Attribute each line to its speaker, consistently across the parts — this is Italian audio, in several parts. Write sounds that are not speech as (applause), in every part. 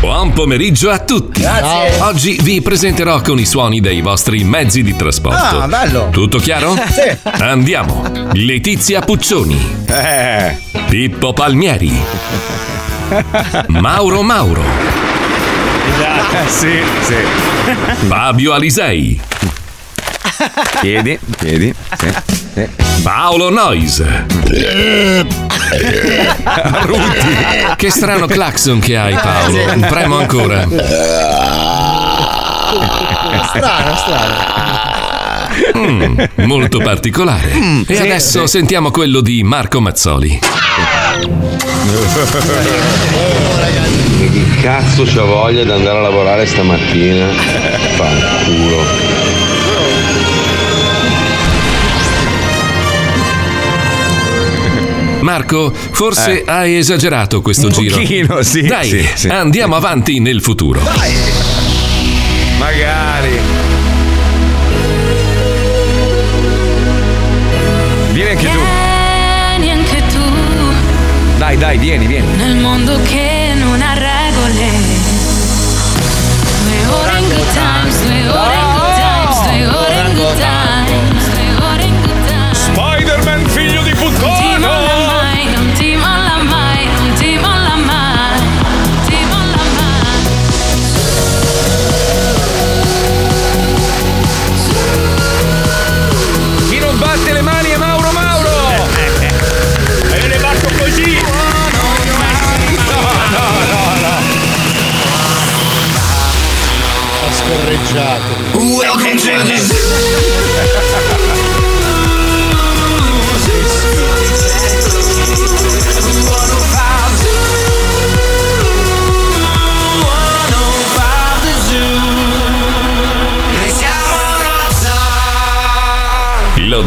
Speaker 1: Buon pomeriggio a tutti.
Speaker 2: Grazie.
Speaker 1: Oggi vi presenterò con i suoni dei vostri mezzi di trasporto.
Speaker 2: Ah, bello.
Speaker 1: Tutto chiaro?
Speaker 2: (laughs) Sì.
Speaker 1: Andiamo. Letizia Puccioni.
Speaker 2: Eh.
Speaker 1: Pippo Palmieri. Mauro Mauro.
Speaker 2: Eh,
Speaker 3: sì, sì.
Speaker 1: Fabio Alisei.
Speaker 3: Piedi, piedi. Sì. sì.
Speaker 1: Paolo Nois. Che strano clacson che hai, Paolo. Premo ancora.
Speaker 4: strano, strano.
Speaker 1: Mm, molto particolare.
Speaker 3: Mm,
Speaker 1: e adesso sentiamo quello di Marco Mazzoli.
Speaker 5: Chi cazzo c'ha voglia di andare a lavorare stamattina? Fanculo.
Speaker 1: Marco, forse hai esagerato questo
Speaker 3: Eh. Un
Speaker 1: giro.
Speaker 3: pochino, sì,
Speaker 1: Dai,
Speaker 3: sì, sì.
Speaker 1: andiamo avanti nel futuro.
Speaker 3: Magari. Vieni anche tu.
Speaker 6: Vieni anche tu
Speaker 3: Dai, dai, vieni, vieni.
Speaker 6: nel mondo che non ha regole. Due ore in good times, due ore
Speaker 7: Oh,
Speaker 6: in good times, due ore in good
Speaker 3: Ah!
Speaker 6: times, due ore in good times.
Speaker 3: Spider-Man figlio di
Speaker 6: Non ti
Speaker 3: puttana!
Speaker 6: molla mai, non ti molla mai, non ti molla mai, non ti molla mai.
Speaker 3: Chi non batte le mani è Mauro Mauro! E io le batto così!
Speaker 4: Scorreggiato.
Speaker 8: Welcome to the
Speaker 1: Lo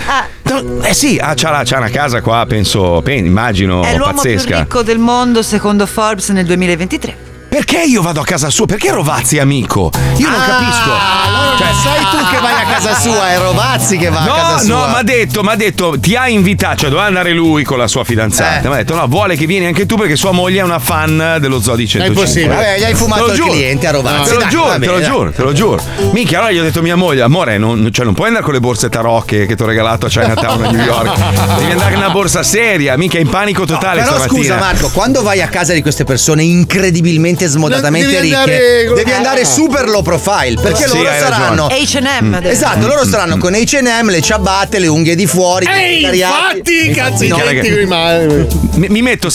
Speaker 3: eh sì, ah, c'ha, la- c'ha una casa qua, penso, pe- immagino,
Speaker 9: È l'uomo più
Speaker 3: Oh, pazzesca.
Speaker 9: ricco del mondo secondo Forbes nel 2023.
Speaker 3: Perché io vado a casa sua? Perché Rovazzi è amico? Io
Speaker 9: Ah,
Speaker 3: non capisco.
Speaker 10: allora
Speaker 3: Cioè-
Speaker 10: sai tu che vai a casa sua, è Rovazzi che va a
Speaker 3: No,
Speaker 10: casa sua.
Speaker 3: no, ma ha detto, ma ha detto, ti ha invitato, cioè doveva andare lui con la sua fidanzata.
Speaker 10: Eh.
Speaker 3: Ma ha detto, no, vuole che vieni anche tu perché sua moglie è una fan dello zoo di
Speaker 2: È
Speaker 3: 105.
Speaker 2: impossibile.
Speaker 10: Vabbè, gli hai
Speaker 3: Te
Speaker 10: fumato
Speaker 3: lo
Speaker 10: il
Speaker 3: giuro.
Speaker 10: cliente a Rovazzi.
Speaker 3: Te lo
Speaker 10: dai,
Speaker 3: giuro,
Speaker 10: va
Speaker 3: te lo
Speaker 10: bene,
Speaker 3: giuro, te lo giuro. Minchia, allora gli ho detto a mia moglie, amore, non, cioè, non puoi andare con le borse tarocche che ti ho regalato a Chinatown a
Speaker 10: (laughs)
Speaker 3: New York. Devi andare con una borsa seria, minchia, è in panico totale
Speaker 10: Però
Speaker 3: stamattina.
Speaker 10: scusa Marco, quando vai a casa di queste persone incredibilmente smodatamente
Speaker 2: Devi
Speaker 10: ricche,
Speaker 2: andare con-
Speaker 10: devi andare super low profile, perché
Speaker 3: Sì,
Speaker 10: loro
Speaker 3: hai
Speaker 10: saranno
Speaker 3: ragione.
Speaker 9: HM. adesso.
Speaker 10: Esatto, loro saranno con H&M, le ciabatte, le unghie di fuori,
Speaker 2: Ehi,
Speaker 10: i cariati.
Speaker 3: Eh,
Speaker 2: infatti, cazzo,
Speaker 3: No,
Speaker 2: i denti
Speaker 3: raga.
Speaker 2: rimane.
Speaker 3: Mi, mi metto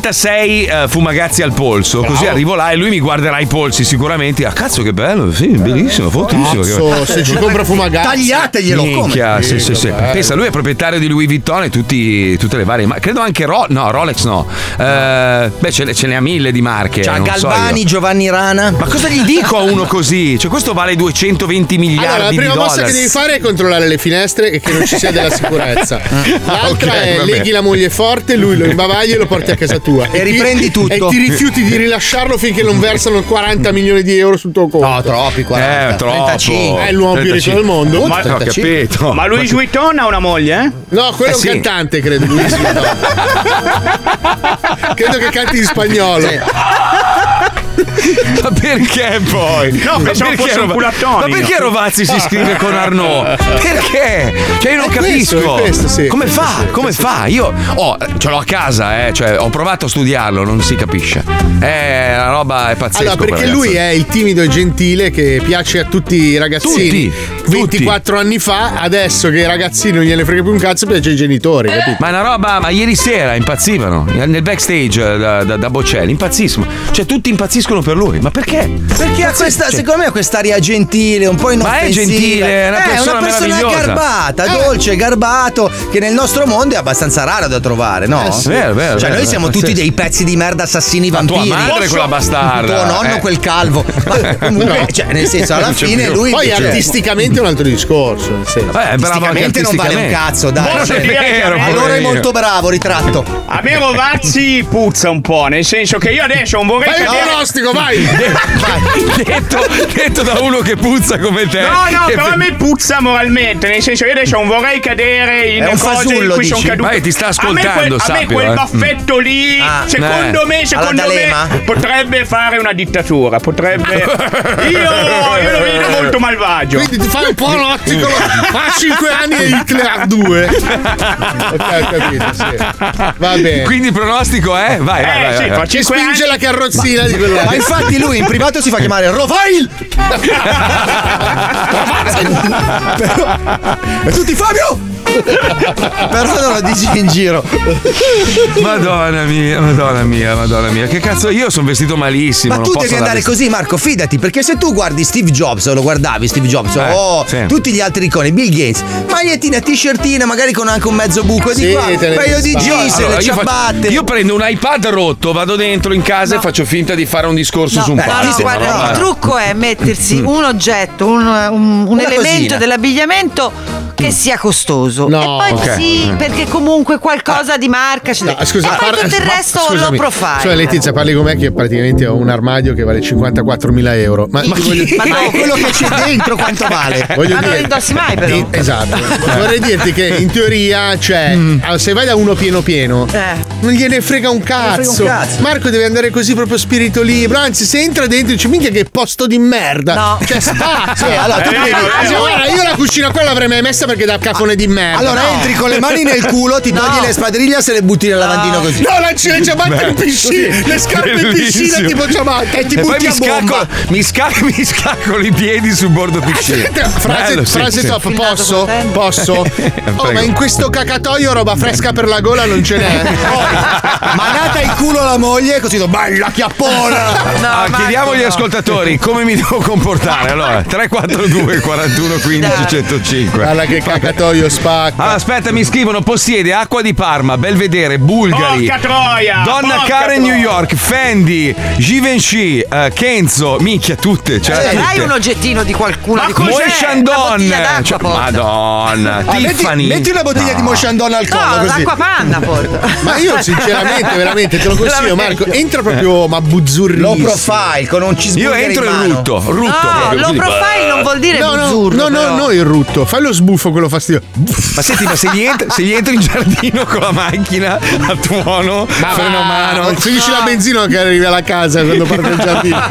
Speaker 3: 66 eh, fumagazzi al polso, così arrivo là e lui mi guarderà i polsi sicuramente. Ah, cazzo, che bello, sì, bellissimo, fortissimo.
Speaker 2: Eh, Cazzo, se ci compra fumagazzi.
Speaker 10: Tagliateglielo come?
Speaker 3: Minchia, sì, sì, sì. Pensa, lui è proprietario di Louis Vuitton e tutti- tutte le varie. Ma credo anche Ro- no, Rolex no. Eh, beh, ce ne, ce ne ha mille di marche.
Speaker 10: Cioè,
Speaker 3: non so
Speaker 10: Galvani,
Speaker 3: io.
Speaker 10: Giovanni Rana.
Speaker 3: ma cosa gli dico a uno così? Cioè, questo vale 220 miliardi
Speaker 2: Allora, la
Speaker 3: di
Speaker 2: prima mossa
Speaker 3: dollari.
Speaker 2: che devi fare è controllare le finestre e che non ci
Speaker 3: (laughs)
Speaker 2: sia della sicurezza. L'altra
Speaker 3: Ah, Ok,
Speaker 2: è
Speaker 3: vabbè.
Speaker 2: leghi la moglie forte, lui lo
Speaker 3: (laughs)
Speaker 2: imbavagli e lo Ah, porti a
Speaker 11: (laughs)
Speaker 2: casa tua.
Speaker 10: E riprendi
Speaker 2: ti,
Speaker 10: tutto.
Speaker 2: E ti rifiuti di rilasciarlo finché non versano 40 milioni di euro sul tuo conto.
Speaker 10: No, troppi, 40,
Speaker 3: Eh, troppo.
Speaker 10: 35.
Speaker 2: È l'uomo più ricco
Speaker 3: 35.
Speaker 2: del mondo.
Speaker 3: Ma ho
Speaker 10: 35.
Speaker 3: capito.
Speaker 7: Ma Luis Vuitton ha una moglie?
Speaker 2: No,
Speaker 3: Eh,
Speaker 2: quello è un
Speaker 3: sì.
Speaker 2: cantante, credo. Luis
Speaker 3: (laughs)
Speaker 2: Vuitton. credo che canti in spagnolo.
Speaker 3: Ma perché poi?
Speaker 7: No,
Speaker 3: ma
Speaker 2: Diciamo
Speaker 7: pensavo fosse un
Speaker 3: Rova-
Speaker 7: culattoni.
Speaker 3: Ma perché Rovazzi si scrive con Arnaud? Perché? Cioè, io non
Speaker 2: Ah. È questo,
Speaker 3: capisco.
Speaker 2: è questo, sì.
Speaker 3: Come
Speaker 2: Questo
Speaker 3: fa?
Speaker 2: sì,
Speaker 3: Come fa? Io oh, ce l'ho a casa, eh. Cioè, ho provato a studiarlo, non si capisce. Eh, la roba è pazzesca.
Speaker 2: Allora, perché lui è il timido e gentile che piace a tutti i ragazzini.
Speaker 3: Tutti,
Speaker 2: 24 anni fa, adesso che i ragazzini non gliene frega più un cazzo, piace ai genitori,
Speaker 10: Eh.
Speaker 2: capito?
Speaker 3: Ma è una roba, ma ieri sera impazzivano nel backstage eh, da, da, da Bocelli, impazzissimo. Cioè, tutti impazziscono per lui. Ma perché? (laughs)
Speaker 10: Perché ha questa, secondo me ha quest'aria gentile, un po'
Speaker 3: Ma
Speaker 10: inoffensiva.
Speaker 3: è
Speaker 10: Eh,
Speaker 3: gentile, è una persona
Speaker 10: una persona
Speaker 3: meravigliosa.
Speaker 10: garbata,
Speaker 2: Eh.
Speaker 10: dolce, garbato, che nel nostro mondo è abbastanza raro da trovare, no?
Speaker 3: Eh, Vero, vero,
Speaker 10: Cioè,
Speaker 3: vero,
Speaker 10: noi siamo
Speaker 3: vero,
Speaker 10: tutti
Speaker 3: sì.
Speaker 10: dei pezzi di merda assassini
Speaker 3: tua
Speaker 10: vampiri.
Speaker 3: madre
Speaker 10: Posso-
Speaker 3: quella bastarda.
Speaker 10: Tuo nonno
Speaker 3: Eh.
Speaker 10: quel
Speaker 3: (laughs)
Speaker 10: calvo. Ma comunque, cioè, nel senso, alla
Speaker 3: Non c'è
Speaker 10: fine
Speaker 3: più.
Speaker 10: lui.
Speaker 2: Poi
Speaker 10: cioè,
Speaker 2: artisticamente è un altro discorso. nel senso.
Speaker 3: Eh, è bravo anche
Speaker 10: artisticamente non vale un
Speaker 3: artisticamente.
Speaker 10: cazzo, dai.
Speaker 7: Posso
Speaker 10: Cioè,
Speaker 7: dire che
Speaker 3: vero,
Speaker 7: a me-
Speaker 10: allora è
Speaker 3: poverino.
Speaker 10: molto bravo, ritratto.
Speaker 7: A me Rovazzi puzza un po', nel senso che io adesso non vorrei
Speaker 2: Fai il
Speaker 7: cadere...
Speaker 2: pronostico,
Speaker 7: (laughs)
Speaker 3: (laughs) Eh,
Speaker 2: vai!
Speaker 3: detto, detto da uno che puzza come te.
Speaker 7: No, no,
Speaker 3: Che-
Speaker 7: però a me puzza moralmente, nel senso io adesso non vorrei cadere in
Speaker 10: È un
Speaker 7: cose in
Speaker 10: fasullo,
Speaker 7: cui sono
Speaker 10: dici?
Speaker 7: caduto.
Speaker 3: Vai, Eh, ti sta
Speaker 7: a me
Speaker 3: ascoltando,
Speaker 7: quel, a me
Speaker 3: sappilo,
Speaker 7: quel
Speaker 3: eh.
Speaker 7: baffetto lì,
Speaker 10: Ah,
Speaker 7: secondo
Speaker 3: eh.
Speaker 7: me, secondo
Speaker 10: Alla D'Alema?
Speaker 7: me potrebbe fare una dittatura, potrebbe Io, io lo vedo molto malvagio.
Speaker 2: Quindi ti fai un po'
Speaker 3: (laughs)
Speaker 2: l'ottico, fa 5 anni e Hitler ha 2. Ok, ho capito, sì. Va bene.
Speaker 3: Quindi il pronostico è? Vai,
Speaker 7: eh,
Speaker 3: vai, vai.
Speaker 7: sì,
Speaker 3: vai.
Speaker 7: fa
Speaker 2: Ci
Speaker 7: 5 anni.
Speaker 2: spinge la carrozzina di quella.
Speaker 10: Ma infatti lui in privato si fa chiamare Rovail! Però- E tutti Fabio! Però non lo dici in giro.
Speaker 3: (laughs) Madonna mia, madonna mia, madonna mia. Che cazzo, io sono vestito malissimo.
Speaker 10: Ma
Speaker 3: non
Speaker 10: tu
Speaker 3: posso
Speaker 10: devi andare
Speaker 3: vestito-
Speaker 10: così, Marco, fidati, perché se tu guardi Steve Jobs, o lo guardavi Steve Jobs,
Speaker 3: Eh,
Speaker 10: o
Speaker 3: sì.
Speaker 10: tutti gli altri iconi, Bill Gates, magliettina, t-shirtina, magari con anche un mezzo buco
Speaker 2: Sì,
Speaker 10: di qua,
Speaker 2: te ne
Speaker 10: paio di
Speaker 2: risparmi.
Speaker 10: jeans,
Speaker 3: Allora,
Speaker 10: le
Speaker 3: io, faccio-
Speaker 10: ciabatte.
Speaker 3: io prendo un iPad rotto, vado dentro in casa e faccio finta di fare un discorso su un
Speaker 9: no,
Speaker 3: palco.
Speaker 9: no, guarda,
Speaker 3: no, Mm.
Speaker 9: il
Speaker 3: no.
Speaker 9: trucco è mettersi un oggetto, un, un- un
Speaker 10: Una
Speaker 9: elemento
Speaker 10: cosina.
Speaker 9: dell'abbigliamento che
Speaker 3: Mm.
Speaker 9: che sia costoso. e poi
Speaker 2: ok.
Speaker 9: sì,
Speaker 2: Mm.
Speaker 9: perché comunque qualcosa di marca c'è.
Speaker 2: Ah, scusa,
Speaker 9: e poi
Speaker 2: parla-
Speaker 9: tutto il
Speaker 2: ma-
Speaker 9: resto
Speaker 2: scusami,
Speaker 9: lo profile.
Speaker 2: Cioè, Letizia, parli con me che praticamente ho un armadio che vale 54.000 euro. Ma,
Speaker 9: Ma
Speaker 2: ti
Speaker 9: chi-
Speaker 2: voglio-
Speaker 9: ma no, quello che c'è dentro quanto vale?
Speaker 2: (laughs) Voglio
Speaker 9: Ma non
Speaker 2: dire-
Speaker 9: lo indossi mai, però.
Speaker 2: Di- Esatto. Vorrei dirti che in teoria, cioè, ah, se vai da uno pieno pieno, non gliene frega un cazzo.
Speaker 10: cazzo.
Speaker 2: Marco deve andare così proprio spirito libero. Anzi, se entra dentro dice minchia che posto di merda. Cioè, spazio.
Speaker 10: Sì, allora, tu devi-
Speaker 2: guarda, io la cucina qua l'avrei mai messa perché da cafone di merda.
Speaker 10: Allora
Speaker 2: No.
Speaker 10: entri con le mani nel culo,
Speaker 3: (laughs)
Speaker 10: ti togli le spadriglie se le butti nel lavandino così.
Speaker 2: No, la ci- ciabatta in
Speaker 10: Beh,
Speaker 2: piscina,
Speaker 10: così.
Speaker 2: le scarpe in piscina
Speaker 10: Bellissimo.
Speaker 2: tipo ciabatta e ti
Speaker 3: poi
Speaker 2: butti
Speaker 3: mi
Speaker 2: a bomba. Ah,
Speaker 3: scacco, mi, sca- (laughs) mi scaccolo i piedi sul bordo
Speaker 2: (laughs)
Speaker 3: piscina.
Speaker 2: Frase,
Speaker 3: Bello, sì,
Speaker 2: frase
Speaker 3: sì.
Speaker 2: top, posso?
Speaker 3: (laughs)
Speaker 2: Posso? Oh, ma
Speaker 3: Prego.
Speaker 2: in questo cacatoio roba fresca per la gola non ce n'è.
Speaker 10: Manata in culo la moglie, così do bella
Speaker 3: (laughs)
Speaker 10: chiappona.
Speaker 3: Ah, chiediamo agli ascoltatori come mi devo comportare. Allora, 342 41 15 105.
Speaker 2: Guarda che cacatoio spacca.
Speaker 3: Allora, aspetta, mi scrivono: possiede acqua di Parma, Belvedere, Bulgari,
Speaker 7: Porca troia,
Speaker 3: Donna
Speaker 7: porca
Speaker 3: Karen
Speaker 7: troia.
Speaker 3: New York, Fendi, Givenchy, eh, Kenzo, minchia, tutte. Cioè,
Speaker 9: Cioè,
Speaker 3: tutte.
Speaker 9: dai un oggettino di qualcuno di
Speaker 3: Moët
Speaker 9: cos'è? Una
Speaker 3: Chandon.
Speaker 9: bottiglia d'acqua,
Speaker 3: Cioè,
Speaker 9: porta.
Speaker 3: Madonna,
Speaker 10: Ah, metti-
Speaker 3: Tiffany.
Speaker 10: metti una bottiglia di Moët Chandon al collo,
Speaker 9: No,
Speaker 10: così.
Speaker 9: l'acqua panna porta.
Speaker 2: Ma
Speaker 9: (laughs)
Speaker 2: io sinceramente, veramente, te lo consiglio Marco, entra proprio ma buzzurrissimo.
Speaker 8: Low profile, con un
Speaker 3: Io
Speaker 8: cheeseburger
Speaker 3: entro in
Speaker 8: mano.
Speaker 3: rutto, rutto. proprio, quindi-
Speaker 2: no, no, No, no, no, il rutto. Fai lo sbuffo quello fastidio.
Speaker 3: Ma senti, ma se gli, entri, se gli entri in giardino con la macchina a tuono, freno a mano.
Speaker 2: Finisci la benzina che arrivi alla casa quando parte il giardino.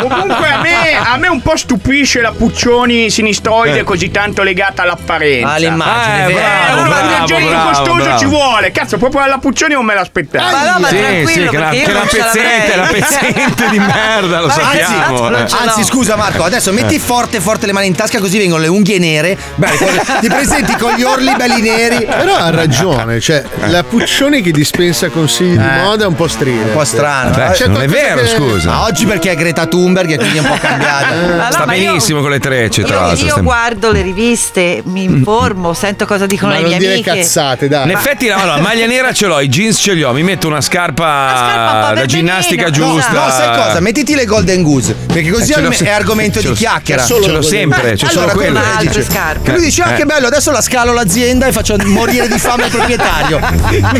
Speaker 7: Comunque a me, a me un po' stupisce la Puccioni sinistroide
Speaker 2: Eh.
Speaker 7: così tanto legata
Speaker 3: Ah,
Speaker 7: all'apparenza.
Speaker 9: Ah,
Speaker 8: All'immagine,
Speaker 7: Eh,
Speaker 8: vero?
Speaker 7: allora
Speaker 8: Bravo,
Speaker 7: un viaggerino
Speaker 8: bravo,
Speaker 7: costoso
Speaker 8: bravo.
Speaker 7: ci vuole. Cazzo, proprio alla Puccioni non me l'aspettavo.
Speaker 8: Ma no, ma Sì, tranquillo,
Speaker 3: sì, che la- perché io che la non ce l'avrei. pezzente, la (laughs) pezzente di merda, lo
Speaker 10: Ma anzi,
Speaker 3: sappiamo,
Speaker 10: anzi,
Speaker 3: eh.
Speaker 10: anzi, scusa Marco, adesso metti forte forte le mani in tasca così vengono le unghie nere.
Speaker 3: (laughs)
Speaker 10: Beh, con- ti presenti con gli orli belli neri.
Speaker 2: (laughs) Però ha ragione, cioè
Speaker 3: Eh.
Speaker 2: la Puccioni che dispensa consigli di moda è un po' strida.
Speaker 10: Eh. Un po' strano.
Speaker 3: Beh, non è vero, scusa.
Speaker 10: Ma oggi perché è (laughs) Greta Thunberg e quindi è
Speaker 8: (laughs)
Speaker 10: un po' cambiata.
Speaker 3: Sta
Speaker 9: ma io-
Speaker 3: benissimo con le trecce, tra
Speaker 9: Io,
Speaker 3: l'altro.
Speaker 9: io
Speaker 3: sta-
Speaker 9: guardo le riviste, mi informo, sento cosa dicono
Speaker 2: Ma
Speaker 9: le
Speaker 2: non
Speaker 9: mie
Speaker 2: dire
Speaker 9: amiche.
Speaker 2: cazzate, dai.
Speaker 3: In effetti, no, la maglia nera ce l'ho, i jeans ce li ho, mi metto una
Speaker 8: Ah,
Speaker 3: scarpa da ginnastica giusta.
Speaker 10: No, sai cosa? Mettiti le Golden Goose, perché così
Speaker 3: Eh, ce l'ho
Speaker 10: alme-
Speaker 3: se-
Speaker 10: è argomento
Speaker 3: ce
Speaker 10: di
Speaker 3: l'ho-
Speaker 10: chiacchiera.
Speaker 3: ce l'ho
Speaker 10: Solo
Speaker 3: sempre, eh,
Speaker 10: Golden
Speaker 3: c'è
Speaker 10: Goose.
Speaker 3: solo
Speaker 10: allora,
Speaker 3: quello.
Speaker 10: quello che
Speaker 3: Altre
Speaker 10: dice-
Speaker 3: scarpe.
Speaker 10: che Lui dice: Ah,
Speaker 3: Eh.
Speaker 10: che bello, adesso la scalo l'azienda e faccio morire di fame il
Speaker 3: (laughs)
Speaker 10: proprietario.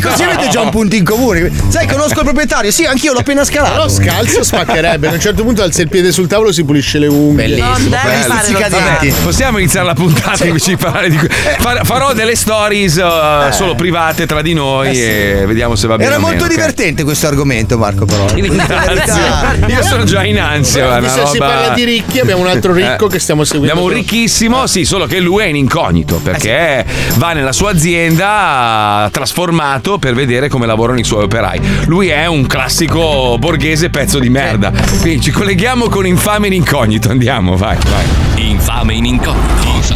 Speaker 10: Così avete già un punto in comune. Sai, conosco il proprietario, sì, anch'io l'ho appena scalato.
Speaker 2: Però scalzo spaccherebbe. A un certo punto alza il piede sul tavolo si pulisce le unghie.
Speaker 10: Bellissimo,
Speaker 3: Bello. Vabbè, possiamo iniziare la puntata invece di parlare di que-
Speaker 2: Eh.
Speaker 3: Far- farò delle stories uh, solo private tra di
Speaker 2: Eh
Speaker 3: noi e vediamo se va bene.
Speaker 10: Era
Speaker 3: o meno,
Speaker 10: molto
Speaker 3: ok?
Speaker 10: divertente questo argomento, Marco. Però
Speaker 3: Grazie. Io sono già in ansia. guarda,
Speaker 2: Visto
Speaker 3: una
Speaker 2: che si
Speaker 3: roba- Eh.
Speaker 2: parla di ricchi, abbiamo un altro ricco che stiamo seguendo. Eh
Speaker 3: Abbiamo un ricchissimo, sì, solo che lui è in incognito perché va nella sua azienda trasformato per vedere come lavorano i suoi operai. Lui è un classico borghese pezzo di merda.
Speaker 2: Eh.
Speaker 3: Quindi ci colleghiamo con Infame in incognito. Andiamo, vai, vai.
Speaker 1: Infame in incognito.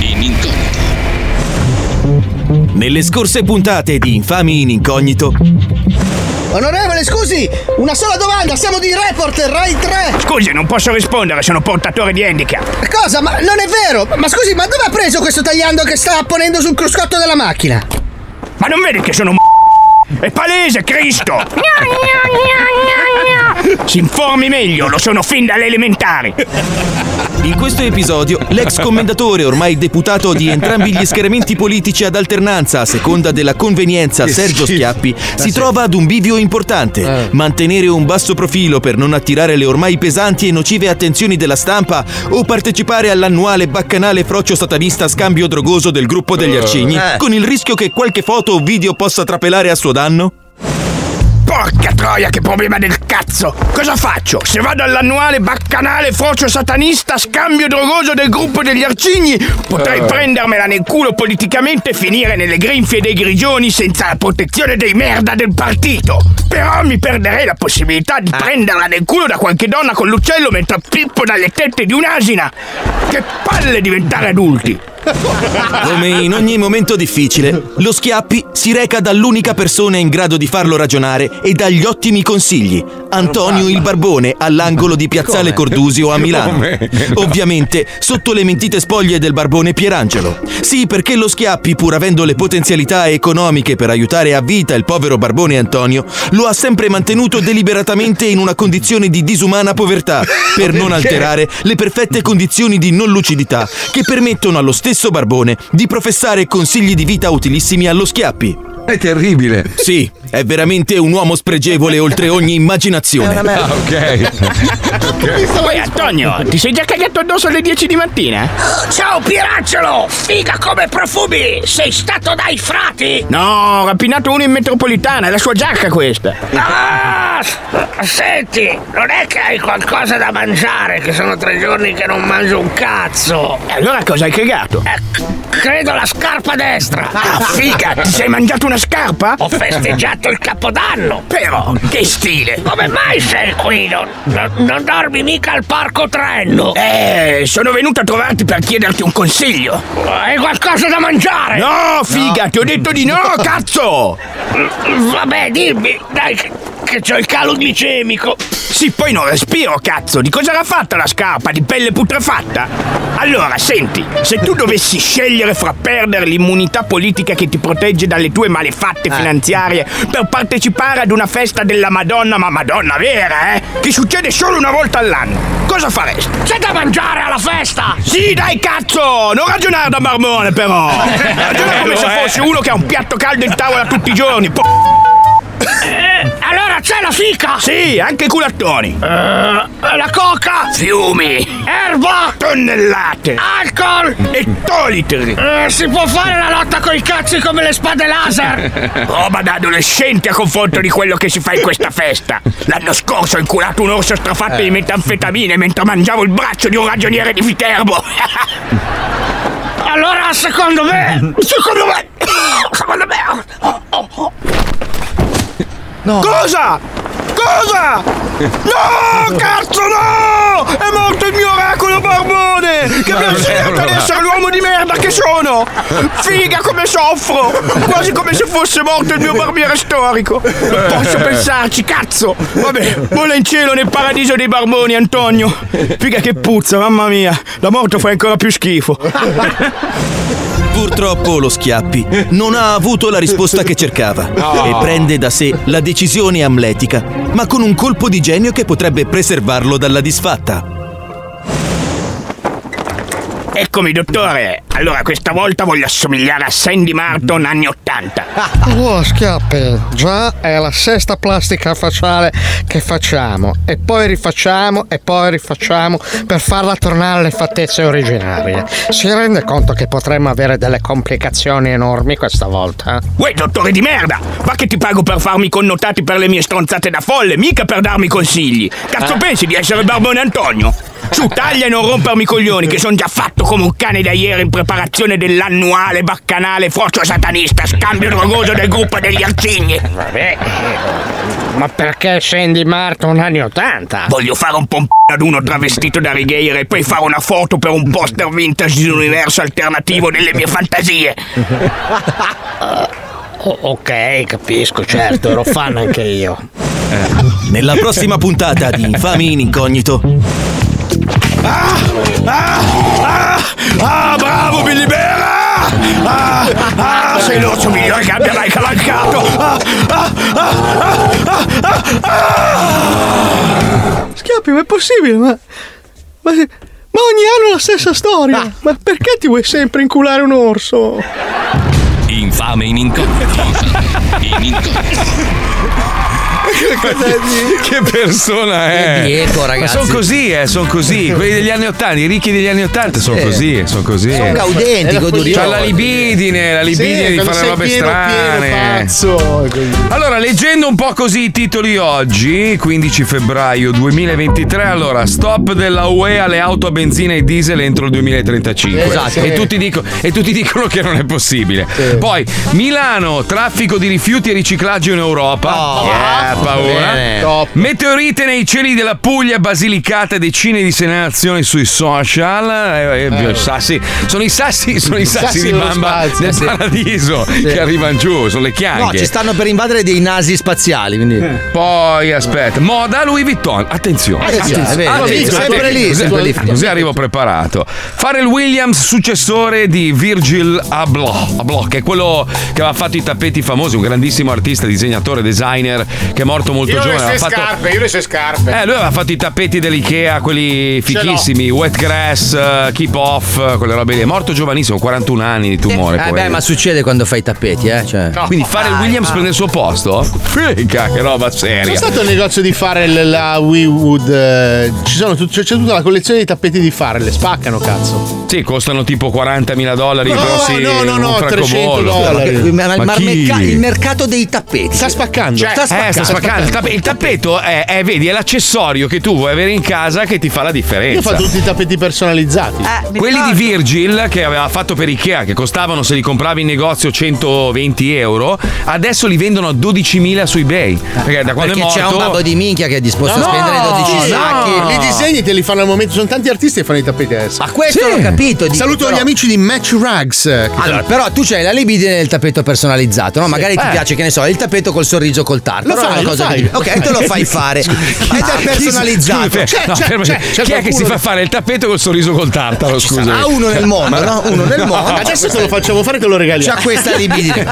Speaker 1: In incognito.
Speaker 12: Nelle scorse puntate di Infami in Incognito.
Speaker 11: Onorevole, scusi, una sola domanda, siamo di Reporter Rai 3.
Speaker 7: Scusi, non posso rispondere, sono portatore di handicap.
Speaker 11: Cosa? Ma non è vero! Ma scusi, ma dove ha preso questo tagliando che sta apponendo sul cruscotto della macchina?
Speaker 7: Ma non vedi che sono un È palese, Cristo! Si informi meglio, lo sono fin dalle elementari.
Speaker 12: In questo episodio, l'ex commendatore, ormai deputato di entrambi gli schieramenti politici ad alternanza a seconda della convenienza,
Speaker 7: Eh,
Speaker 12: Sergio Schiappi,
Speaker 7: Ah,
Speaker 12: si trova ad un bivio importante. Mantenere un basso profilo per non attirare le ormai pesanti e nocive attenzioni della stampa o partecipare all'annuale baccanale frocio satanista scambio drogoso del gruppo degli arcigni,
Speaker 7: Eh.
Speaker 12: con il rischio che qualche foto o video possa trapelare a suo danno?
Speaker 7: Porca troia, che problema del cazzo! Cosa faccio? Se vado all'annuale baccanale frocio satanista scambio drogoso del gruppo degli arcigni, potrei
Speaker 13: Eh.
Speaker 7: prendermela nel culo politicamente e finire nelle grinfie dei grigioni senza la protezione dei merda del partito. Però mi perderei la possibilità di prenderla nel culo da qualche donna con l'uccello mentre pippo dalle tette di un'asina. Che palle diventare adulti!
Speaker 12: Come in ogni momento difficile, lo Schiappi si reca dall'unica persona in grado di farlo ragionare e dagli ottimi consigli, Antonio il Barbone all'angolo di Piazzale
Speaker 14: Come?
Speaker 12: Cordusio a Milano.
Speaker 14: Come?
Speaker 12: Ovviamente sotto le mentite spoglie del Barbone Pierangelo. Sì, perché lo Schiappi, pur avendo le potenzialità economiche per aiutare a vita il povero Barbone Antonio, lo ha sempre mantenuto deliberatamente in una condizione di disumana povertà, per non
Speaker 14: Perché?
Speaker 12: alterare le perfette condizioni di non lucidità che permettono allo stesso stesso Barbone di professare consigli di vita utilissimi allo Schiappi.
Speaker 3: È terribile.
Speaker 12: Sì, è veramente un uomo spregevole oltre ogni immaginazione.
Speaker 7: È una merda. Ah, (laughs) Poi Antonio, ti sei già cagato addosso alle 10 di mattina?
Speaker 10: Ciao Piracciolo! Figa come profumi! Sei stato dai frati!
Speaker 7: No, ho rapinato uno in metropolitana, è la sua giacca questa.
Speaker 10: Ah, s- senti, non è che hai qualcosa da mangiare, che sono tre giorni che non mangio un cazzo!
Speaker 7: E allora cosa hai cagato?
Speaker 10: (laughs) Credo la scarpa destra!
Speaker 7: Ah, figa, ti sei mangiato una scarpa?
Speaker 10: Ho festeggiato il capodanno! Però, che stile! Come mai sei qui? Non, non- non dormi mica al parco trenno!
Speaker 7: Eh, sono venuto a trovarti per chiederti un consiglio.
Speaker 10: Hai qualcosa da mangiare?
Speaker 7: No, figa, ti ho detto di
Speaker 10: (laughs)
Speaker 7: no, cazzo!
Speaker 10: Vabbè, dimmi, dai, che, che c'ho il calo glicemico.
Speaker 7: Sì, poi non respiro, cazzo. Di cosa era fatta la scarpa? Di pelle putrefatta? Allora, senti, se tu dovessi scegliere fra perdere l'immunità politica che ti protegge dalle tue malefatte finanziarie per partecipare ad una festa della Madonna, ma Madonna vera, eh? Che succede solo una volta all'anno. Cosa faresti?
Speaker 10: C'è da mangiare alla festa!
Speaker 7: Sì, dai, cazzo! Non ragionare da marmone, però! Ragiona come
Speaker 10: Eh,
Speaker 7: se fossi uno che ha un piatto caldo in tavola tutti i giorni, po-
Speaker 10: Eh, Allora c'è la fica! Eh,
Speaker 7: Sì, anche i culattoni!
Speaker 10: la coca!
Speaker 7: Fiumi!
Speaker 10: Erba!
Speaker 7: Tonnellate!
Speaker 10: Alcol!
Speaker 7: E tolitri!
Speaker 10: Eh, si può fare la lotta coi cazzi come le spade laser!
Speaker 7: Roba da adolescente a confronto di quello che si fa in questa festa. L'anno scorso ho inculato un orso strafatto di metanfetamine mentre mangiavo il braccio di un ragioniere di Viterbo.
Speaker 10: Allora, secondo me. Secondo me. (coughs) Secondo me. oh, oh, oh.
Speaker 7: Cosa? Cosa? No, cazzo, no! È morto il mio oracolo barbone! Che mi
Speaker 10: Ma
Speaker 7: ha
Speaker 10: non è
Speaker 7: insegnato ad
Speaker 10: un
Speaker 7: essere l'uomo di merda che sono! Figa come soffro! Quasi come se fosse morto il mio barbiere storico! Non posso pensarci, cazzo! Vabbè, vola in cielo nel paradiso dei barboni, Antonio! Figa che puzza, mamma mia! La morte fa ancora più schifo!
Speaker 12: Purtroppo lo Schiappi non ha avuto la risposta che cercava
Speaker 7: No.
Speaker 12: e prende da sé la decisione amletica, ma con un colpo di genio che potrebbe preservarlo dalla disfatta.
Speaker 7: Eccomi, dottore! Allora, questa volta voglio assomigliare a Sandy Martin anni 80.
Speaker 15: Oh, schiappe, già è la sesta plastica facciale che facciamo e poi rifacciamo e poi rifacciamo per farla tornare alle fattezze originarie. Si rende conto che potremmo avere delle complicazioni enormi questa volta?
Speaker 7: Uè, dottore di merda! Va che ti pago per farmi i connotati per le mie stronzate da folle, mica per darmi consigli! Cazzo pensi di essere il Barbone Antonio? Su, taglia e non rompermi i coglioni, che sono già fatto come un cane da ieri in preparazione dell'annuale baccanale frocio satanista, scambio drogoso del gruppo degli arcigni! Vabbè,
Speaker 15: Ma perché scendi Martin anni 80?
Speaker 7: Voglio fare un pomp ad uno travestito da righeira e poi fare una foto per un poster vintage di un universo alternativo delle mie fantasie.
Speaker 11: Oh,
Speaker 15: ok, capisco, certo, ero fan anche io.
Speaker 12: Nella prossima puntata di Infami in Incognito.
Speaker 7: Ah, bravo, mi libera! Ah, ah, sei l'orso migliore che abbia mai cavalcato! Ah, ah, ah, ah, ah, ah,
Speaker 16: Schiappi, ma è possibile? Ma, ma, se- ma ogni anno la stessa storia.
Speaker 2: Ah.
Speaker 16: Ma perché ti vuoi sempre inculare un orso?
Speaker 17: Infame in incognito. In incognito.
Speaker 10: (laughs)
Speaker 3: Che persona è?
Speaker 14: Che bieco, ragazzi.
Speaker 3: Ma sono così, eh, sono così. Quelli degli anni Ottanta, i ricchi degli anni Ottanta sono
Speaker 14: Sì.
Speaker 3: così, sono così.
Speaker 14: Sono
Speaker 2: gaudenti, godurioli.
Speaker 3: C'ha la libidine, eh, la libidine
Speaker 2: Eh, Sì,
Speaker 3: di
Speaker 2: quando
Speaker 3: fare
Speaker 2: sei
Speaker 3: robe
Speaker 2: pieno,
Speaker 3: strane.
Speaker 2: pieno, pazzo.
Speaker 3: Allora, leggendo un po' così i titoli oggi, 15 febbraio 2023, allora, stop della UE alle auto a benzina e diesel entro il 2035.
Speaker 17: Esatto.
Speaker 3: E tutti, dico- e tutti dicono che non è possibile. Poi, Milano, traffico di rifiuti e riciclaggio in Europa. Yeah, paura.
Speaker 17: Bene.
Speaker 3: Top. Meteorite nei cieli della Puglia, Basilicata, decine di segnalazioni sui social. Eh, eh, sassi. Sono i sassi, sono i sassi,
Speaker 8: Sassi
Speaker 3: di
Speaker 8: dello
Speaker 3: bamba
Speaker 8: spazio.
Speaker 3: del
Speaker 8: Eh, Sì.
Speaker 3: paradiso che arrivano giù, sono le (laughs) chianghe.
Speaker 8: No, ci stanno per invadere dei nasi spaziali. Quindi. Eh.
Speaker 3: Poi aspetta, moda Louis Vuitton. Attenzione,
Speaker 8: Attenzione,
Speaker 3: attenzione,
Speaker 8: Eh, vero,
Speaker 3: attenzione,
Speaker 8: sempre
Speaker 3: attenzione.
Speaker 8: lì,
Speaker 3: Così-
Speaker 8: sempre lì.
Speaker 3: Così arrivo preparato. Fare il Williams successore di Virgil Abloh, Abloh, che è quello che aveva fatto i tappeti famosi, un grandissimo artista, disegnatore, designer che morto molto
Speaker 18: Io ho le sue
Speaker 3: giovane. aveva fatto-
Speaker 18: scarpe, io ho le sue scarpe.
Speaker 3: Eh, lui aveva fatto i tappeti dell'Ikea, quelli
Speaker 18: Ce l'ho.
Speaker 3: fichissimi, wet grass, eh, keep off, eh, quelle robe lì. È morto giovanissimo, 41 anni di tumore.
Speaker 8: Eh beh,
Speaker 3: poverino.
Speaker 8: ma succede quando fai i tappeti, eh? Cioè.
Speaker 2: Ah,
Speaker 3: Quindi fare il Williams prende il suo posto? Fica, che roba
Speaker 2: C'è
Speaker 3: seria.
Speaker 2: stato il negozio di Farrell la WeWood. eh, ci sono tut- c'è, c'è tutta la collezione di tappeti di Farrell, spaccano cazzo.
Speaker 3: Sì, costano tipo 40.000 dollari.
Speaker 2: No,
Speaker 3: però sì,
Speaker 2: no, no,
Speaker 3: un
Speaker 2: no, 300
Speaker 3: francobollo.
Speaker 2: dollari.
Speaker 3: Ma chi-
Speaker 2: Ma- ma-
Speaker 3: ma
Speaker 2: il
Speaker 3: chi?
Speaker 2: merca-
Speaker 11: Il mercato dei tappeti.
Speaker 2: Sta spaccando.
Speaker 3: Cioè, eh, sta spaccando. Il tappe- Il tappeto è, è, vedi, è l'accessorio che tu vuoi avere in casa che ti fa la
Speaker 2: Io
Speaker 3: differenza.
Speaker 2: faccio tutti i tappeti personalizzati.
Speaker 3: Quelli di Virgil che aveva fatto per Ikea, che costavano se li compravi in negozio 120 euro, adesso li vendono a 12.000 su eBay. Perché da quando
Speaker 8: Perché
Speaker 3: è morto.
Speaker 8: c'è un babbo di minchia che è disposto a spendere 12 sacchi.
Speaker 2: I disegni te li fanno al momento, sono tanti artisti che fanno i tappeti adesso. Ma
Speaker 8: questo l'ho capito, dico,
Speaker 2: Saluto
Speaker 8: però.
Speaker 2: gli amici di Match Rags. eh, che-
Speaker 8: Allora, però tu c'hai la libidine del tappeto personalizzato, no? Magari ti
Speaker 2: Eh.
Speaker 8: piace, che ne so, il tappeto col sorriso col tartaro.
Speaker 2: Lo
Speaker 8: però è
Speaker 2: fai,
Speaker 8: una
Speaker 2: lo
Speaker 8: cosa
Speaker 2: fai,
Speaker 8: che-
Speaker 2: lo
Speaker 8: Ok,
Speaker 2: fai.
Speaker 8: te lo
Speaker 2: (laughs)
Speaker 3: (laughs)
Speaker 8: fai fare. Ed è personalizzato. Cioè,
Speaker 3: Scusa, no, ferma, chi è che si fa fare il tappeto col sorriso col tartaro? Scusa.
Speaker 8: sarà uno nel mondo, no? Uno nel mondo.
Speaker 2: Adesso te lo facciamo fare e te lo regaliamo.
Speaker 8: C'ha questa
Speaker 2: (laughs)
Speaker 8: libidine.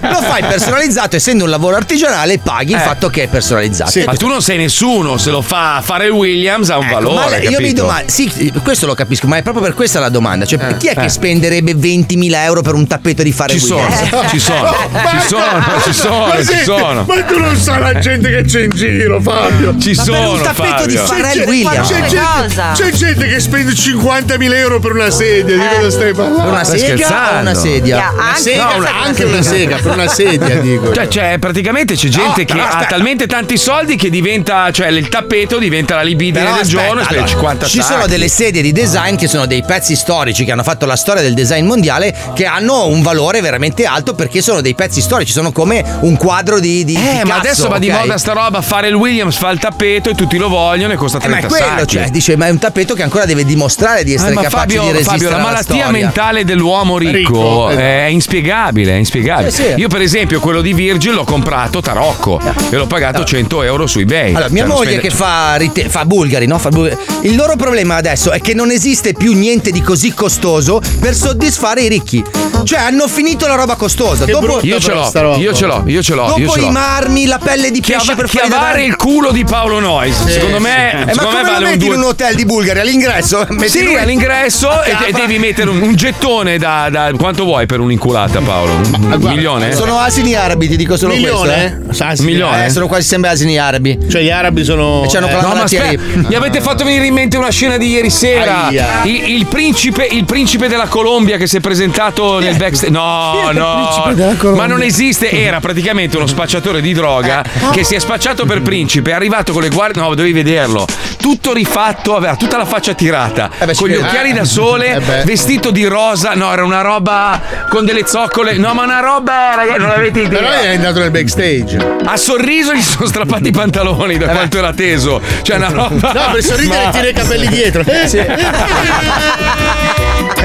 Speaker 8: Lo fai personalizzato, essendo un lavoro artigianale, paghi
Speaker 2: Eh.
Speaker 8: il fatto che è personalizzato.
Speaker 3: Ma tu non sei nessuno, se lo fa fare Williams ha un valore.
Speaker 8: Ecco, Ma io mi
Speaker 3: capito?
Speaker 8: domando, sì, questo lo capisco, ma è proprio per questa la domanda. Cioè,
Speaker 3: Eh,
Speaker 8: chi è che
Speaker 3: eh.
Speaker 8: spenderebbe 20.000 euro per un tappeto di fare
Speaker 3: Ci sono,
Speaker 8: Williams?
Speaker 3: ci
Speaker 8: (laughs)
Speaker 3: sono, ci sono, ci sono,
Speaker 8: Eh. Ma
Speaker 3: ci
Speaker 8: senti,
Speaker 3: sono.
Speaker 8: ma tu non sai la gente
Speaker 2: che c'è in giro, Fabio.
Speaker 3: Ci
Speaker 2: Ma per un
Speaker 3: sono,
Speaker 2: tappeto
Speaker 3: Fabio.
Speaker 2: di Farrell
Speaker 8: C'è- c'è- Williams.
Speaker 2: C'è,
Speaker 8: C'è
Speaker 2: gente, c'è gente che spende 50.000 euro per una sedia. Di cosa stai parlando?
Speaker 8: Una Stai sega o scherzando? una sedia?
Speaker 2: Una
Speaker 8: Anche-
Speaker 2: sega,
Speaker 8: No, una-
Speaker 2: anche una sega, per una sedia, dico.
Speaker 3: Cioè, cioè, praticamente c'è gente che ha talmente tanti soldi che diventa, cioè, il tappeto diventa la libidine
Speaker 8: Però
Speaker 3: del
Speaker 8: aspetta,
Speaker 3: giorno e spende
Speaker 8: allora,
Speaker 3: 50
Speaker 8: ci sono
Speaker 3: sacchi.
Speaker 8: delle sedie di design che sono dei pezzi storici che hanno fatto la storia del design mondiale che hanno un valore veramente alto perché sono dei pezzi storici, sono come un quadro di, di
Speaker 3: Eh, ma adesso va di moda sta roba, fare il Williams fa il tappeto e tutti lo vogliono e costa
Speaker 8: ma
Speaker 3: 30
Speaker 8: è quello,
Speaker 3: sacchi.
Speaker 8: cioè, dice, ma è un tappeto che ancora deve dimostrare di essere
Speaker 3: Eh, ma
Speaker 8: capace
Speaker 3: Fabio,
Speaker 8: di resistere
Speaker 3: Fabio, la
Speaker 8: alla
Speaker 3: malattia
Speaker 8: storia.
Speaker 3: mentale dell'uomo ricco, eh,
Speaker 8: Ricco, esatto.
Speaker 3: è inspiegabile, è inspiegabile.
Speaker 8: Eh, sì.
Speaker 3: Io, per esempio, quello di Virgil l'ho comprato tarocco e l'ho pagato 100 euro su
Speaker 2: Eh,
Speaker 3: eBay.
Speaker 8: Allora, mia
Speaker 3: Cioè, non
Speaker 8: moglie
Speaker 3: spende-
Speaker 8: che fa, rite- fa bulgari, no? Fa bulgari. Il loro problema adesso è che non esiste più niente di così costoso per soddisfare i ricchi. Cioè, hanno finito la roba costosa.
Speaker 3: Che
Speaker 8: Dopo-
Speaker 3: brutta Io ce l'ho, questa roba. io ce l'ho, io ce l'ho,
Speaker 8: Dopo
Speaker 3: io ce l'ho.
Speaker 8: i marmi, la pelle di pesce
Speaker 3: Chiava-
Speaker 8: per fare i
Speaker 3: chiavare
Speaker 8: denari.
Speaker 3: il culo di Paolo Noyes.
Speaker 8: Sì,
Speaker 3: secondo
Speaker 8: sì.
Speaker 3: me,
Speaker 8: Eh, ma
Speaker 3: secondo
Speaker 8: come
Speaker 3: me
Speaker 8: lo
Speaker 3: vale
Speaker 8: metti
Speaker 3: un due-
Speaker 8: in un hotel di Bulgari all'ingresso? Metti
Speaker 3: sì,
Speaker 8: lui-
Speaker 3: all'ingresso e, e devi mettere un, un gettone da, da- quanto vuoi per un'inculata, Paolo? Un, un milione?
Speaker 8: Ah, Sono asini arabi, ti dico solo
Speaker 2: eh. Milione?
Speaker 8: questo. eh.
Speaker 2: Asini.
Speaker 3: Milione?
Speaker 8: Eh, sono quasi sempre asini arabi.
Speaker 2: Cioè, gli arabi sono.
Speaker 8: E c'hanno
Speaker 2: eh,
Speaker 8: quella
Speaker 2: no, ma
Speaker 8: malattia
Speaker 2: aspetta,
Speaker 8: lì.
Speaker 3: Mi avete fatto venire in mente una scena di ieri sera.
Speaker 2: Aia.
Speaker 3: Il, il principe, il principe della Colombia che si è presentato nel backstage. No,
Speaker 19: principe della
Speaker 3: no.
Speaker 19: Colombia?
Speaker 3: Ma
Speaker 19: Eh.
Speaker 3: non esiste. Era praticamente uno spacciatore di droga che si è spacciato per principe. È arrivato con le guardie. No, dovevi vederlo. Tutto rifatto, aveva tutta la faccia tirata. con gli
Speaker 19: credo.
Speaker 3: occhiali
Speaker 19: Eh.
Speaker 3: da sole,
Speaker 19: Eh beh.
Speaker 3: vestito di rosa. No, era una roba con delle zoccole. No, ma una roba, ragazzi, non avete idea.
Speaker 2: Però è andato nel backstage. Eh
Speaker 3: A sorriso gli sono strappati i pantaloni da quanto era teso. Cioè, una roba.
Speaker 2: No, per sorridere
Speaker 3: Ma-
Speaker 2: tira i capelli dietro.
Speaker 3: È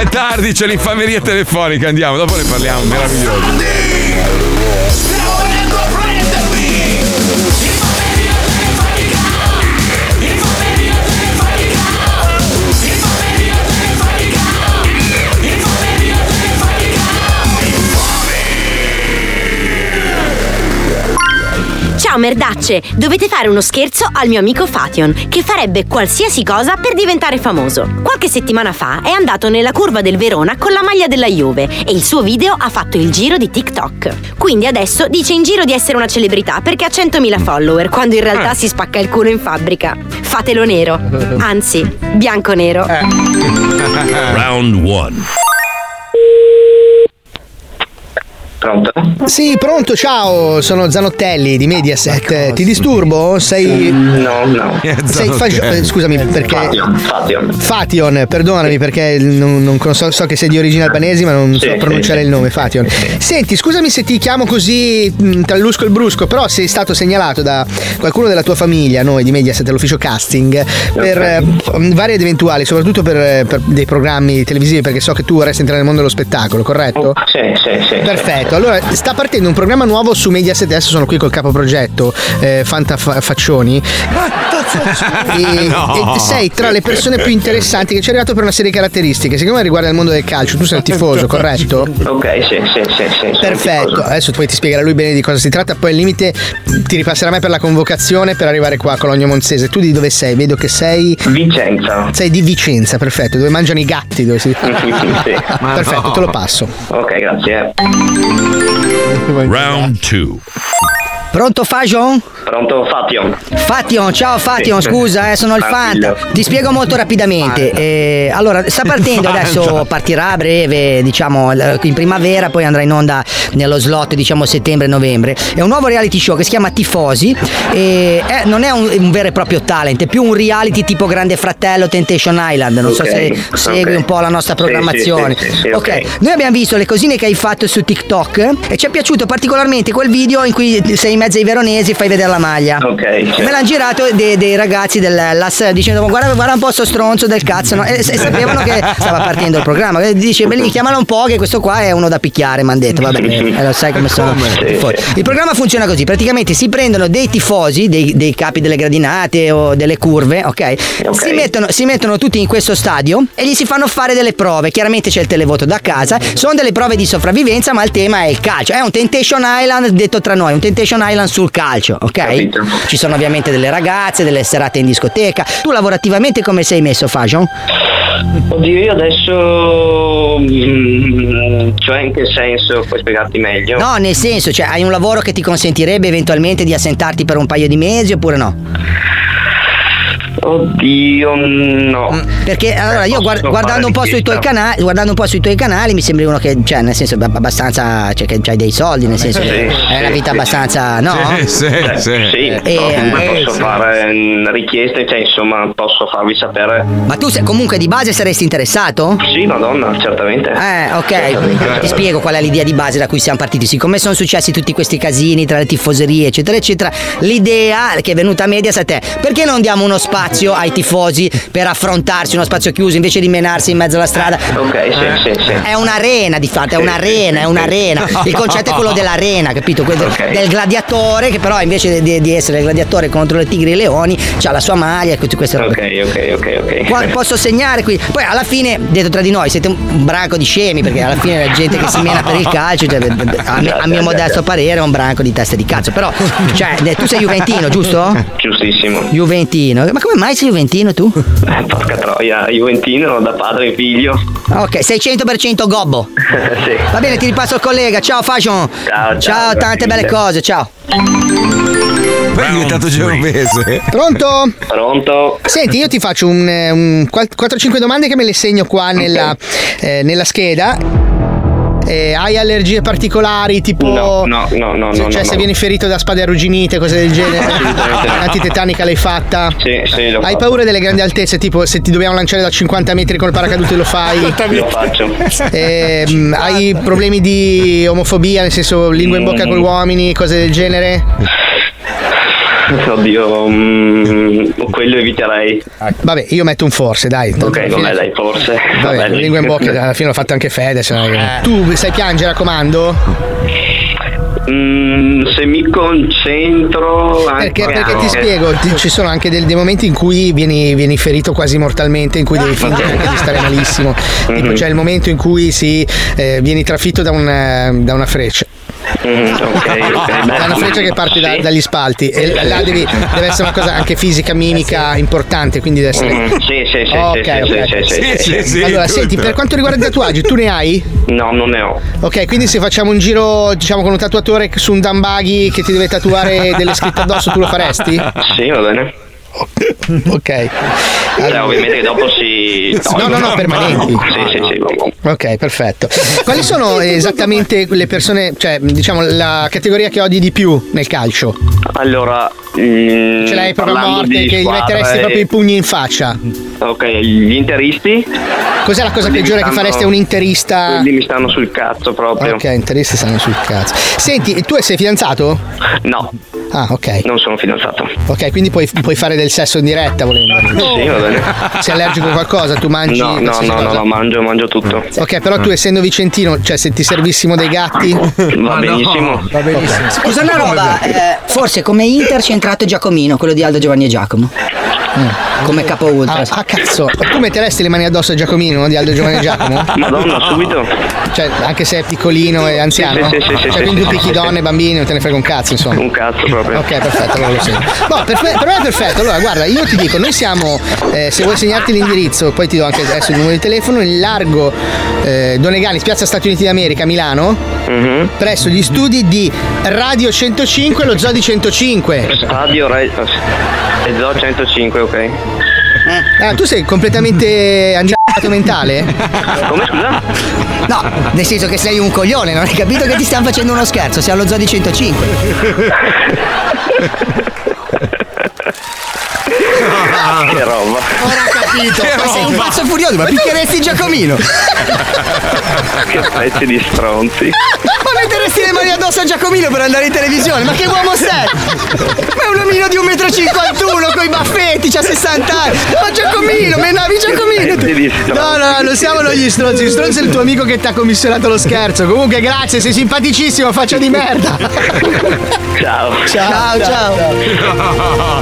Speaker 3: tardi, c'è l'infameria telefonica. Andiamo, dopo ne parliamo. Meraviglioso.
Speaker 20: Ciao merdacce, dovete fare uno scherzo al mio amico Fation, che farebbe qualsiasi cosa per diventare famoso. Qualche settimana fa è andato nella curva del Verona con la maglia della Juve e il suo video ha fatto il giro di TikTok. Quindi adesso dice in giro di essere una celebrità perché ha 100.000 follower, quando in realtà
Speaker 21: Eh.
Speaker 20: si spacca il culo in fabbrica. Fatelo nero, anzi, bianco-nero.
Speaker 1: Round 1.
Speaker 11: Sì, pronto, ciao, sono Zanottelli di Mediaset. Ti disturbo? Sei.
Speaker 22: No, no.
Speaker 11: Sei
Speaker 22: Zanottelli.
Speaker 11: fascio- eh, Scusami, perché.
Speaker 22: Fation, Fation.
Speaker 11: Fation, perdonami perché non, non so, so che sei di origine albanese, ma non
Speaker 22: Sì,
Speaker 11: so
Speaker 22: sì,
Speaker 11: pronunciare
Speaker 22: sì.
Speaker 11: il nome. Fation. Senti, scusami se ti chiamo così mh, tra il lusco e il brusco, però sei stato segnalato da qualcuno della tua famiglia, noi di Mediaset, all'ufficio casting, per eh, mh, vari ed eventuali, soprattutto per, eh, per dei programmi televisivi, perché so che tu resti entrare nel mondo dello spettacolo, corretto?
Speaker 22: Oh, Sì, sì, sì.
Speaker 11: Perfetto, Esatto, allora sta partendo un programma nuovo su Mediaset, adesso sono qui col capoprogetto eh, Fanta Fa- Faccioni. E,
Speaker 15: No.
Speaker 11: e sei tra le persone più interessanti che ci è arrivato per una serie di caratteristiche. Siccome riguarda il mondo del calcio, tu sei un tifoso, corretto?
Speaker 22: Ok, sì, sì, sì, sì. sono
Speaker 11: Perfetto, adesso poi ti spiegherà lui bene di cosa si tratta, poi al limite ti ripasserà a me per la convocazione per arrivare qua a Cologno Monzese. Tu di dove sei? Vedo che sei...
Speaker 22: Vicenza.
Speaker 11: Sei di Vicenza, perfetto, dove mangiano i gatti. Dove si...
Speaker 22: (laughs) Sì. Ma
Speaker 11: Perfetto,
Speaker 22: no.
Speaker 11: te lo passo.
Speaker 22: Ok, grazie.
Speaker 23: Round 2.
Speaker 18: Pronto Fajon?
Speaker 22: Pronto, Fation.
Speaker 18: Fation, ciao Fation,
Speaker 22: Sì.
Speaker 18: scusa, eh, sono il
Speaker 22: Tranquillo.
Speaker 18: Fanta. Ti spiego molto rapidamente. Eh, allora, sta partendo
Speaker 22: Fanta.
Speaker 18: adesso, partirà a breve, diciamo, l- in primavera, poi andrà in onda nello slot, diciamo, settembre-novembre. È un nuovo reality show che si chiama Tifosi. E è- non è un, un vero e proprio talent, è più un reality tipo Grande Fratello, Temptation Island. Non so
Speaker 22: Ok,
Speaker 18: se
Speaker 22: ok.
Speaker 18: segui un po' la nostra
Speaker 22: Sì, sì,
Speaker 18: programmazione.
Speaker 22: sì, sì, sì,
Speaker 18: ok,
Speaker 22: ok.
Speaker 18: noi abbiamo visto le cosine che hai fatto su TikTok e ci è piaciuto particolarmente quel video in cui sei in mezzo ai veronesi e fai vedere la maglia.
Speaker 22: Ok.
Speaker 18: Me l'hanno girato dei, dei ragazzi dell'AS dicendo guarda, guarda un po' sto stronzo del cazzo no? e, e sapevano che stava partendo il programma. E Dice beh, lì, chiamalo un po' che questo qua è uno da picchiare, mi hanno detto. Vabbè, eh, lo sai come sono.
Speaker 22: Sì,
Speaker 18: Poi-
Speaker 22: sì.
Speaker 18: Il programma funziona così, praticamente si prendono dei tifosi, dei, dei capi delle gradinate o delle curve, ok? Si, mettono, si mettono tutti in questo stadio e gli si fanno fare delle prove. Chiaramente c'è il televoto da casa, sono delle prove di sopravvivenza, ma il tema è il calcio. È un Temptation Island detto tra noi, un Temptation Island sul calcio, ok? Ci sono ovviamente delle ragazze, delle serate in discoteca. Tu lavorativamente come sei messo, Fajon?
Speaker 22: Oddio, io adesso. mm, cioè, in che senso? Puoi spiegarti meglio?
Speaker 18: No, nel senso, cioè, hai un lavoro che ti consentirebbe eventualmente di assentarti per un paio di mesi oppure no?
Speaker 22: Oddio, mm, no.
Speaker 18: Perché allora Mm, io guard-
Speaker 22: posso
Speaker 18: guardando, un po
Speaker 22: fare
Speaker 18: sui tuoi
Speaker 22: richiesta.
Speaker 18: canali, guardando un po' sui tuoi canali mi sembri uno che, cioè, nel senso, ab- abbastanza, cioè, che hai dei soldi, nel senso,
Speaker 22: Sì,
Speaker 18: che
Speaker 22: sì,
Speaker 18: è una vita
Speaker 22: sì.
Speaker 18: abbastanza, no?
Speaker 22: Eh, sì, no,
Speaker 18: eh,
Speaker 22: posso
Speaker 18: sì.
Speaker 22: fare mm, richieste, cioè insomma posso farvi sapere.
Speaker 18: Ma tu se- comunque di base saresti interessato?
Speaker 22: Sì, madonna, certamente.
Speaker 18: Eh,
Speaker 22: Certo.
Speaker 18: ok, ti spiego qual è l'idea di base da cui siamo partiti. Siccome sono successi tutti questi casini tra le tifoserie, eccetera, eccetera, l'idea che è venuta a Mediaset è perché non diamo uno spazio ai tifosi per affrontarsi, uno spazio chiuso invece di menarsi in mezzo alla strada? Eh,
Speaker 22: Ok, sì, sì, sì.
Speaker 18: È un'arena di fatto, è un'arena, è un'arena. Il concetto è quello dell'arena, capito? Quello Del gladiatore che però invece di, di essere il gladiatore contro le tigri e i leoni ha la sua maglia e tutte queste robe.
Speaker 22: Ok, ok, ok, ok.
Speaker 18: Qua- posso segnare qui. Poi alla fine, detto tra di noi, siete un branco di scemi, perché alla fine la gente che si mena per il calcio, cioè, a, me- a mio modesto parere, è un branco di testa di cazzo. Però, cioè, tu sei Juventino, giusto?
Speaker 22: Giustissimo.
Speaker 18: Juventino. Ma come mai sei Juventino tu?
Speaker 22: Eh, porca troia, Juventino da padre e figlio. (laughs)
Speaker 18: Ok, 600% gobbo.
Speaker 22: sì.
Speaker 18: Va bene, ti ripasso il collega. Ciao Fashion.
Speaker 22: Ciao,
Speaker 18: Ciao, tante belle cose, ciao.
Speaker 24: Poi è diventato genovese.
Speaker 11: Pronto?
Speaker 22: Pronto?
Speaker 11: Senti, io ti faccio un, eh, un qual- 4-5 domande che me le segno qua nella, eh, nella scheda. Eh, hai allergie particolari tipo
Speaker 22: No, no, no, no,
Speaker 11: se,
Speaker 22: no,
Speaker 11: cioè
Speaker 22: no,
Speaker 11: se
Speaker 22: no.
Speaker 11: vieni ferito da spade arrugginite cose del genere
Speaker 22: Assolutamente no.
Speaker 11: l'antitetanica l'hai fatta
Speaker 22: Sì, sì, lo
Speaker 11: hai
Speaker 22: faccio.
Speaker 11: paura delle grandi altezze tipo se ti dobbiamo lanciare da 50 metri col paracadute lo
Speaker 22: (laughs)
Speaker 11: fai
Speaker 22: Lo faccio.
Speaker 11: Ehm, hai problemi di omofobia nel senso lingua in
Speaker 22: Mm.
Speaker 11: bocca con gli uomini cose del genere
Speaker 22: Oddio, mm, quello eviterei.
Speaker 11: Vabbè, io metto un forse, dai. Tanto
Speaker 22: Ok,
Speaker 11: alla fine-
Speaker 22: vabbè, dai, forse.
Speaker 11: Vabbè,
Speaker 22: Vabbè, Eh.
Speaker 11: lingua in bocca, alla fine l'ho fatto anche Fede. se no- Tu sai piangere a comando?
Speaker 22: Mm, se mi concentro.
Speaker 11: Perché, perché ti spiego, ti- ci sono anche del- dei momenti in cui vieni, vieni ferito quasi mortalmente, in cui devi fingere anche di stare malissimo. Tipo, c'è il momento in cui si, eh, vieni trafitto da, un, eh, da una freccia.
Speaker 22: Mm,
Speaker 11: (laughs)
Speaker 22: ok, ok.
Speaker 11: Da una freccia che parte da- dagli spalti e là devi- deve essere una cosa anche fisica, mimica importante, quindi deve essere...
Speaker 22: Mm, sì, sì, sì,
Speaker 11: Ok,
Speaker 22: sì, sì,
Speaker 11: ok.
Speaker 22: sì, sì, sì, sì.
Speaker 11: Allora, senti, per quanto riguarda i tatuaggi, tu ne hai?
Speaker 22: No, non ne ho.
Speaker 11: Ok, quindi se facciamo un giro, diciamo, con un tatuatore su un Dambaghi che ti deve tatuare delle scritte addosso, tu lo
Speaker 22: (laughs)
Speaker 11: faresti?
Speaker 22: Sì, va bene.
Speaker 11: Ok.
Speaker 22: Eh, ovviamente che dopo si.
Speaker 11: No, no, no, permanenti.
Speaker 22: Sì, sì, sì.
Speaker 11: Ok, perfetto. Quali sono esattamente le persone, cioè, diciamo, la categoria che odi di più nel calcio?
Speaker 19: Allora,
Speaker 22: mm,
Speaker 11: Ce l'hai proprio a morte che gli metteresti
Speaker 3: (laughs)
Speaker 11: proprio i
Speaker 19: i
Speaker 11: pugni in faccia.
Speaker 19: Ok, gli interisti.
Speaker 11: Cos'è la cosa
Speaker 19: Quelli mi
Speaker 11: peggiore che
Speaker 19: stanno-
Speaker 11: faresti a un interista?
Speaker 19: Quelli mi stanno sul cazzo proprio.
Speaker 11: Ok, interisti stanno sul cazzo. Senti, tu sei fidanzato?
Speaker 19: No.
Speaker 11: Ah, ok.
Speaker 19: Non sono fidanzato.
Speaker 11: Ok, quindi puoi, puoi fare del sesso in diretta volendo.
Speaker 19: Sì, va bene.
Speaker 11: Sei allergico a qualcosa, tu mangi.
Speaker 19: No, no,
Speaker 11: qualsiasi
Speaker 19: no, no,
Speaker 11: cosa?
Speaker 19: no, mangio, mangio tutto.
Speaker 11: Ok, però tu essendo vicentino, cioè se ti servissimo dei gatti.
Speaker 19: Mm. Va benissimo.
Speaker 11: Va benissimo.
Speaker 18: Scusa una roba, eh, forse come Inter c'è entrato Giacomino, quello di Aldo Giovanni e Giacomo.
Speaker 25: Eh,
Speaker 18: Come capo ultra.
Speaker 11: Ah, ah, cazzo, tu metteresti le mani addosso a Giacomino di Aldo Giovanni e Giacomo?
Speaker 19: (laughs) Madonna, subito.
Speaker 11: Cioè, anche se è piccolino e anziano?
Speaker 19: sì, sì, sì,
Speaker 11: cioè,
Speaker 19: sì,
Speaker 11: quindi
Speaker 19: sì,
Speaker 11: tu picchi
Speaker 19: sì,
Speaker 11: donne, bambini, non te ne frega un cazzo, insomma.
Speaker 19: Un cazzo proprio.
Speaker 11: Ok, perfetto, allora lo segno. No, per, per me è perfetto. Allora, guarda, io ti dico, noi siamo, eh, se vuoi segnarti l'indirizzo, poi ti do anche adesso il numero di telefono, in largo eh, Donegani, piazza Stati Uniti d'America, Milano,
Speaker 19: Mhm.
Speaker 11: presso gli studi di Radio 105 e lo Zodi 105.
Speaker 19: Stadio Re... eh, E Zoo 105, ok.
Speaker 11: Ah, tu sei completamente andato mentale?
Speaker 19: Come scusa?
Speaker 18: No, nel senso che sei un coglione, non hai capito che ti stanno facendo uno scherzo, sei allo zoo di 105.
Speaker 3: (laughs)
Speaker 19: Che roba.
Speaker 18: Ora ho capito, ma sei un pazzo furioso, ma picchieresti Giacomino.
Speaker 19: che pezzi di stronzi.
Speaker 18: Ma metteresti le mani addosso a Giacomino per andare in televisione? Ma che uomo sei? Ma è un omino di 1,51 m con i baffetti, c'ha 60 anni. Ma Giacomino, menavi Giacomino. tu.
Speaker 11: No, no, non siamo noi gli stronzi. Gli stronzi è il tuo amico che ti ha commissionato lo scherzo. Comunque, grazie, sei simpaticissimo, faccia di merda.
Speaker 19: Ciao.
Speaker 11: Ciao, ciao.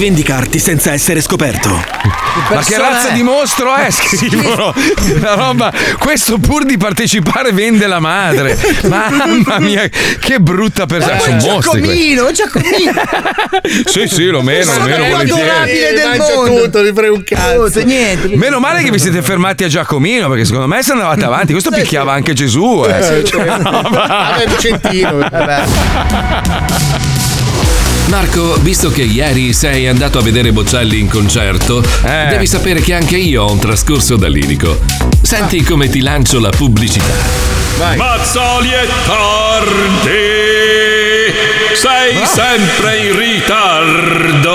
Speaker 12: vendicarti senza essere scoperto.
Speaker 3: Ma che
Speaker 12: persona
Speaker 3: razza
Speaker 12: è?
Speaker 3: di mostro è? Scrivono la roba. Questo pur di partecipare vende la madre. Mamma mia, che brutta persona. Sono mostri. questi.
Speaker 8: Eh, Giacomino, Giacomino.
Speaker 3: Sì, sì, lo meno, lo meno volentieri.
Speaker 8: adorabile del
Speaker 2: Mangia
Speaker 8: mondo.
Speaker 2: tutto, mi frega un cazzo.
Speaker 3: Meno male che vi siete fermati a Giacomino, perché secondo me se andavate avanti, questo picchiava anche Gesù. Eh.
Speaker 2: Eh,
Speaker 3: Cioè, no, va.
Speaker 2: Vabbè, Vicentino,
Speaker 3: (laughs)
Speaker 2: vabbè.
Speaker 1: (laughs) Marco, visto che ieri sei andato a vedere Bocelli in concerto, devi sapere che anche io ho un trascorso da lirico. Senti come ti lancio la pubblicità.
Speaker 21: Mazzoli è tardi, sei (laughs) sempre in ritardo.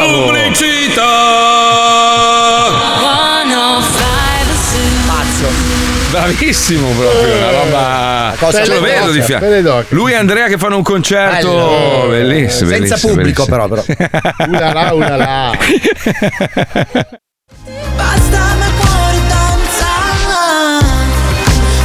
Speaker 21: Pubblicità.
Speaker 6: oh
Speaker 3: Bravissimo proprio, una roba.
Speaker 8: Eh. cosa
Speaker 3: Ce lo
Speaker 8: belle
Speaker 3: vedo
Speaker 8: d'occhio,
Speaker 3: di fianco.
Speaker 8: belle
Speaker 3: Lui e Andrea che fanno un concerto oh,
Speaker 8: Bello.
Speaker 3: bellissimo.
Speaker 8: Senza
Speaker 3: bellissimo,
Speaker 8: pubblico,
Speaker 3: bellissimo.
Speaker 8: però,
Speaker 2: Una là, una là.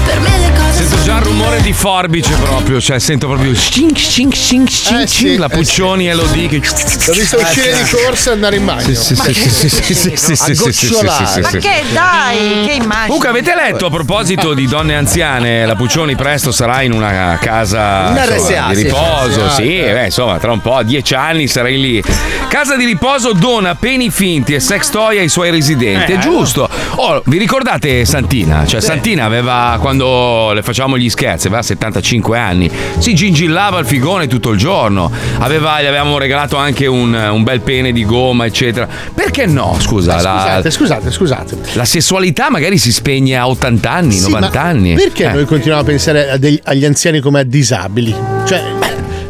Speaker 6: Per me le
Speaker 3: (laughs)
Speaker 6: cose
Speaker 3: Sento già il rumore di forbice proprio, cioè sento proprio shink, shink,
Speaker 8: Eh
Speaker 3: shink, shink, shink, la Puccioni e Lodi che Eh
Speaker 2: L'ho visto uscire di corsa e andare in bagno.
Speaker 3: Sì, sì, sì, sì, sì, sì, sì, sì, sì, sì, sì, sì,
Speaker 9: Ma
Speaker 3: sì.
Speaker 9: che dai, che immagine.
Speaker 3: Comunque avete letto a proposito di donne anziane, la Puccioni presto sarà in una casa
Speaker 8: In
Speaker 3: insomma,
Speaker 8: RSA,
Speaker 3: di
Speaker 8: sì.
Speaker 3: riposo,
Speaker 8: RSA,
Speaker 3: sì, eh,
Speaker 8: certo.
Speaker 3: beh, insomma tra un po' a dieci anni sarai lì. Casa di riposo dona peni finti e sex toy ai suoi residenti,
Speaker 1: Eh,
Speaker 3: è giusto. Oh, vi ricordate Santina? Cioè Santina aveva, quando le facciamo gli scherzi, aveva 75 anni, si gingillava il figone tutto il giorno, aveva, gli avevamo regalato anche un, un bel pene di gomma, eccetera. Perché no, scusa? la-
Speaker 2: Ah, Scusate, scusate, scusate.
Speaker 3: la sessualità magari si spegne a 80 anni,
Speaker 2: Sì,
Speaker 3: 90
Speaker 2: ma
Speaker 3: anni.
Speaker 2: Perché
Speaker 3: Eh,
Speaker 2: noi continuiamo a pensare a dei- agli anziani come a disabili? Cioè,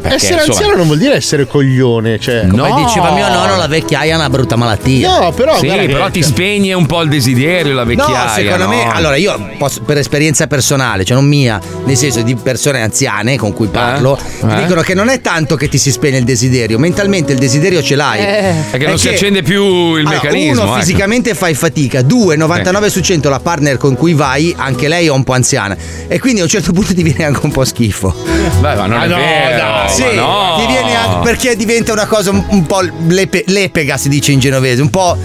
Speaker 3: perché,
Speaker 2: essere
Speaker 3: insomma-
Speaker 2: anziano non vuol dire essere coglione. Cioè,
Speaker 8: Come Ecco, diceva mio nonno, la vecchiaia è una brutta malattia.
Speaker 2: No, però,
Speaker 3: sì, però ti spegne un po' il desiderio, la vecchiaia.
Speaker 8: No, secondo me,
Speaker 3: no?
Speaker 8: allora io posso- per esperienza personale, cioè non mia, nel senso di persone anziane con cui parlo, mi
Speaker 3: eh.
Speaker 8: dicono che non è tanto che ti si spegne il desiderio, mentalmente il desiderio ce l'hai.
Speaker 3: Perché non
Speaker 8: Eh, È
Speaker 3: si
Speaker 8: che-
Speaker 3: accende più il
Speaker 8: Allora,
Speaker 3: meccanismo.
Speaker 8: Uno,
Speaker 3: ecco.
Speaker 8: fisicamente fai fatica. Due, 99 su 100 la partner con cui vai, (laughs) anche lei è un po' anziana. E quindi a un certo punto ti viene anche un po' schifo.
Speaker 3: Beh, ma non
Speaker 8: Ah,
Speaker 3: è
Speaker 8: no,
Speaker 3: vero.
Speaker 8: dai, Sì,
Speaker 3: ma no.
Speaker 8: ti viene anche- perché diventa una cosa un, un po' lepe- lepega, si dice in genovese, un po'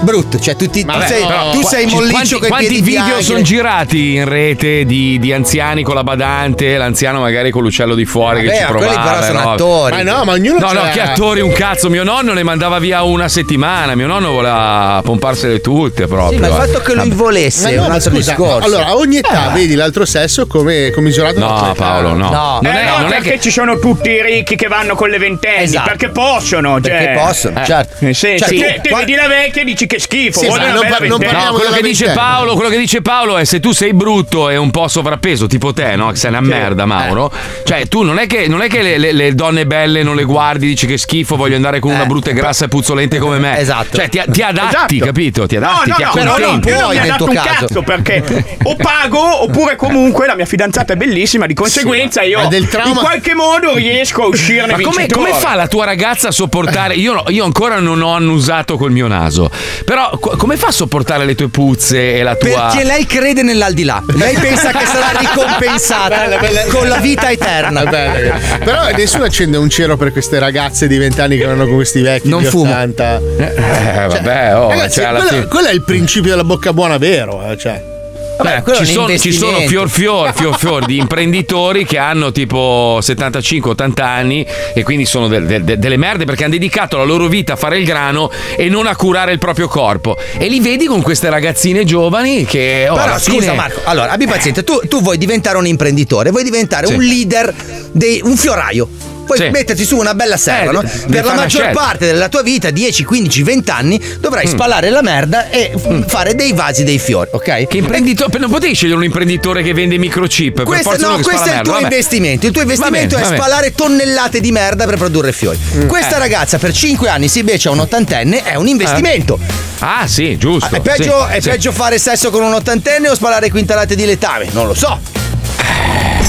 Speaker 8: brutto. Cioè, tu, ti- tu
Speaker 3: Vabbè,
Speaker 8: sei,
Speaker 3: però
Speaker 8: tu
Speaker 3: qua-
Speaker 8: sei
Speaker 3: ci-
Speaker 8: molliccio
Speaker 3: quanti,
Speaker 8: con i
Speaker 3: quanti
Speaker 8: piedi
Speaker 3: video
Speaker 8: bianchi.
Speaker 3: sono girati in rete di, di anziani con la badante, l'anziano magari con l'ucello di fuori che
Speaker 2: Vabbè,
Speaker 3: ci
Speaker 2: ma quelli
Speaker 3: provava. eh,
Speaker 2: però sono
Speaker 3: no?
Speaker 2: attori. Ma no, ma ognuno
Speaker 3: No,
Speaker 2: c'ha-
Speaker 3: no, che attori un cazzo. Mio nonno le mandava via una settimana. Mio nonno voleva pomparsele tutte proprio. eh.
Speaker 8: Sì, ma il fatto che lui volesse
Speaker 2: Ma
Speaker 8: è
Speaker 2: no,
Speaker 8: un
Speaker 2: ma
Speaker 8: altro
Speaker 2: scusa,
Speaker 8: discorso.
Speaker 2: allora a ogni età vedi l'altro sesso come commisurato
Speaker 3: No,
Speaker 2: dalla tua età.
Speaker 3: Paolo, Eh. no.
Speaker 7: No,
Speaker 3: Non
Speaker 7: eh
Speaker 3: è-
Speaker 7: no,
Speaker 3: non è Esatto.
Speaker 7: perché ci sono tutti i ricchi che vanno con le ventenni. Perché possono. Cioè.
Speaker 3: Perché possono,
Speaker 7: Eh.
Speaker 3: certo.
Speaker 7: Eh, Sì,
Speaker 3: Cioè,
Speaker 7: sì.
Speaker 3: tu-
Speaker 7: Te, te
Speaker 3: qua-
Speaker 7: vedi la vecchia e dici che schifo.
Speaker 3: Sì,
Speaker 7: vuole
Speaker 3: ma
Speaker 7: una
Speaker 3: non
Speaker 7: bella
Speaker 3: par- non
Speaker 7: ventenna.
Speaker 3: parliamo quello che dice Paolo, quello che dice Paolo è se tu sei brutto e un po' sovrappeso, tipo te, no? Che sei una merda, Mauro. Cioè, tu non è che, non è che le, le- le donne belle non le guardi, dici che schifo, voglio andare con una brutta e grassa e puzzolente come me. Eh. Esatto. Cioè, ti, ti adatti,
Speaker 7: Esatto.
Speaker 3: capito? Ti adatti,
Speaker 7: no,
Speaker 3: ti
Speaker 7: no, no, però non
Speaker 3: accontenti.
Speaker 7: mi ha dato un cazzo perché
Speaker 3: (laughs)
Speaker 7: o pago oppure comunque la mia fidanzata è bellissima, di conseguenza io in qualche modo riesco a uscirne
Speaker 3: Ma come,
Speaker 7: vincitore.
Speaker 3: come fa la tua ragazza a sopportare? Io, no- io ancora non ho annusato col mio naso. Però co- come fa a sopportare le tue puzze e la tua.
Speaker 8: Perché lei crede nell'aldilà. Lei pensa che
Speaker 3: (laughs)
Speaker 8: sarà ricompensata
Speaker 2: Bella, bella.
Speaker 8: con la vita eterna.
Speaker 2: Bella. Però nessuno accende un cero per queste ragazze di 20 anni che vanno con questi vecchi
Speaker 8: Non
Speaker 2: di
Speaker 8: fumo.
Speaker 2: 80.
Speaker 3: Eh, vabbè, oh,
Speaker 2: Ragazzi,
Speaker 3: cioè, alla
Speaker 2: quello,
Speaker 3: fine-
Speaker 2: quello è il principio della bocca buona vero, eh, cioè.
Speaker 3: Beh, ci, sono, ci sono fior fior, fior fior di imprenditori che hanno tipo 75-80 anni e quindi sono del- del- del- delle merde perché hanno dedicato la loro vita a fare il grano e non a curare il proprio corpo. E li vedi con queste ragazzine giovani che. Oh,
Speaker 8: Però
Speaker 3: alla
Speaker 8: scusa
Speaker 3: fine- Eh.
Speaker 8: Marco, allora abbi pazienza, tu, tu vuoi diventare un imprenditore, vuoi diventare
Speaker 3: Sì.
Speaker 8: un leader, dei- un fioraio. Puoi
Speaker 3: Sì.
Speaker 8: metterti su una bella serra,
Speaker 3: Eh,
Speaker 8: no?
Speaker 3: de- devi
Speaker 8: Per
Speaker 3: fare
Speaker 8: la
Speaker 3: una
Speaker 8: maggior
Speaker 3: scelta.
Speaker 8: parte della tua vita, 10, 15, 20 anni, dovrai
Speaker 3: Mm.
Speaker 8: spalare la merda e f- fare dei vasi dei fiori, ok?
Speaker 3: Che imprenditore? Non potevi scegliere un imprenditore che vende microchip.
Speaker 8: Questo,
Speaker 3: per forza uno
Speaker 8: no,
Speaker 3: che
Speaker 8: questo
Speaker 3: spara
Speaker 8: è il
Speaker 3: merda,
Speaker 8: tuo
Speaker 3: vabbè.
Speaker 8: investimento. Il tuo investimento
Speaker 3: Va bene,
Speaker 8: è
Speaker 3: va bene.
Speaker 8: spalare tonnellate di merda per produrre fiori. Questa
Speaker 3: Eh.
Speaker 8: ragazza per 5 anni si beccia un ottantenne, è un investimento.
Speaker 3: Ah, sì, giusto.
Speaker 8: È peggio,
Speaker 3: Sì,
Speaker 8: è
Speaker 3: sì.
Speaker 8: peggio fare sesso con un ottantenne o spalare quintalate di letame? Non lo so.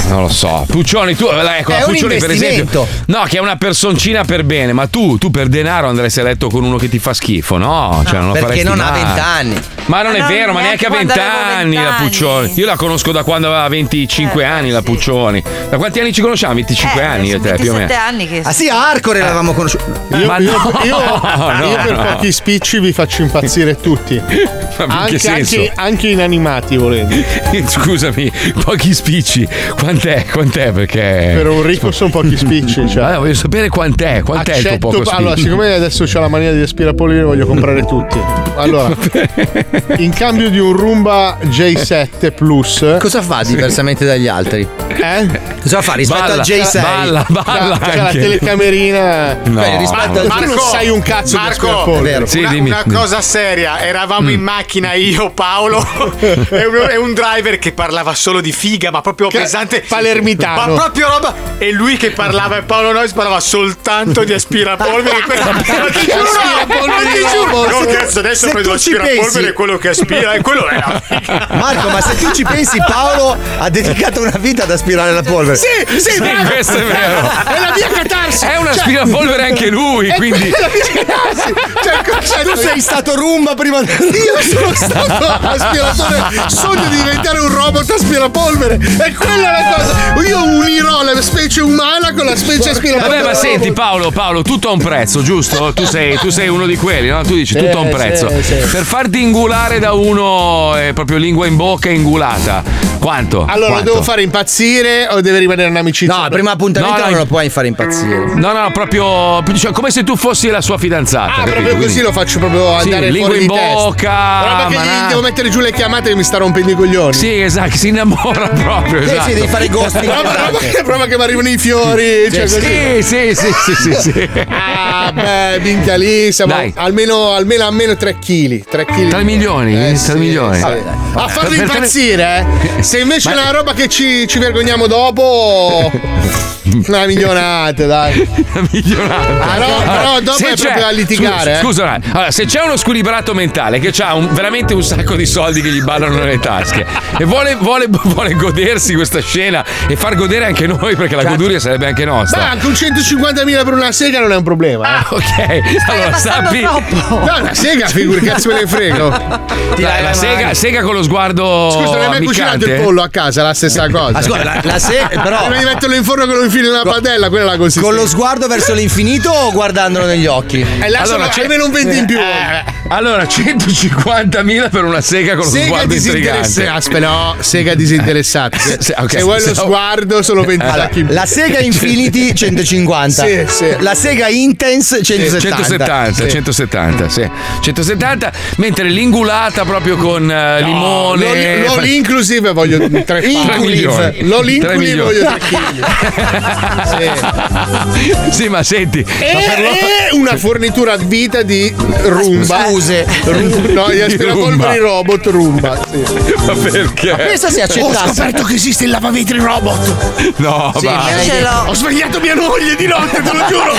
Speaker 3: Non lo so. Puccioni, tu, ecco,
Speaker 8: È
Speaker 3: la
Speaker 8: un
Speaker 3: Puccioni per
Speaker 8: investimento.
Speaker 3: esempio. No, che è una personcina per bene, ma tu, tu per denaro andresti a letto con uno che ti fa schifo, no? Cioè, non lo
Speaker 8: Ah, perché
Speaker 3: faresti
Speaker 8: non ha
Speaker 3: mai.
Speaker 8: 20 anni.
Speaker 3: Ma non è
Speaker 8: Ma non
Speaker 3: vero, ma neanche
Speaker 8: neanche
Speaker 3: a
Speaker 8: quando
Speaker 3: 20
Speaker 8: avevo
Speaker 3: anni la
Speaker 8: 20
Speaker 3: Puccioni. Io la conosco da quando aveva
Speaker 8: Eh,
Speaker 3: 25 anni la Puccioni. Da quanti anni ci conosciamo? 25 anni io e te, Eh, più o meno.
Speaker 9: anni che.
Speaker 8: Ah sì, a
Speaker 2: Eh,
Speaker 8: Arcore l'avevamo conosciuto.
Speaker 2: Io,
Speaker 3: Eh. Ma
Speaker 2: io-
Speaker 3: no,
Speaker 2: io-
Speaker 3: (laughs) no,
Speaker 2: io per
Speaker 3: no.
Speaker 2: pochi spicci vi faccio impazzire tutti.
Speaker 3: in che
Speaker 2: anche,
Speaker 3: senso?
Speaker 2: anche- anche inanimati volendo.
Speaker 1: (laughs)
Speaker 3: Scusami, pochi spicci. Quant'è? Eh, Quant'è? Perché.
Speaker 2: Per un ricco sono pochi spicci. Cioè.
Speaker 3: Allora, voglio sapere quant'è, quant'è il tuo
Speaker 2: Accetto-
Speaker 3: poco spicci.
Speaker 2: Allora, siccome adesso ho la mania degli aspirapolini, voglio comprare tutti. Allora, in cambio di un Roomba J7 Plus,
Speaker 8: Cosa fa diversamente dagli altri?
Speaker 2: Eh?
Speaker 8: Cosa fa rispetto
Speaker 2: Balla,
Speaker 8: al J6?
Speaker 2: balla, balla
Speaker 8: C'è
Speaker 2: C'ha la telecamerina.
Speaker 8: No.
Speaker 2: Beh, rispetto a
Speaker 8: Marco,
Speaker 2: tu non sai un cazzo
Speaker 22: Marco,
Speaker 2: di
Speaker 22: è
Speaker 2: aspirapolvere.
Speaker 22: vero. una, una cosa seria, eravamo
Speaker 2: Mm.
Speaker 22: in macchina io, Paolo e un, e un driver che parlava solo di figa, ma proprio
Speaker 2: Che-
Speaker 22: pesante.
Speaker 2: palermitano.
Speaker 22: Ma proprio roba. E lui che parlava, e Paolo Nois parlava soltanto
Speaker 2: (laughs)
Speaker 22: di aspirapolvere. ma ti giuro,
Speaker 2: Aspirapolvere
Speaker 22: ma ti
Speaker 2: di
Speaker 22: giuro.
Speaker 2: roba.
Speaker 22: No, cazzo, adesso
Speaker 2: Se
Speaker 22: prendo
Speaker 2: tu ci
Speaker 22: l'aspirapolvere,
Speaker 2: pensi-
Speaker 22: quello che aspira, e quello è la figa.
Speaker 8: Marco, ma se tu ci pensi, Paolo ha dedicato una vita ad aspirare la polvere.
Speaker 2: Sì, sì, bravo.
Speaker 3: questo è vero.
Speaker 2: È la mia catarsi.
Speaker 3: È un
Speaker 2: Cioè-
Speaker 3: aspirapolvere anche lui,
Speaker 2: È
Speaker 3: quindi.
Speaker 2: quella- (laughs) Cioè, il concetto-
Speaker 8: Tu sei stato rumba prima
Speaker 7: (laughs)
Speaker 8: di.
Speaker 2: Io sono stato aspiratore, sogno di diventare un robot aspirapolvere. E quella è la cosa. Io unirò la specie umana con la specie aspirapolvere.
Speaker 3: Vabbè, ma senti Paolo, Paolo, tutto ha un prezzo, giusto? Tu sei, tu sei uno di quelli, no? Tu dici tutto ha un
Speaker 2: Eh,
Speaker 3: prezzo.
Speaker 2: sì, sì.
Speaker 3: Per farti ingulare da uno eh, proprio lingua in bocca e ingulata. Quanto?
Speaker 2: Allora, lo
Speaker 3: Quanto?
Speaker 2: devo fare impazzire o deve rimanere un'amicizia? No, al primo
Speaker 3: appuntamento No, no, non lo
Speaker 8: puoi fare impazzire.
Speaker 3: No, no, proprio cioè, come se tu fossi la sua fidanzata.
Speaker 2: Ah,
Speaker 3: capito?
Speaker 2: proprio così
Speaker 3: Quindi-
Speaker 2: lo faccio proprio
Speaker 3: Sì,
Speaker 2: andare
Speaker 3: lingua
Speaker 2: fuori
Speaker 3: in
Speaker 2: di testa.
Speaker 3: bocca,
Speaker 2: Però perché
Speaker 3: manà.
Speaker 2: gli devo mettere giù le chiamate e mi sta rompendo i coglioni.
Speaker 3: Sì, esatto, si innamora proprio.
Speaker 2: Sì, sì,
Speaker 3: esatto.
Speaker 2: devi fare (laughs) i ghost in
Speaker 3: Prova-
Speaker 2: chiamata.
Speaker 3: prova che-
Speaker 2: prova che mi arrivano i fiori, cioè,
Speaker 3: sì,
Speaker 2: così.
Speaker 3: sì, sì, sì, sì, sì.
Speaker 2: Ah, beh, minchia lì, siamo
Speaker 3: Dai.
Speaker 2: almeno, almeno, almeno 3 kg. 3 kg.
Speaker 3: 3 milioni? 3 milioni. Vabbè, dai.
Speaker 2: Eh, A farlo
Speaker 3: Per- per-
Speaker 2: impazzire, eh. Se invece è
Speaker 3: Ma-
Speaker 2: una roba che ci, ci
Speaker 3: (laughs)
Speaker 2: vergogniamo dopo... Una milionate, dai.
Speaker 3: Una milionata.
Speaker 2: Ah, no, però dopo è proprio a litigare, eh.
Speaker 3: Scusa, scusa un attimo. allora, se c'è uno squilibrato mentale che ha veramente un sacco di soldi che gli ballano nelle tasche e vuole, vuole- vuole godersi questa scena e far godere anche noi, perché la
Speaker 2: Certo.
Speaker 3: goduria sarebbe anche nostra.
Speaker 2: Beh, anche un 150.000 per una sega non è un problema. eh.
Speaker 3: Ah, ok. Allora, sappi.
Speaker 2: No, una sega, figura, cazzo me ne
Speaker 3: (laughs)
Speaker 2: frego.
Speaker 3: Dai, la sega, sega con lo sguardo.
Speaker 2: Scusa, non hai mai
Speaker 3: ammiccante?
Speaker 2: cucinato il pollo a casa? La stessa
Speaker 8: (laughs)
Speaker 2: cosa.
Speaker 3: Ah, scusa, la- la se- però-
Speaker 2: Prima di metterlo in forno che lo filo in una padella, quella è la consistenza.
Speaker 8: Con lo sguardo verso l'infinito o guardandolo negli occhi?
Speaker 2: E là sono- Eh, almeno un 20 in più.
Speaker 3: cioè, eh,
Speaker 22: Eh,
Speaker 3: allora, 150.000 per una sega con lo
Speaker 2: Sega
Speaker 3: sguardo intrigante.
Speaker 2: disinteressata. Aspetta, no, sega disinteressata.
Speaker 3: Se- ok,
Speaker 2: Se vuoi lo
Speaker 3: se-
Speaker 2: sguardo, solo 20
Speaker 8: Allora,
Speaker 2: tacchi in più.
Speaker 8: la Sega
Speaker 2: (laughs)
Speaker 8: Infinity 150.
Speaker 2: Sì, sì.
Speaker 8: La Sega Intense 170.
Speaker 3: 170, 170, sì. 170, mentre l'ingulata proprio con eh, limone.
Speaker 2: L'all
Speaker 3: (laughs)
Speaker 2: inclusive voglio tre
Speaker 3: Tre milioni.
Speaker 2: pacchi. L'all
Speaker 3: Tre
Speaker 2: inclusive
Speaker 3: milioni.
Speaker 2: voglio tre chili.
Speaker 3: (laughs) sì, ma senti. ma
Speaker 2: E,
Speaker 3: per lo-
Speaker 2: e una fornitura a vita di rumba.
Speaker 8: Scuse.
Speaker 2: Ru- no, gli
Speaker 3: Rumba.
Speaker 2: aspirapolveri robot rumba. Sì.
Speaker 3: Ma perché?
Speaker 7: Ho scoperto che esiste il lavavetri robot.
Speaker 3: No, ma.
Speaker 7: Ho svegliato mia moglie di notte, te lo giuro.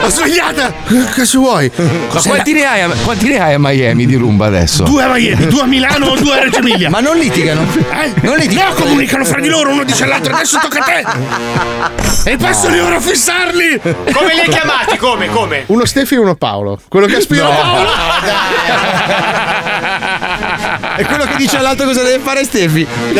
Speaker 7: L'ho svegliata.
Speaker 2: Che ci vuoi?
Speaker 3: Ma quanti ne, hai a, quanti ne hai a Miami di rumba adesso?
Speaker 7: Due a Miami, due a Milano, due a Reggio Emilia.
Speaker 8: Ma non litigano.
Speaker 7: Eh? No, comunicano fra di loro, uno dice all'altro, adesso tocca a te. E posso di ora fissarli.
Speaker 22: Come li
Speaker 3: (laughs)
Speaker 22: hai chiamati? Come? Come?
Speaker 2: Uno Steffi e uno Paolo. Quello che aspira
Speaker 22: No.
Speaker 2: Paolo.
Speaker 8: È quello che dice all'altro cosa deve fare Stefi.
Speaker 10: Eh.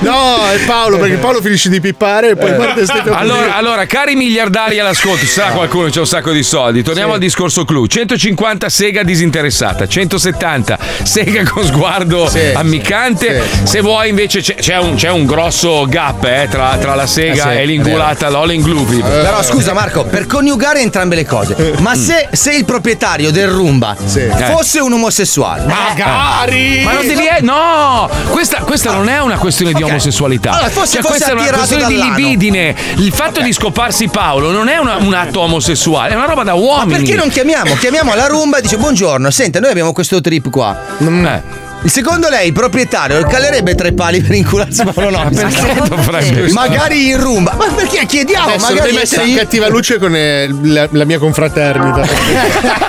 Speaker 2: No, è Paolo,
Speaker 8: Eh.
Speaker 2: perché Paolo finisce di pippare e poi parte Steffi a
Speaker 3: Allora, allora, cari miliardari all'ascolto, sarà qualcuno che c'ha un sacco di soldi. Torniamo al discorso clou: 150 sega disinteressata, 170 sega con sguardo
Speaker 2: Sì,
Speaker 3: ammiccante. Se vuoi, invece, c'è, c'è un, c'è un grosso gap eh, tra, tra la sega
Speaker 8: Eh sì, Eh.
Speaker 3: e l'ingulata, l'all
Speaker 2: Eh.
Speaker 3: inclusive.
Speaker 8: Però scusa Marco, per coniugare entrambe le cose,
Speaker 2: Mm.
Speaker 8: ma se, se il proprietario del Rumba fosse un omosessuale, eh. Ah.
Speaker 3: Magari! Ma non devi. eh, No! Questa, questa non è una questione di omosessualità.
Speaker 8: Allora, forse
Speaker 3: Cioè,
Speaker 8: fosse
Speaker 3: questa è una
Speaker 8: attirato
Speaker 3: questione di
Speaker 8: dall'ano.
Speaker 3: libidine. Il fatto di scoparsi Paolo non è una- un atto omosessuale, è una roba da uomini.
Speaker 8: Ma perché non chiamiamo? Chiamiamo la rumba e dice buongiorno, senta, noi abbiamo questo trip qua.
Speaker 3: Mm.
Speaker 8: Eh. Secondo lei il proprietario calerebbe tre pali per incularsi Paolo
Speaker 3: (laughs)
Speaker 8: Nobis?
Speaker 3: Ma perché lo farebbe?
Speaker 8: Magari in rumba. Ma perché chiediamo?
Speaker 2: Adesso
Speaker 8: magari
Speaker 2: devi mettere in
Speaker 8: sì.
Speaker 2: cattiva luce con eh, la, la mia confraternita.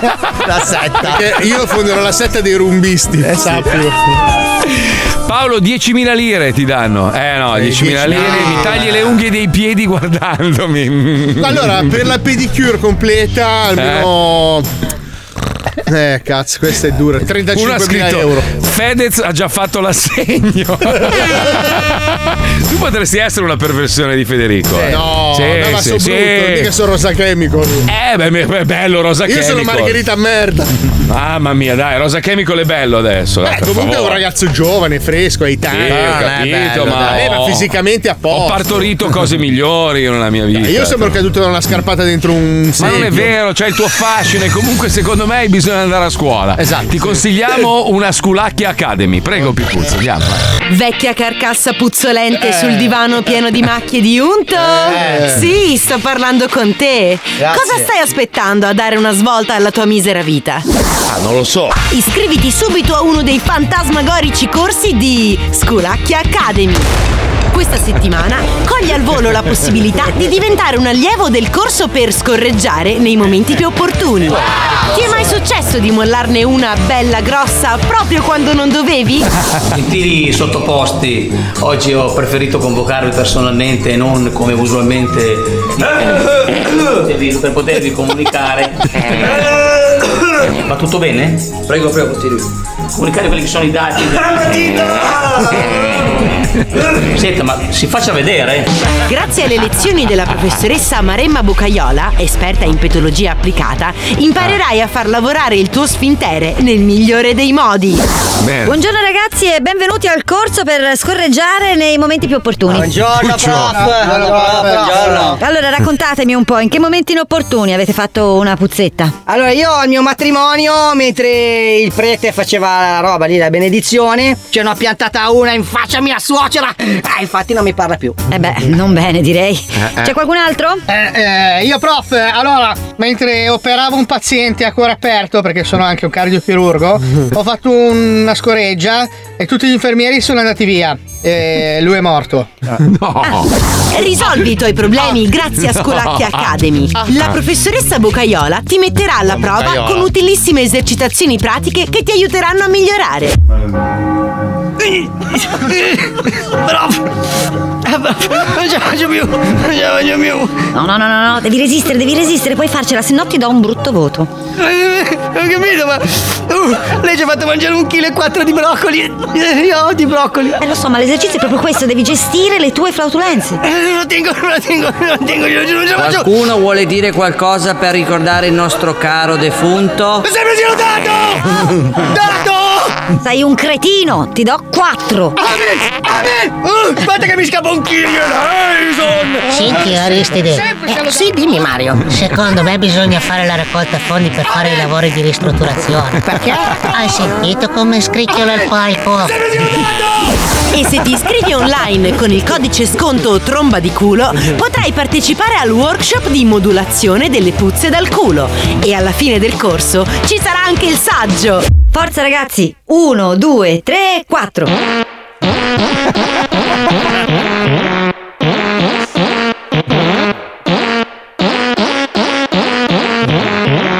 Speaker 8: (laughs) la setta.
Speaker 2: Perché io fonderò la setta dei rumbisti.
Speaker 8: Eh
Speaker 2: sappilo.
Speaker 3: Paolo, 10.000 lire ti danno. Eh no, 10.000 lire, mi tagli le unghie dei piedi guardandomi.
Speaker 2: Allora, per la pedicure completa, almeno. Eh, cazzo, questa è dura.
Speaker 3: Uno ha
Speaker 2: 35.000
Speaker 3: scritto,
Speaker 2: euro.
Speaker 3: Fedez ha già fatto
Speaker 2: (laughs)
Speaker 3: l'assegno. tu potresti essere una perversione di Federico. eh.
Speaker 2: No,
Speaker 3: Sì,
Speaker 2: no, ma
Speaker 3: sì,
Speaker 2: sono
Speaker 3: sì.
Speaker 2: brutto, mica sono Rosa Chemical.
Speaker 3: Eh, beh, beh, bello Rosa
Speaker 2: Io sono
Speaker 3: Chemical.
Speaker 2: Margherita Merda.
Speaker 3: Mamma mia, dai, Rosa Chemical è bello adesso. dai,
Speaker 2: Eh,
Speaker 3: per
Speaker 2: comunque è un
Speaker 3: favore.
Speaker 2: ragazzo giovane, fresco, eh, ai tanti.
Speaker 3: Sì, ho capito, ma
Speaker 2: Aveva
Speaker 3: ho-
Speaker 2: fisicamente a posto.
Speaker 3: Ho partorito cose migliori io nella mia vita.
Speaker 2: Eh, Io sembro caduto da una scarpata dentro un
Speaker 3: Ma non è
Speaker 2: seggio.
Speaker 3: vero, c'è il tuo fascino e comunque secondo me bisogna andare a scuola.
Speaker 2: Esatto,
Speaker 3: Ti
Speaker 2: sì. (laughs)
Speaker 3: consigliamo una Sculacchia Academy. Prego Pipuzzo, andiamo.
Speaker 20: Vecchia carcassa puzzolente sul divano pieno di macchie di unto?
Speaker 3: Eh.
Speaker 20: Sì, sto parlando con te.
Speaker 26: Grazie.
Speaker 20: Cosa stai aspettando a dare una svolta alla tua misera vita?
Speaker 26: Ah, non lo so.
Speaker 20: Iscriviti subito a uno dei fantasmagorici corsi di Sculacchia Academy. Questa settimana cogli al volo la possibilità di diventare un allievo del corso per scorreggiare nei momenti più opportuni. Ti è mai successo di mollarne una bella grossa proprio quando non dovevi?
Speaker 15: I tiri sottoposti oggi ho preferito convocarvi personalmente e non come usualmente per potervi (coughs) comunicare. Va tutto bene? Prego, prego, continui. Comunicare quelli che sono i dati. Senta, ma si faccia vedere.
Speaker 20: Grazie alle lezioni della professoressa Maremma Bucaiola, esperta in petologia applicata, imparerai a far lavorare il tuo sfintere nel migliore dei modi.
Speaker 3: Bene.
Speaker 27: Buongiorno ragazzi e benvenuti al corso per scorreggiare nei momenti più opportuni.
Speaker 26: Buongiorno, prof. Buongiorno, prof. Buongiorno.
Speaker 27: Allora raccontatemi un po', in che momenti inopportuni avete fatto una puzzetta?
Speaker 25: Allora, io al mio matrimonio, mentre il prete faceva la roba lì, la benedizione, ce n'ho piantata una in faccia a mia suocera. Ah, infatti non mi parla più.
Speaker 27: Eh beh, non bene direi.
Speaker 25: eh. (laughs)
Speaker 27: C'è qualcun altro?
Speaker 11: Eh, io prof, allora, mentre operavo un paziente a cuore aperto, perché sono anche un cardiochirurgo, ho fatto una scoreggia e tutti gli infermieri sono andati via. E lui è morto.
Speaker 20: Risolvi i tuoi problemi grazie a Scolacchia Academy. La professoressa Bucaiola ti metterà alla prova
Speaker 25: Bucaiola.
Speaker 20: con utilissime esercitazioni pratiche che ti aiuteranno a migliorare.
Speaker 25: Prof. merda. Non ce la faccio più. Non ce la faccio più.
Speaker 27: No, no, no, no, no, devi resistere, devi resistere, puoi farcela, se no ti do un brutto voto.
Speaker 25: Eh, Ho capito, ma. uh, lei ci ha fatto mangiare un chilo e quattro di broccoli. Eh, Io odio i broccoli.
Speaker 27: Eh, lo so, ma l'esercizio è proprio questo, devi gestire le tue flautulenze.
Speaker 25: Non la Eh, tengo, non la tengo, non la tengo, io non ce la faccio.
Speaker 4: Qualcuno vuole dire qualcosa per ricordare il nostro caro defunto?
Speaker 25: Mi sembra sia dato! Dato!
Speaker 27: Sei un cretino, ti do quattro.
Speaker 25: Uh, aspetta che mi scappa un chilo, Harrison!
Speaker 5: Senti Aristide. Eh, sì, dimmi Mario. Secondo me bisogna fare la raccolta fondi per fare i lavori di
Speaker 27: (laughs)
Speaker 5: ristrutturazione. Perché? Hai sentito come scricchiola il palco?
Speaker 20: E se ti iscrivi online con il codice sconto Tromba di culo, potrai partecipare al workshop di modulazione delle puzze dal culo. E alla fine del corso ci sarà anche il saggio.
Speaker 27: Forza ragazzi, uno, due, tre, quattro.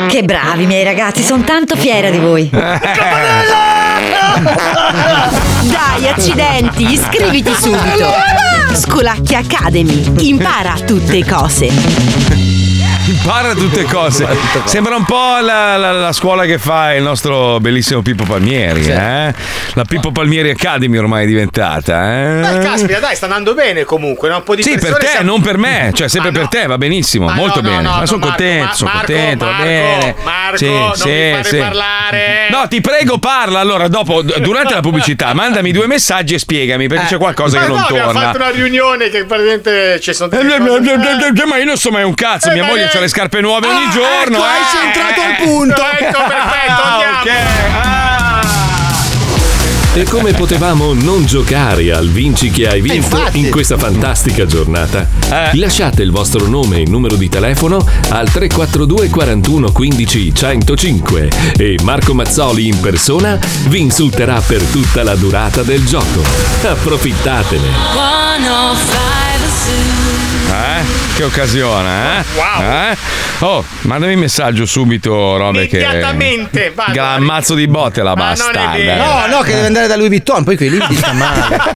Speaker 27: Che bravi miei ragazzi, sono tanto fiera di voi.
Speaker 20: Dai, accidenti, iscriviti subito. Scolacchi Academy, impara tutte cose.
Speaker 3: Impara tutte cose. Sembra un po' la, la- la scuola che fa il nostro bellissimo Pippo Palmieri. eh? La Pippo Palmieri Academy ormai è diventata.
Speaker 22: Beh,
Speaker 3: Eh?
Speaker 22: caspita, dai, sta andando bene comunque, no? Un po' di
Speaker 3: Sì, per
Speaker 22: persone
Speaker 3: te,
Speaker 22: siamo-
Speaker 3: non per me. Cioè, sempre
Speaker 22: Ma
Speaker 3: per te, va benissimo. molto
Speaker 22: no,
Speaker 3: bene.
Speaker 22: no,
Speaker 3: ma
Speaker 22: no,
Speaker 3: sono
Speaker 22: Marco,
Speaker 3: contento,
Speaker 22: ma-
Speaker 3: sono
Speaker 22: Marco,
Speaker 3: contento. va
Speaker 22: Marco,
Speaker 3: bene.
Speaker 22: Marco,
Speaker 3: Sì,
Speaker 22: non
Speaker 3: sì,
Speaker 22: mi fare
Speaker 3: sì.
Speaker 22: parlare.
Speaker 3: No, ti prego, parla. Allora, dopo, d- durante la pubblicità, mandami due messaggi e spiegami perché c'è qualcosa che
Speaker 22: Ma
Speaker 3: non
Speaker 22: no, abbiamo
Speaker 3: torna.
Speaker 22: fatto una riunione che praticamente ci sono
Speaker 3: Eh,
Speaker 22: delle
Speaker 3: eh,
Speaker 22: cose-
Speaker 3: eh, eh, Ma io non so mai un cazzo,
Speaker 22: Eh,
Speaker 3: mia
Speaker 22: ma
Speaker 3: moglie
Speaker 22: lei-
Speaker 3: ha le scarpe nuove ogni
Speaker 22: Ah,
Speaker 3: giorno.
Speaker 22: ecco,
Speaker 3: eh. Ah,
Speaker 22: hai centrato il punto. Ecco, perfetto, andiamo.
Speaker 1: E come potevamo non giocare al Vinci che
Speaker 2: Eh,
Speaker 1: hai vinto
Speaker 21: infatti.
Speaker 1: in questa fantastica giornata? Lasciate il vostro nome e numero di telefono al 342 41 15 105 e Marco Mazzoli in persona vi insulterà per tutta la durata del gioco. Approfittatene!
Speaker 6: 105 Zoo.
Speaker 3: Eh? Che occasione, eh? Eh? Oh, mandami un messaggio subito, robe che.
Speaker 22: Immediatamente, vado.
Speaker 3: Che la ammazzo di botte la
Speaker 22: Ma non è
Speaker 3: bastarda.
Speaker 22: vero.
Speaker 8: No,
Speaker 3: Eh.
Speaker 8: no, che deve andare da Louis Vuitton, poi qui lì ti fa male.
Speaker 3: (laughs)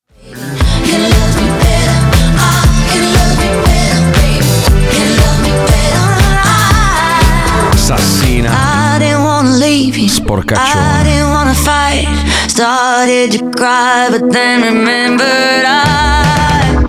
Speaker 3: Assassina.
Speaker 6: I didn't wanna leave you. I
Speaker 3: Sporcaccione.
Speaker 6: didn't wanna fight. Started to cry, but then remembered I. I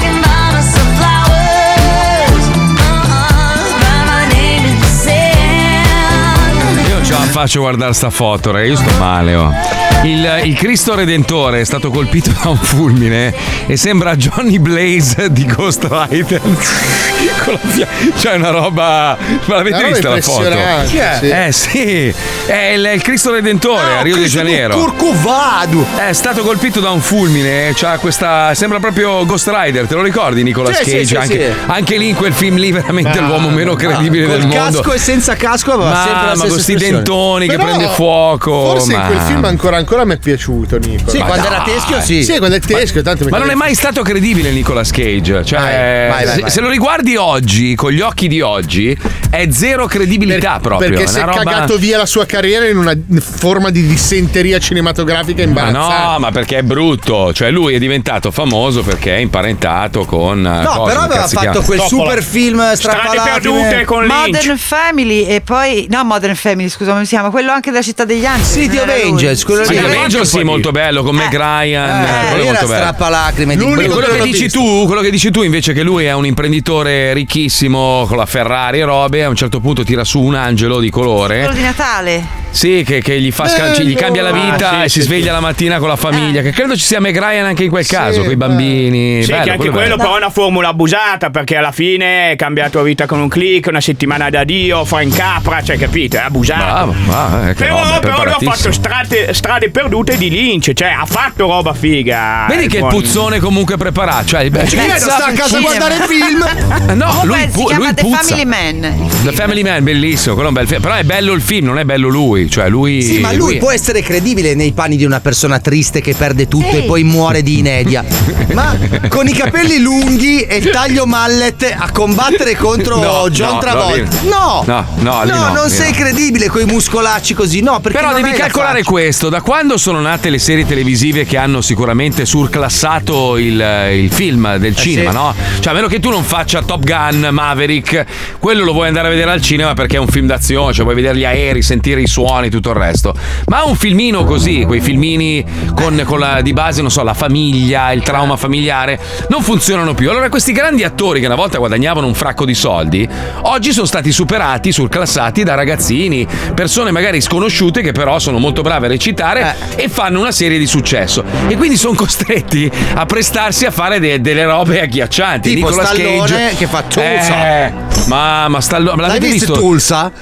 Speaker 6: can buy myself flowers. Uh-uh, write my name in the sand.
Speaker 3: Io non ce la faccio guardare sta foto, raga, io sto male. oh. Il, il Cristo Redentore è stato colpito da un fulmine e sembra Johnny Blaze di Ghost Rider. (laughs) Con la fia- cioè una roba. Ma l'avete
Speaker 2: Una roba
Speaker 3: vista la foto?
Speaker 2: impressionante,
Speaker 3: Chi è?
Speaker 2: sì.
Speaker 3: Eh sì, è il, il Cristo Redentore
Speaker 8: Ah,
Speaker 3: a Rio de Janeiro.
Speaker 8: Corcovado!
Speaker 3: È stato colpito da un fulmine, c'ha questa. Sembra proprio Ghost Rider, te lo ricordi Nicola
Speaker 8: Sì, sì,
Speaker 3: Cage?
Speaker 8: sì,
Speaker 3: anche,
Speaker 8: sì.
Speaker 3: anche lì in quel film lì, veramente
Speaker 8: Ma-
Speaker 3: l'uomo meno
Speaker 8: ma-
Speaker 3: credibile
Speaker 8: col
Speaker 3: del mondo.
Speaker 8: casco e senza casco aveva
Speaker 3: Ma-
Speaker 8: sempre la
Speaker 3: ma
Speaker 8: stessa
Speaker 3: con sti
Speaker 8: espressione.
Speaker 3: dentoni che
Speaker 2: Però
Speaker 3: prende fuoco.
Speaker 2: Forse in
Speaker 3: ma-
Speaker 2: quel film ancora, ancora mi è piaciuto, Nico.
Speaker 3: Sì, Ma quando era dai. teschio, sì.
Speaker 2: Sì, quando è teschio, tanto mi
Speaker 3: Ma non è mai stato credibile Nicolas Cage. Cioè,
Speaker 2: vai, vai,
Speaker 3: se,
Speaker 2: vai.
Speaker 3: se lo riguardi oggi, con gli occhi di oggi, è zero credibilità proprio.
Speaker 2: Perché
Speaker 3: è
Speaker 2: si è
Speaker 3: una roba-
Speaker 2: cagato via la sua carriera in una forma di dissenteria cinematografica
Speaker 3: Ma
Speaker 2: imbarazzante.
Speaker 3: Ah, no, ma perché è brutto. Cioè, lui è diventato famoso perché è imparentato con. eh,
Speaker 8: No, però aveva fatto quel super film eh. strappalacrime.
Speaker 9: Modern Family e poi no Modern Family scusa come si chiama quello anche della città degli angeli
Speaker 8: City of Angels, quello
Speaker 3: Sì,
Speaker 8: lì.
Speaker 3: The Angel sì, molto bello con Meg Ryan.
Speaker 8: Eh,
Speaker 3: quello è
Speaker 8: era
Speaker 3: molto bello.
Speaker 8: strappalacrime di
Speaker 3: L'unico
Speaker 8: brutto.
Speaker 3: quello che dici tu, quello che dici tu invece che lui è un imprenditore ricchissimo con la Ferrari e robe, a un certo punto tira su un angelo di
Speaker 9: quello di
Speaker 3: colore.
Speaker 9: Natale
Speaker 3: Sì, che, che gli, fa sca-
Speaker 8: Eh,
Speaker 3: gli cambia la vita
Speaker 22: Ah, sì,
Speaker 3: e si
Speaker 22: sì,
Speaker 3: sveglia
Speaker 22: sì.
Speaker 3: la mattina con la famiglia. Che credo ci sia Meg Ryan anche in quel caso, con i bambini.
Speaker 7: Sì,
Speaker 3: bello,
Speaker 7: che anche
Speaker 3: quello è bello.
Speaker 7: quello però è una formula abusata perché alla fine cambia la tua vita con un click, una settimana da Dio, fa in capra, cioè capito, è abusato.
Speaker 3: Bravo, bravo, eh, che
Speaker 7: però
Speaker 3: roba, è
Speaker 7: però lui ha fatto
Speaker 3: preparatissimo.
Speaker 7: strade, strade perdute di Lynch, cioè ha fatto roba figa.
Speaker 3: Vedi che il
Speaker 7: buon-
Speaker 3: puzzone comunque è preparato. Cioè, beh,
Speaker 7: Ci credo, sta a casa a guardare
Speaker 3: film. No,
Speaker 9: Comunque
Speaker 3: lui,
Speaker 9: si
Speaker 3: pu-
Speaker 9: chiama
Speaker 3: lui
Speaker 9: The
Speaker 3: puzza.
Speaker 9: Family Man
Speaker 3: The Family Man, bellissimo, quello è un bel film. Però è bello il film, non è bello lui. Cioè, lui.
Speaker 8: Sì, ma lui può essere credibile nei panni di una persona triste che perde tutto e poi muore
Speaker 3: (laughs)
Speaker 8: di inedia. Ma con i capelli lunghi e il taglio mallet a combattere contro
Speaker 3: No,
Speaker 8: John
Speaker 3: no,
Speaker 8: Travolta.
Speaker 3: no,
Speaker 8: No,
Speaker 3: lì- no, no, lì no,
Speaker 8: non
Speaker 3: lì
Speaker 8: sei
Speaker 3: no.
Speaker 8: credibile con i muscolacci così, no, perché
Speaker 3: Però
Speaker 8: non
Speaker 3: devi
Speaker 8: hai la
Speaker 3: calcolare
Speaker 8: faccia.
Speaker 3: questo: da Quando sono nate le serie televisive che hanno sicuramente surclassato il, il film
Speaker 8: Eh,
Speaker 3: del cinema,
Speaker 10: sì.
Speaker 3: no? Cioè, a meno che tu non faccia Top Gun, Maverick, quello lo vuoi andare a vedere al cinema perché è un film d'azione, cioè vuoi vedere gli aerei, sentire i suoni, tutto il resto. Ma un filmino così, quei filmini con, con la, di base, non so, la famiglia, il trauma familiare, non funzionano più. Allora, questi grandi attori che una volta guadagnavano un fracco di soldi, oggi sono stati superati, surclassati da ragazzini, persone magari sconosciute che però sono molto brave a recitare
Speaker 8: Eh.
Speaker 3: e fanno una serie di successo. E quindi sono costretti a prestarsi a fare de- delle robe agghiaccianti.
Speaker 8: Tipo
Speaker 3: Nicolas
Speaker 8: Stallone
Speaker 3: Cage
Speaker 8: che fa Tulsa.
Speaker 3: Eh, mamma, Stallone, ma
Speaker 8: L'hai
Speaker 3: l'avete
Speaker 8: visto
Speaker 3: visto?
Speaker 8: Tulsa?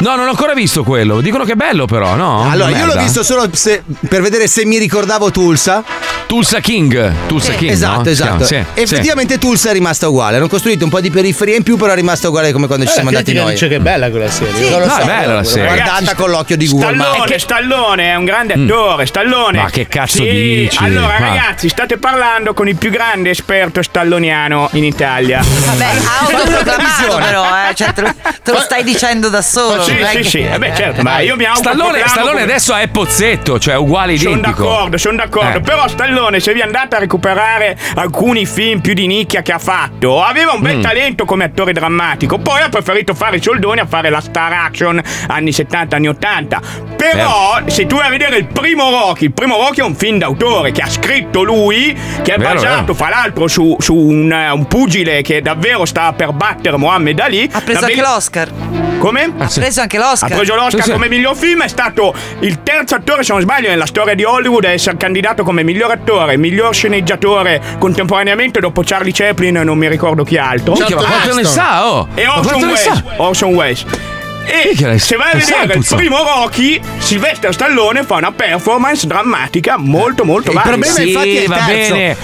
Speaker 3: No, non ho ancora visto quello. Dicono che è bello però, no?
Speaker 8: Ah, Allora, io l'ho
Speaker 3: Oh, Merda.
Speaker 8: visto solo se- per vedere se mi ricordavo Tulsa.
Speaker 3: Tulsa King. Tulsa King,
Speaker 8: Esatto,
Speaker 3: no? Si chiama,
Speaker 8: esatto.
Speaker 3: sì,
Speaker 8: Effettivamente Tulsa è rimasta uguale. Hanno costruito un po' di periferia in più, però è rimasta uguale come quando ci
Speaker 22: Eh,
Speaker 8: siamo
Speaker 22: la
Speaker 8: andati
Speaker 22: critica
Speaker 8: noi.
Speaker 22: dice che è bella quella serie.
Speaker 8: Sì,
Speaker 22: Non lo
Speaker 8: no,
Speaker 22: so.
Speaker 8: è bella la serie.
Speaker 22: Ragazzi,
Speaker 8: Guardata con l'occhio di Google
Speaker 22: Stallone,
Speaker 8: Maps. È che-
Speaker 7: Stallone è un grande
Speaker 8: Mm.
Speaker 7: attore, Stallone.
Speaker 3: Ma che cazzo
Speaker 7: Sì,
Speaker 3: dici?
Speaker 7: Allora,
Speaker 3: Ma-
Speaker 7: ragazzi, state parlando con il più grande esperto stalloniano in Italia.
Speaker 9: Vabbè, autoproclamato
Speaker 7: Televisione.
Speaker 9: però, eh, cioè, te, lo, te lo stai dicendo da solo.
Speaker 7: Sì,
Speaker 9: non è
Speaker 7: sì,
Speaker 9: che-
Speaker 7: sì, eh beh, certo, ma io mi auguro
Speaker 3: Stallone,
Speaker 7: che-
Speaker 3: Stallone adesso è Pozzetto, cioè uguale
Speaker 7: Sono
Speaker 3: identico.
Speaker 7: d'accordo, sono d'accordo.
Speaker 3: Eh.
Speaker 7: Però Stallone, se vi andate a recuperare alcuni film più di nicchia che ha fatto, aveva un bel
Speaker 3: Mm.
Speaker 7: talento come attore drammatico. Poi ha preferito fare i soldoni a fare la star action anni 70, anni 80. Però,
Speaker 3: Certo.
Speaker 7: se tu vai a vedere il primo Rocky, il primo Rocky è un film d'autore che ha scritto lui, che è
Speaker 3: Vero,
Speaker 7: basato,
Speaker 3: vero.
Speaker 7: fra l'altro, su, su un, eh, un pugile che davvero sta per battere Mohammed Ali. Ha
Speaker 9: preso anche l'Oscar.
Speaker 7: Come?
Speaker 9: Ha preso anche l'Oscar.
Speaker 7: Ha preso l'Oscar
Speaker 9: Sì, sì.
Speaker 7: come miglior film, è stato il terzo attore, se non sbaglio, nella storia di Hollywood a essere candidato come miglior attore, miglior sceneggiatore contemporaneamente dopo Charlie Chaplin e non mi ricordo chi altro.
Speaker 3: Minchia,
Speaker 7: Certo.
Speaker 3: ma quanto ne sa, oh?
Speaker 7: E
Speaker 3: Ma
Speaker 7: Orson
Speaker 3: quanto ne
Speaker 7: Welles.
Speaker 3: sa?
Speaker 7: Orson Welles.
Speaker 3: Minchia,
Speaker 7: E se vai a
Speaker 3: ne sa,
Speaker 7: vedere il
Speaker 3: puzza.
Speaker 7: primo Rocky, Sylvester Stallone fa una performance drammatica molto molto
Speaker 3: Il
Speaker 7: valida.
Speaker 3: problema, Sì, infatti, è il va terzo. bene.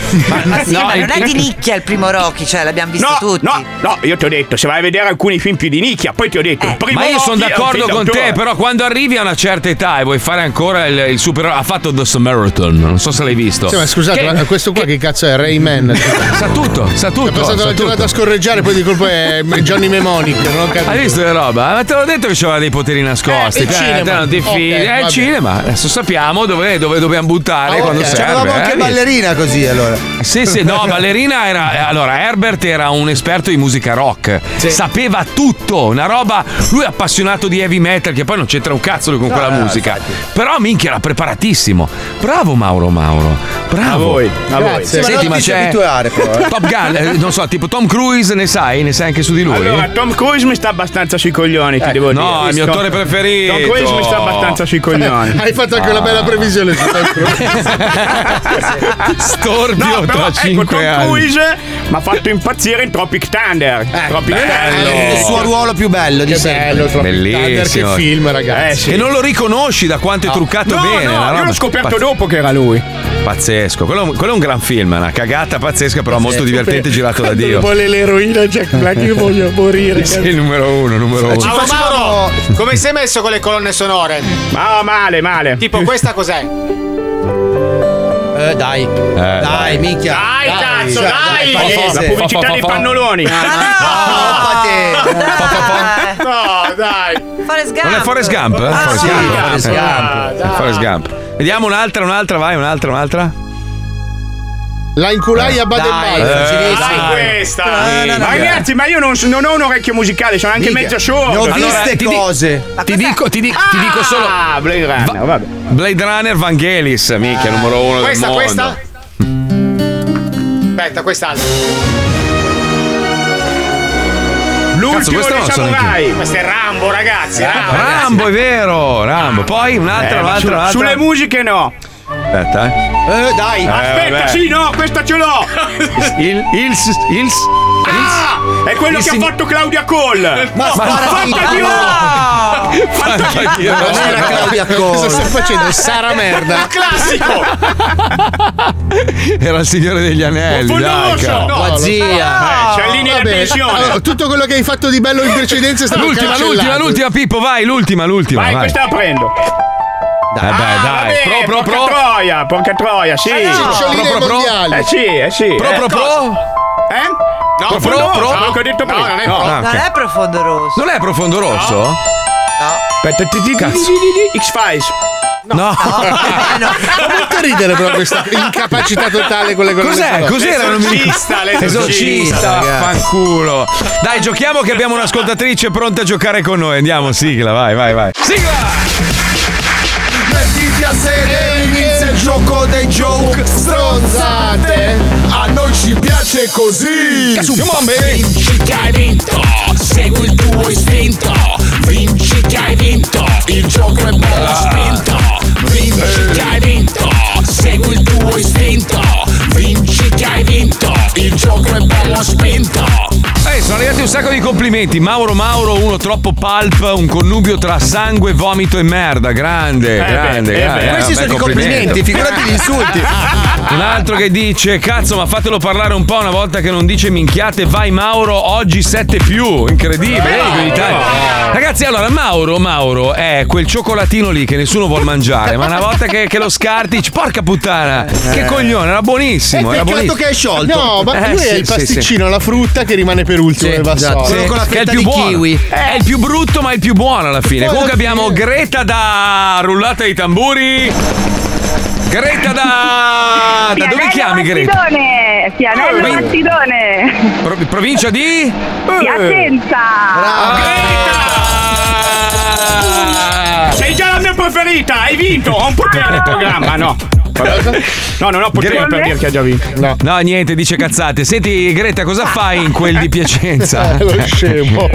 Speaker 9: Ma sì,
Speaker 7: no,
Speaker 9: ma non
Speaker 7: il-
Speaker 9: è di nicchia il primo Rocky, cioè l'abbiamo visto
Speaker 7: No,
Speaker 9: tutti.
Speaker 7: no, no, io ti ho detto, se vai a vedere alcuni film più di nicchia, poi ti ho
Speaker 9: Eh.
Speaker 7: detto, il primo
Speaker 3: Ma io sono
Speaker 7: Rocky è un
Speaker 3: d'accordo
Speaker 7: film
Speaker 3: con
Speaker 7: d'autore.
Speaker 3: te, però quando arrivi a una certa età e vuoi fare ancora il, il supereroe, ha fatto The Samaritan, non so se l'hai visto.
Speaker 2: Sì, ma scusate,
Speaker 3: Che-
Speaker 2: ma questo qua che, cazzo è? Rayman.
Speaker 3: sa tutto, sa tutto.
Speaker 2: È passato
Speaker 3: sa
Speaker 2: la
Speaker 3: tutto.
Speaker 2: giornata a scorreggiare, poi di colpo è Johnny Memonic. Non ho capito.
Speaker 3: Hai visto che roba? Ma te l'ho detto che c'aveva dei poteri nascosti.
Speaker 2: Eh, il
Speaker 3: cioè,
Speaker 2: cinema.
Speaker 3: te non ti
Speaker 2: Ok,
Speaker 3: fidi.
Speaker 2: va
Speaker 3: Eh, il
Speaker 2: bene.
Speaker 3: cinema. Adesso sappiamo dove, dove dobbiamo buttare quando
Speaker 8: ok.
Speaker 3: serve.
Speaker 8: C'avevamo anche
Speaker 3: eh.
Speaker 8: ballerina così allora.
Speaker 3: Sì, sì,
Speaker 8: (laughs)
Speaker 3: no, ballerina era. Allora, Herbert era un esperto di musica rock. Sapeva tutto, una roba. Lui è appassionato di heavy metal, che poi non c'entra un cazzo lui con
Speaker 10: No,
Speaker 3: quella
Speaker 10: no,
Speaker 3: musica. Però, minchia, era preparatissimo. Bravo Mauro Mauro. Bravo.
Speaker 10: A voi,
Speaker 8: a voi. Sì, ma
Speaker 3: Senti,
Speaker 8: non
Speaker 3: ma
Speaker 8: ti ci
Speaker 3: c'è
Speaker 8: abituare, però, eh.
Speaker 3: Top Gun, eh, non so, tipo Tom Cruise, ne sai, ne sai anche su di lui. Eh,
Speaker 7: Allora, Tom Cruise mi sta abbastanza sui coglioni, ti devo
Speaker 3: no,
Speaker 7: dire.
Speaker 3: è il mio
Speaker 7: Tom-
Speaker 3: attore preferito.
Speaker 7: Tom Cruise mi sta abbastanza sui coglioni.
Speaker 2: Hai fatto anche una bella previsione su Tom (laughs) Cruise.
Speaker 7: (laughs)
Speaker 3: Storpio
Speaker 7: no, però,
Speaker 3: tra
Speaker 7: ecco,
Speaker 3: cinque
Speaker 7: Tom
Speaker 3: anni.
Speaker 7: Cruise mi ha fatto impazzire in Tropic Thunder.
Speaker 3: Eh,
Speaker 7: Tropic
Speaker 3: bello.
Speaker 8: Il suo ruolo più bello di sempre.
Speaker 3: eh, Bellissimo. Eh, E non lo riconosci da quanto è truccato
Speaker 7: Eh, No,
Speaker 3: bene.
Speaker 7: no,
Speaker 3: una
Speaker 7: io
Speaker 3: roba
Speaker 7: l'ho scoperto
Speaker 3: pazz-
Speaker 7: dopo che era lui.
Speaker 3: Pazzesco, quello, quello è un gran film, una cagata pazzesca, però molto divertente girato da Dio. (laughs)
Speaker 22: Vuole l'eroina Jack Black, io voglio morire.
Speaker 3: Sì, numero uno, numero uno.
Speaker 22: Mauro, Mauro, come sei messo con le colonne sonore?
Speaker 7: Ma male, male.
Speaker 22: Tipo questa cos'è?
Speaker 8: Eh, dai. dai, minchia.
Speaker 22: Dai, cazzo,
Speaker 8: cioè,
Speaker 22: dai.
Speaker 8: palese.
Speaker 7: La pubblicità dei pannoloni.
Speaker 22: No, dai.
Speaker 9: Forrest Gump.
Speaker 3: Non è Forrest Gump? eh?
Speaker 9: Ah,
Speaker 3: Forrest
Speaker 9: sì,
Speaker 3: Gump.
Speaker 9: Forrest
Speaker 3: Eh,
Speaker 9: Gump.
Speaker 3: eh, Forrest Gump. Vediamo un'altra, un'altra, vai, un'altra, un'altra. Eh,
Speaker 2: La inculai a Baden-Baden.
Speaker 3: dai,
Speaker 7: Dai,
Speaker 3: dai.
Speaker 7: questa.
Speaker 3: No, no, no.
Speaker 7: ma ragazzi, ma io non, non ho un orecchio musicale, sono anche
Speaker 3: Minchia.
Speaker 7: mezzo sordo.
Speaker 3: Ne ho viste
Speaker 7: ti di-
Speaker 3: cose. Ti dico, ti, di- ti dico solo.
Speaker 7: Ah, Blade Runner, vabbè.
Speaker 3: Blade Runner Vangelis, minchia, numero uno
Speaker 22: Questa,
Speaker 3: del mondo.
Speaker 22: questa? Aspetta, quest'altra.
Speaker 3: Cazzo,
Speaker 22: L'ultimo
Speaker 3: questa
Speaker 22: dei
Speaker 3: non so neanche.
Speaker 22: samurai. Questo è Rambo, ragazzi.
Speaker 10: Ah,
Speaker 22: Rambo.
Speaker 3: Rambo, è vero, Rambo. Poi un'altra,
Speaker 7: Eh, ma
Speaker 3: un'altra,
Speaker 7: su-
Speaker 3: un'altra.
Speaker 7: Sulle musiche no.
Speaker 3: Aspetta, eh.
Speaker 7: dai.
Speaker 3: Eh,
Speaker 7: Aspetta,
Speaker 3: vabbè.
Speaker 7: sì, no, questa ce (laughs) l'ho.
Speaker 3: Il, il, il,
Speaker 7: Ah, è quello
Speaker 3: il
Speaker 7: che
Speaker 3: sign-
Speaker 7: ha fatto Claudia Cole.
Speaker 3: Ma spara-
Speaker 7: (laughs) fatta di
Speaker 3: no!
Speaker 7: Fatta di
Speaker 3: Ma non era Claudia Cole.
Speaker 2: Cosa stai (laughs) facendo? Sara merda.
Speaker 7: Classico.
Speaker 3: Era il signore degli anelli. dai, cavolo.
Speaker 2: Eh, c'è linea di tensione. tutto quello che hai fatto di bello in precedenza è stato
Speaker 3: L'ultima,
Speaker 2: cancellato.
Speaker 3: l'ultima, l'ultima,
Speaker 2: (laughs)
Speaker 3: Pippo, vai, l'ultima, l'ultima.
Speaker 2: Vai,
Speaker 3: Vai,
Speaker 2: questa
Speaker 7: la prendo.
Speaker 3: Dai, dai, dai.
Speaker 7: Eh,
Speaker 3: Pro, pro,
Speaker 7: porca
Speaker 3: pro.
Speaker 7: troia, porca troia, sì.
Speaker 3: Eh no. Ciccioline Pro, pro, pro. mondiali.
Speaker 7: Eh sì, eh sì.
Speaker 3: Pro,
Speaker 7: eh.
Speaker 3: pro, pro.
Speaker 7: Eh? No,
Speaker 3: Pro, pro,
Speaker 7: profondo
Speaker 3: pro.
Speaker 7: rosso, quello che ho detto
Speaker 3: No,
Speaker 7: prima.
Speaker 3: non è pro. Ah, ok.
Speaker 9: Non è profondo rosso.
Speaker 3: Non è profondo rosso?
Speaker 9: No.
Speaker 7: Aspetta, ti dico.
Speaker 3: Cazzo.
Speaker 7: X-Files.
Speaker 10: (laughs)
Speaker 3: No.
Speaker 2: Fa molto ridere però questa incapacità totale quelle con le
Speaker 3: Cos'è?
Speaker 2: parole.
Speaker 3: Cos'era? Non mi ricordo. Esorcista, fanculo. Dai, giochiamo che abbiamo un'ascoltatrice pronta a giocare con noi. Andiamo, sigla, vai, vai, vai.
Speaker 10: Mettiti a sedere, inizia il gioco dei joke stronzate. A noi ci piace così.
Speaker 21: Come on, baby.
Speaker 10: Vinci che hai vinto, segui il tuo istinto. Vinci che hai vinto, il gioco è bello spinto. Vinci che hai vinto, segui il tuo istinto. Vinci che hai vinto, il gioco è bello spinto.
Speaker 3: Ehi, Eh, sono arrivati un sacco di complimenti. Mauro Mauro, uno troppo pulp, un connubio tra sangue, vomito e merda. Grande,
Speaker 10: Eh beh,
Speaker 3: grande,
Speaker 10: eh
Speaker 3: grande.
Speaker 10: beh.
Speaker 3: Eh,
Speaker 10: Questi
Speaker 3: bel
Speaker 10: sono i
Speaker 3: complimento.
Speaker 10: complimenti, figurati gli insulti.
Speaker 3: Un altro che dice: Cazzo, ma fatelo parlare un po' una volta che non dice minchiate. Vai Mauro, oggi 7 più. Incredibile. vedi, quindi tanti. Ragazzi, allora Mauro, Mauro è quel cioccolatino lì che nessuno vuol mangiare, ma una volta che, che lo scarti, dici, porca puttana, che coglione, era buonissimo. era buonissimo.
Speaker 2: No, ma
Speaker 3: Eh,
Speaker 2: lui
Speaker 3: sì,
Speaker 2: è il
Speaker 3: sì, sì.
Speaker 2: pasticcino, la frutta che rimane per ultimo nel vassoio.
Speaker 3: Sì, Esatto. che è il più buono. È il più brutto, ma è il più buono alla fine.
Speaker 2: Poi
Speaker 3: Comunque
Speaker 2: alla
Speaker 3: abbiamo Greta da rullata di tamburi. Greta da. Da dove chiami Greta?
Speaker 13: Mattidone, Pianello
Speaker 3: Eh,
Speaker 13: Mattidone.
Speaker 3: Pro- provincia di?
Speaker 13: Piacenza.
Speaker 7: (laughs) Sei già la mia preferita, hai vinto! Ho un potere nel programma, no? No, non ho potere per dirti.
Speaker 3: ha già vinto. No. niente, dice cazzate. Senti, Greta, cosa fai in quel di Piacenza?
Speaker 2: Eh, (laughs) lo scemo.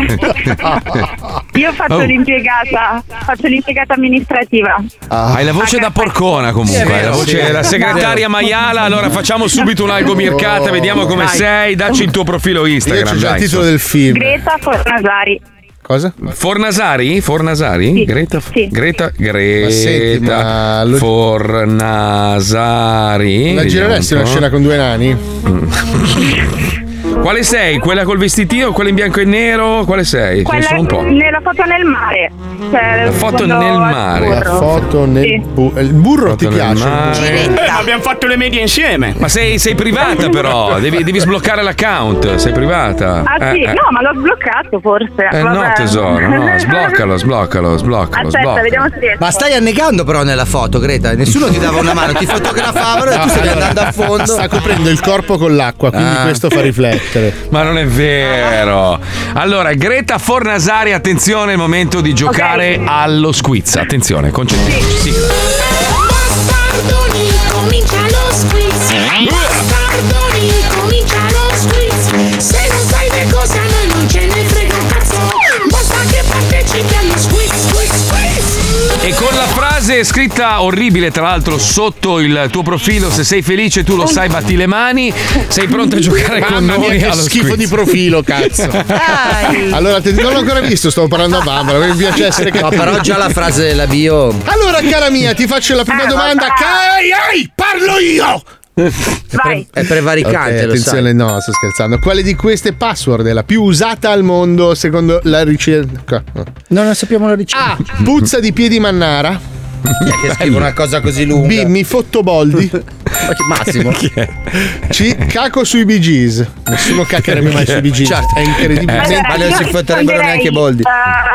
Speaker 13: Io faccio
Speaker 3: Oh.
Speaker 13: l'impiegata, faccio l'impiegata amministrativa.
Speaker 3: Hai la voce da porcona comunque,
Speaker 10: Ah, Sì, è vero,
Speaker 3: la voce
Speaker 10: sì.
Speaker 3: la segretaria Maiala. Allora facciamo subito un algo Mircata, vediamo come
Speaker 13: Dai.
Speaker 3: sei. Dacci il tuo profilo Instagram.
Speaker 2: Oh. Io c'ho già
Speaker 3: dai,
Speaker 2: il titolo
Speaker 3: insomma.
Speaker 2: del film.
Speaker 13: Greta Fornasari.
Speaker 2: Cosa?
Speaker 3: Fornasari? Fornasari?
Speaker 13: Sì.
Speaker 3: Greta,
Speaker 13: Sì.
Speaker 3: Greta, Greta
Speaker 2: Ma senti,
Speaker 3: Fornasari.
Speaker 2: La gireresti una scena con due nani?
Speaker 3: con... Mm. (laughs) Quale sei? Quella col vestitino? Quella in bianco e nero? Quale sei? Ce ne
Speaker 13: Quella
Speaker 3: sono un po'.
Speaker 13: nella foto nel mare. Cioè,
Speaker 3: La foto
Speaker 13: quando
Speaker 3: nel
Speaker 13: al
Speaker 3: mare.
Speaker 13: burro.
Speaker 2: La foto nel
Speaker 13: Sì.
Speaker 2: bu- Il burro ti
Speaker 3: nel mare.
Speaker 2: piace?
Speaker 3: Giretta.
Speaker 7: Eh, ma abbiamo fatto le medie insieme.
Speaker 3: Ma sei, sei privata però, devi, devi sbloccare l'account, sei privata.
Speaker 13: Ah sì,
Speaker 3: Eh, eh.
Speaker 13: no, ma l'ho sbloccato forse.
Speaker 3: Eh, no
Speaker 13: Vabbè.
Speaker 3: tesoro,
Speaker 13: (laughs)
Speaker 3: no, sbloccalo, sbloccalo, sbloccalo,
Speaker 13: Aspetta,
Speaker 3: sbloccalo.
Speaker 13: vediamo se riesco.
Speaker 8: Ma stai annegando però nella foto, Greta. Nessuno ti dava una mano, ti fotografavano e tu stavi
Speaker 2: Allora,
Speaker 8: andando a fondo.
Speaker 2: Sta coprendo il corpo con l'acqua, quindi
Speaker 3: Ah.
Speaker 2: questo fa riflettere.
Speaker 3: Ma non è vero. Allora, Greta Fornasari, attenzione, è il momento di giocare allo squiz. Attenzione, concentriamoci. Sì.
Speaker 10: Bastardoni, comincia lo squiz. Bastardoni, comincia lo squiz. Se non sai che cosa a noi non ce ne frega un cazzo. Basta che partecipi allo squiz, squiz, squiz.
Speaker 3: E con la frase scritta orribile, tra l'altro, sotto il tuo profilo, se sei felice tu lo sai, batti le mani. Sei pronto a giocare
Speaker 2: Mamma
Speaker 3: con
Speaker 2: mia,
Speaker 3: noi
Speaker 2: che
Speaker 3: allo
Speaker 2: schifo
Speaker 3: squiz.
Speaker 2: di
Speaker 3: (laughs)
Speaker 2: profilo, cazzo. Allora, te- non l'ho ancora visto, stavo parlando a Barbara, mi piace essere
Speaker 8: No,
Speaker 2: cattivo.
Speaker 8: però già la frase della bio.
Speaker 2: Allora, cara mia, ti faccio la prima domanda. Ca- Ehi, ehi, parlo io!
Speaker 8: È prevaricante, lo
Speaker 2: Ok, attenzione,
Speaker 8: sai.
Speaker 2: no, sto scherzando. Quale di queste password è la più usata al mondo secondo la ricerca? Ah.
Speaker 11: No, non sappiamo la ricerca.
Speaker 2: Puzza di piedi mannara.
Speaker 8: Che scrive una cosa così lunga.
Speaker 2: B. Mi fotto Boldi.
Speaker 8: Massimo.
Speaker 2: C. Caco sui Bee Gees. Nessuno caccherebbe mai sui Bee Gees.
Speaker 8: Certo.
Speaker 2: È incredibile.
Speaker 8: Eh, ma non si fotterebbero neanche Boldi.
Speaker 13: Ah,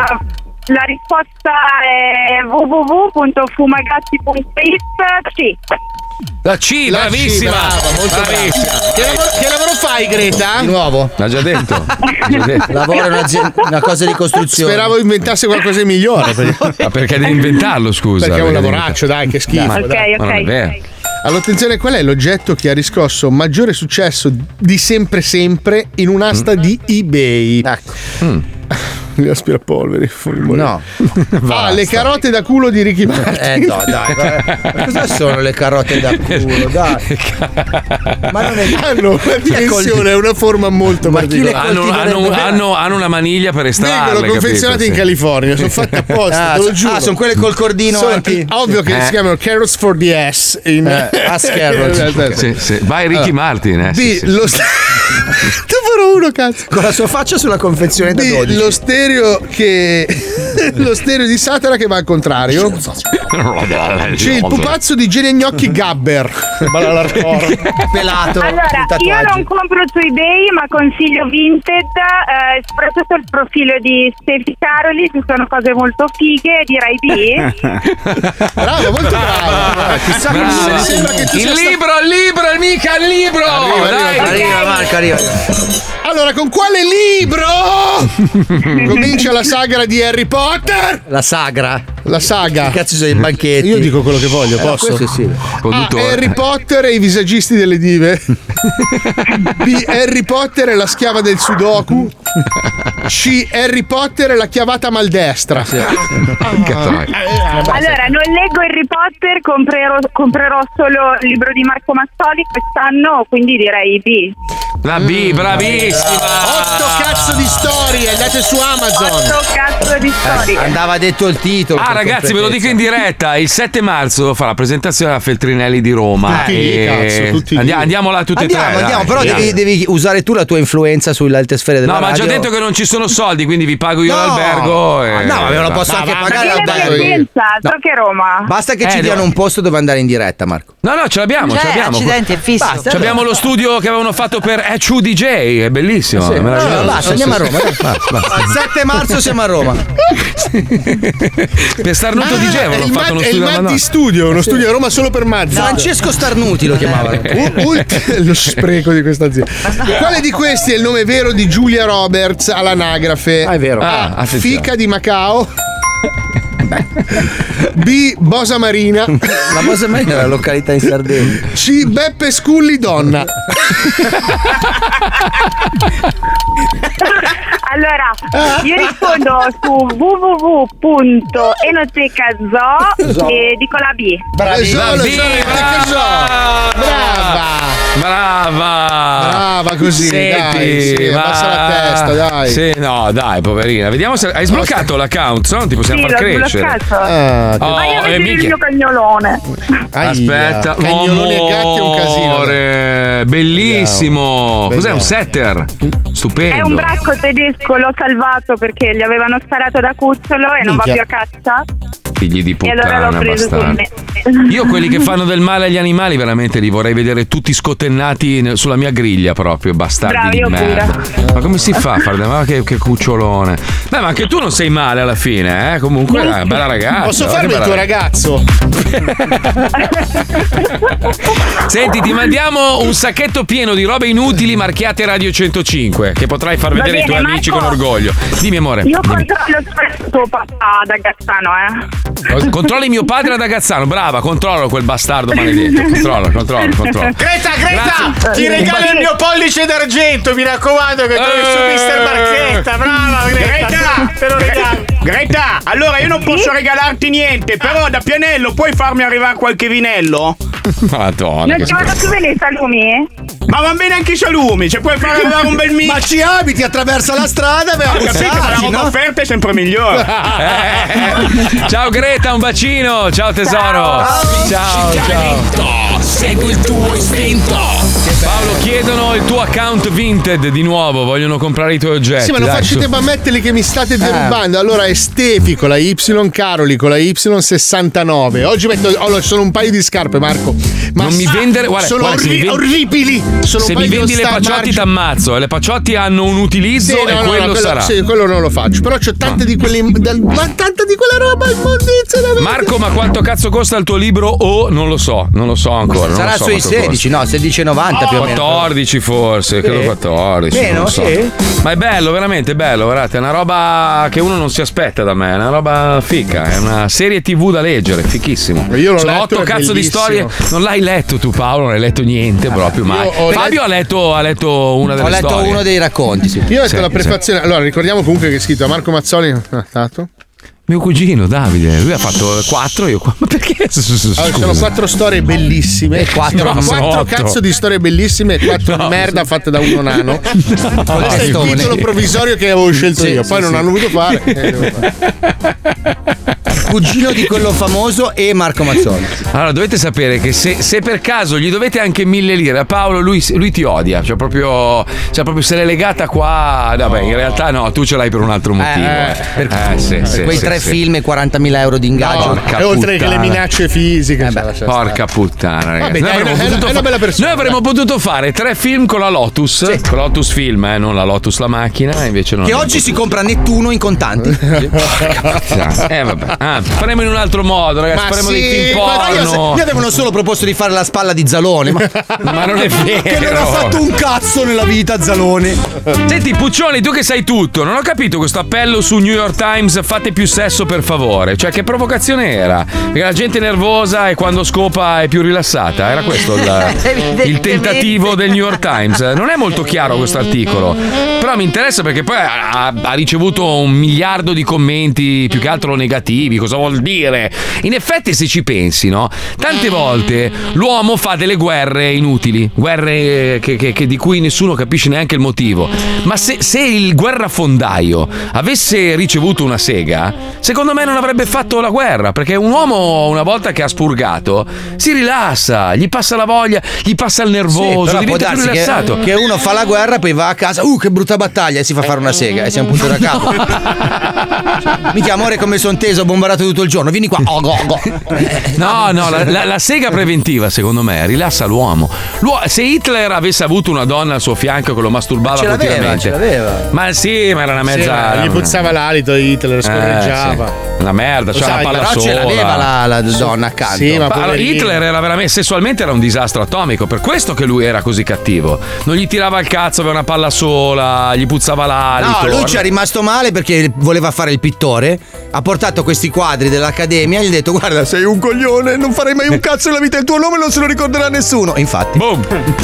Speaker 13: la risposta è www.fumagazzi.it. Sì.
Speaker 3: La C,
Speaker 2: La C,
Speaker 3: bravissima.
Speaker 2: brava, molto
Speaker 3: bravissima.
Speaker 2: Che lavoro, che lavoro fai, Greta?
Speaker 8: Di nuovo.
Speaker 3: L'ha già detto.
Speaker 8: Lavora in un'azienda- una cosa di costruzione.
Speaker 2: Speravo inventasse qualcosa di migliore. Perché
Speaker 3: Ma perché devi inventarlo, scusa?
Speaker 2: perché è un
Speaker 3: Perché devi-
Speaker 2: lavoraccio, dai, che schifo.
Speaker 3: Ma-
Speaker 2: dai.
Speaker 3: ma non è vero.
Speaker 2: Allora, attenzione, qual è l'oggetto che ha riscosso maggiore successo di sempre sempre in un'asta
Speaker 3: Mm.
Speaker 2: di eBay? Ecco. Gli aspirapolveri. No. (laughs) Ah, le carote da culo di Ricky Martin.
Speaker 8: (laughs) Eh no, dai,
Speaker 2: (laughs)
Speaker 8: guarda. Ma cosa sono le carote da
Speaker 3: (laughs)
Speaker 8: culo? Dai. Ma non è
Speaker 2: hanno
Speaker 8: (laughs)
Speaker 2: una dimensione, è una forma molto particolare.
Speaker 3: Hanno, hanno- hanno- hanno una maniglia per estrarle
Speaker 2: Vengono
Speaker 3: capito?
Speaker 2: confezionate in
Speaker 3: Sì.
Speaker 8: (laughs)
Speaker 2: California, sono fatte apposta,
Speaker 8: Ah,
Speaker 2: te lo
Speaker 8: ah,
Speaker 2: giuro.
Speaker 8: sono quelle col cordino
Speaker 2: Sono-
Speaker 8: anche-
Speaker 2: Ovvio che
Speaker 3: Eh.
Speaker 2: si chiamano Carrots for the Ass in (laughs)
Speaker 8: Eh, ass carrots.
Speaker 2: Aspetta.
Speaker 3: Sì, sì. Vai Ricky
Speaker 2: Allora,
Speaker 3: Martin, eh.
Speaker 2: D,
Speaker 3: sì, sì.
Speaker 2: lo, sta- (laughs) Numero uno, cazzo.
Speaker 8: Con la sua faccia sulla confezione da
Speaker 2: Di-
Speaker 8: 12.
Speaker 2: lo stereo che (laughs) lo stereo di Satana che va al contrario
Speaker 8: cioè, eh,
Speaker 2: c'è il pupazzo di Gene Gnocchi Gabber
Speaker 8: (laughs) Balla l'arcoro.
Speaker 2: (laughs) pelato
Speaker 13: Allora, io non compro su eBay, ma consiglio Vinted, eh, soprattutto il profilo di Steffi Caroli, ci sono cose molto fighe,
Speaker 3: (laughs)
Speaker 13: direi B.
Speaker 2: Eh. Bravo, molto brava. Chissà che mi sembra che tu
Speaker 3: Il
Speaker 2: sia sta-
Speaker 3: libro, il libro, mica il libro!
Speaker 2: Arriva,
Speaker 3: Dai,
Speaker 2: arriva,
Speaker 3: arriva,
Speaker 8: Marco, arriva.
Speaker 2: Allora, con quale libro (laughs) Mm. comincia la sagra di Harry Potter?
Speaker 8: La sagra.
Speaker 2: La saga.
Speaker 8: Che cazzo sono i banchetti?
Speaker 2: Io dico quello che voglio,
Speaker 8: Eh,
Speaker 2: posso?
Speaker 8: questo sì.
Speaker 2: A. Ah, Harry Potter e i visagisti
Speaker 8: (laughs)
Speaker 2: delle dive. B. Harry Potter e la schiava del Sudoku. C. Harry Potter e la chiavata maldestra. Ah.
Speaker 13: Allora, non leggo Harry Potter, comprerò, comprerò solo il libro di Marco Mazzoli quest'anno, quindi direi B.
Speaker 3: La B, bravissima!
Speaker 2: Otto cazzo di storie, andate su Amazon.
Speaker 13: Otto cazzo di storie.
Speaker 8: Eh, Andava detto il titolo.
Speaker 3: Ah
Speaker 8: per
Speaker 3: ragazzi ve lo dico
Speaker 8: completezza.
Speaker 3: in diretta, il 7 marzo fa la presentazione a Feltrinelli di Roma.
Speaker 8: Tutti lì, cazzo, tutti lì.
Speaker 3: Andi- andiamo là tutti
Speaker 8: andiamo,
Speaker 3: e tre.
Speaker 8: Andiamo,
Speaker 3: dai.
Speaker 8: però
Speaker 3: Andiamo.
Speaker 8: devi, devi usare tu la tua influenza sulle alte sfere della
Speaker 3: No, ma ho già
Speaker 8: radio. Ah,
Speaker 3: detto che non ci sono soldi, quindi vi pago io l'albergo. E...
Speaker 8: No, ma me lo posso
Speaker 3: Ma
Speaker 8: anche
Speaker 3: va-
Speaker 8: pagare
Speaker 13: Ma chi è la
Speaker 8: l'albergo.
Speaker 13: Piacenza? So che è Roma.
Speaker 8: Basta che
Speaker 3: Eh,
Speaker 8: ci
Speaker 3: no.
Speaker 8: diano un posto dove andare in diretta, Marco.
Speaker 3: No, no, ce l'abbiamo, ce
Speaker 9: Cioè,
Speaker 3: l'abbiamo.
Speaker 9: accidenti, è fisso.
Speaker 3: Basta, Ci abbiamo lo studio che avevano fatto per Echu DJ, è bellissimo.
Speaker 8: Sì.
Speaker 3: è
Speaker 8: No,
Speaker 3: meraviglioso.
Speaker 8: no, basta,
Speaker 3: Sì,
Speaker 8: andiamo a
Speaker 3: sì,
Speaker 8: Roma.
Speaker 3: sì.
Speaker 8: dai, basta, basta. Il 7 marzo siamo a Roma.
Speaker 3: (laughs) per Starnuto
Speaker 2: Ah,
Speaker 3: DJ
Speaker 2: è
Speaker 3: avevano
Speaker 2: il
Speaker 3: fatto uno
Speaker 2: Mad-
Speaker 3: studio a
Speaker 2: è il Matti
Speaker 3: Madonna.
Speaker 2: Studio, uno studio a Roma solo per Mazzi.
Speaker 8: Francesco Starnuti
Speaker 3: (laughs)
Speaker 8: lo chiamavano.
Speaker 2: (laughs) U- ult- lo spreco di questa azienda. Quale di questi è il nome vero di Giulia Roberts all'anagrafe?
Speaker 8: Ah, è vero.
Speaker 2: A.
Speaker 8: Ah, attenzione.
Speaker 2: Fica di Macao. B. Bosa Marina.
Speaker 8: La Bosa Marina è una località in Sardegna.
Speaker 2: C. Beppe Sculli Donna.
Speaker 3: (laughs)
Speaker 13: Allora, io rispondo su www.enotecazoo e dico la B.
Speaker 2: Brava,
Speaker 3: La B, brava! Brava!
Speaker 2: Brava così, dai, sì, abbassa la testa, dai.
Speaker 3: Sì, no, dai, poverina. Vediamo se hai sbloccato l'account, se no ti possiamo
Speaker 13: Sì,
Speaker 3: far
Speaker 13: l'ho
Speaker 3: crescere.
Speaker 13: sbloccato.
Speaker 2: Ah,
Speaker 3: Oh,
Speaker 13: Ma io
Speaker 3: eh,
Speaker 13: vedere il
Speaker 3: minchia.
Speaker 13: mio cagnolone.
Speaker 2: Aia,
Speaker 3: Aspetta,
Speaker 2: cagnolone e gatti è un casino,
Speaker 3: amore, Bellissimo. Cos'è un setter? Stupendo.
Speaker 13: È un bracco tedesco, l'ho salvato perché gli avevano sparato da cucciolo e non va
Speaker 3: Minchia.
Speaker 13: più a caccia.
Speaker 3: Figli di
Speaker 13: e
Speaker 3: puttana,
Speaker 13: allora l'ho preso
Speaker 3: bastardi.
Speaker 13: su me.
Speaker 3: Io quelli
Speaker 13: (laughs)
Speaker 3: che fanno del male agli animali veramente li vorrei vedere tutti scotennati ne- sulla mia griglia proprio,
Speaker 13: Bravo,
Speaker 3: bastardi
Speaker 13: io
Speaker 3: di
Speaker 13: pure.
Speaker 3: merda. Ma come si fa a fare? Ma che, che cucciolone. Beh, ma anche tu non sei male alla fine, eh? Comunque, eh, bella ragazza.
Speaker 2: Posso
Speaker 3: guarda
Speaker 2: farmi
Speaker 3: che
Speaker 2: il tuo
Speaker 3: bella
Speaker 2: ragazzo?
Speaker 3: Senti, ti mandiamo un sacchetto pieno di robe inutili marchiate Radio 105, che potrai far
Speaker 13: Va
Speaker 3: vedere ai
Speaker 13: bene,
Speaker 3: tuoi amici con
Speaker 13: Marco.
Speaker 3: orgoglio. Dimmi, amore.
Speaker 13: Io
Speaker 3: dimmi.
Speaker 13: controllo spesso tuo papà da Gazzano, eh.
Speaker 3: Cos- Oh, Controlli mio padre ad Agazzano, brava, controllo quel bastardo maledetto. Controllo, controllo, controllo.
Speaker 13: (laughs)
Speaker 22: Greta, Greta,
Speaker 13: Grazie.
Speaker 22: ti regalo il mio pollice d'argento, mi raccomando, che trovi su
Speaker 10: Eh.
Speaker 22: Mr. Marchetta. Brava Greta,
Speaker 10: Greta!
Speaker 22: te lo regalo.
Speaker 7: Greta, allora io non posso regalarti niente, però da pianello puoi farmi arrivare qualche vinello?
Speaker 3: Madonna.
Speaker 13: Non
Speaker 3: che
Speaker 13: ci vanno
Speaker 3: schifo.
Speaker 13: più bene i salumi? eh?
Speaker 7: Ma va bene anche i salumi, cioè puoi far arrivare un bel mix.
Speaker 8: Ma ci abiti, attraversa la strada,
Speaker 7: Ho
Speaker 8: avevamo
Speaker 7: capito, ma la roba offerta è sempre migliore.
Speaker 3: Eh, Ciao Greta, un bacino. Ciao tesoro. Ciao, ciao.
Speaker 10: Segui il tuo istinto.
Speaker 3: Paolo, chiedono il tuo account Vinted di nuovo. Vogliono comprare i tuoi oggetti.
Speaker 2: Sì, ma non
Speaker 3: dai,
Speaker 2: faccio
Speaker 3: su. Eh.
Speaker 2: tempo a metterli che mi state derubando. Allora è Stefi con la Y, Caroli con la Y69. Oggi metto. Oh, no, ci sono un paio di scarpe, Marco. Ma
Speaker 3: Non mi
Speaker 2: sa-
Speaker 3: vendere- guarda,
Speaker 2: sono
Speaker 3: guarda, se mi
Speaker 2: orri-
Speaker 3: vendi-
Speaker 2: orribili. Sono
Speaker 3: Se
Speaker 2: un
Speaker 3: mi
Speaker 2: paio
Speaker 3: vendi
Speaker 2: di
Speaker 3: le
Speaker 2: Star
Speaker 3: pacciotti
Speaker 2: Margin.
Speaker 3: t'ammazzo. E le pacciotti hanno un
Speaker 2: Sì,
Speaker 3: utilizzo
Speaker 2: no,
Speaker 3: e
Speaker 2: no, no,
Speaker 3: quello
Speaker 2: quello-
Speaker 3: sarà.
Speaker 2: sì, quello non lo faccio. Però c'ho tante di quelle. del- ma tanta di quella roba immondizia da me.
Speaker 3: Marco, ma quanto cazzo costa il tuo libro? O non lo so, non lo so ancora. non
Speaker 8: Sarà
Speaker 3: lo so
Speaker 8: sui
Speaker 3: quanto costa.
Speaker 8: 16, no, 16,90 più o meno.
Speaker 3: 14 forse, credo 14.
Speaker 8: Meno,
Speaker 3: non lo so.
Speaker 8: sì.
Speaker 3: Ma è bello, veramente bello, guardate, è una roba che uno non si aspetta da me, è una roba fica, è una serie tv da leggere, fichissimo.
Speaker 2: Io l'ho
Speaker 3: Sono
Speaker 2: letto,
Speaker 3: otto
Speaker 2: è
Speaker 3: cazzo di
Speaker 2: bellissimo.
Speaker 3: storie. Non l'hai letto tu Paolo, non hai letto niente proprio mai.
Speaker 2: ho
Speaker 3: Fabio ha letto, ha letto una delle
Speaker 8: Ho letto
Speaker 3: storie.
Speaker 8: uno dei racconti, sì.
Speaker 2: Io ho detto
Speaker 3: Sì,
Speaker 2: la prefazione. Allora, ricordiamo comunque che è scritto da Marco Mazzoli. Ah, tanto.
Speaker 3: Mio cugino Davide, lui ha fatto quattro, io qua. (laughs) Ma perché?
Speaker 2: Allora, ci sono
Speaker 3: Scusa.
Speaker 2: quattro storie bellissime.
Speaker 3: quattro,
Speaker 2: No,
Speaker 3: no,
Speaker 2: quattro
Speaker 3: otto.
Speaker 2: cazzo di storie bellissime e quattro di merda fatte da
Speaker 3: (laughs)
Speaker 2: uno nano. Questo è il
Speaker 8: testone.
Speaker 2: titolo provvisorio che avevo scelto
Speaker 8: Sì, (laughs)
Speaker 2: io.
Speaker 8: sì,
Speaker 3: (laughs)
Speaker 2: Poi non
Speaker 8: sì.
Speaker 2: hanno voluto fare. Eh, devo fare.
Speaker 8: cugino di quello famoso e Marco Mazzoni.
Speaker 3: Allora, dovete sapere che se, se per caso gli dovete anche mille lire a Paolo, lui, lui ti odia. Cioè, proprio, cioè proprio se l'è legata qua. No, beh, in realtà no, tu ce l'hai per un altro motivo.
Speaker 8: Eh,
Speaker 3: eh.
Speaker 8: per
Speaker 3: Eh, sì, sì,
Speaker 8: quei
Speaker 3: sì,
Speaker 8: tre
Speaker 3: sì.
Speaker 8: film e 40.000 euro di ingaggio.
Speaker 3: Porca E oltre che puttana. le minacce
Speaker 2: fisiche.
Speaker 8: cioè,
Speaker 3: Porca puttana, ragazzi.
Speaker 2: Vabbè,
Speaker 3: Noi
Speaker 2: dai,
Speaker 3: avremmo
Speaker 2: è una-
Speaker 3: potuto
Speaker 2: è una
Speaker 3: fa-
Speaker 2: bella persona,
Speaker 3: Noi avremmo potuto fare tre film con la Lotus, con la Lotus Film, eh, non la Lotus la macchina, invece non.
Speaker 8: Che
Speaker 3: abbiamo
Speaker 8: oggi si compra Nettuno in (laughs) contanti.
Speaker 3: potuto. Eh, vabbè. Ah, faremo in un altro modo, ragazzi.
Speaker 8: Ma
Speaker 3: faremo dei
Speaker 8: sì,
Speaker 3: film
Speaker 8: guarda, io,
Speaker 3: porno.
Speaker 8: se- io avevano solo proposto di fare la spalla di Zalone, ma,
Speaker 3: (laughs) Ma non è vero.
Speaker 8: (laughs) Che non ha fatto un cazzo nella vita Zalone.
Speaker 3: Senti, Puccioni, tu che sai tutto, non ho capito questo appello su New York Times: fate più sesso per favore. Cioè, che provocazione era? Perché la gente è nervosa e quando scopa è più rilassata. Era questo il, il tentativo del New York Times. Non è molto chiaro questo articolo, però mi interessa perché poi ha, ha ricevuto un miliardo di commenti, più che altro negativi. Cosa vuol dire? In effetti, se ci pensi, no? Tante volte l'uomo fa delle guerre inutili, guerre eh, che- che- che di cui nessuno capisce neanche il motivo. Ma se, se il guerrafondaio avesse ricevuto una sega, secondo me non avrebbe fatto la guerra, perché un uomo una volta che ha spurgato si rilassa, gli passa la voglia, gli passa il nervoso,
Speaker 8: però può
Speaker 3: diventa più
Speaker 8: darsi che,
Speaker 3: rilassato.
Speaker 8: che uno fa la guerra, poi va a casa, uh che brutta battaglia, e si fa fare una sega e siamo punto da capo.
Speaker 3: (laughs)
Speaker 8: Mica amore come sono teso, ho bombarato tutto il giorno, vieni qua. Oh, go, go.
Speaker 3: No, no, la, la- la sega preventiva, secondo me, rilassa l'uomo. L'uo- se Hitler avesse avuto una donna al suo fianco che lo masturbava
Speaker 2: Ma ce l'aveva,
Speaker 3: continuamente,
Speaker 2: ce l'aveva.
Speaker 3: ma sì, ma era una mezza. um,
Speaker 2: Sì, gli puzzava l'alito Hitler, scorreggiava.
Speaker 3: Eh, sì. La merda, c'era
Speaker 2: Lo
Speaker 3: la
Speaker 2: sai,
Speaker 3: palla
Speaker 2: però ce
Speaker 3: sola.
Speaker 2: l'aveva la- la donna
Speaker 3: Sì,
Speaker 2: accanto.
Speaker 3: Sì, ma
Speaker 2: Ma
Speaker 3: allora,
Speaker 2: poverino.
Speaker 3: Hitler era veramente sessualmente era un disastro atomico, per questo che lui era così cattivo. Non gli tirava il cazzo, aveva una palla sola, gli puzzava l'alito.
Speaker 8: No, lui ci è rimasto male perché voleva fare il pittore. Ha portato questi quadri dell'Accademia e gli ha detto: Guarda, sei un coglione, non
Speaker 3: (laughs)
Speaker 8: farei mai un cazzo nella vita, il tuo nome non se lo ricorderà nessuno. E Infatti,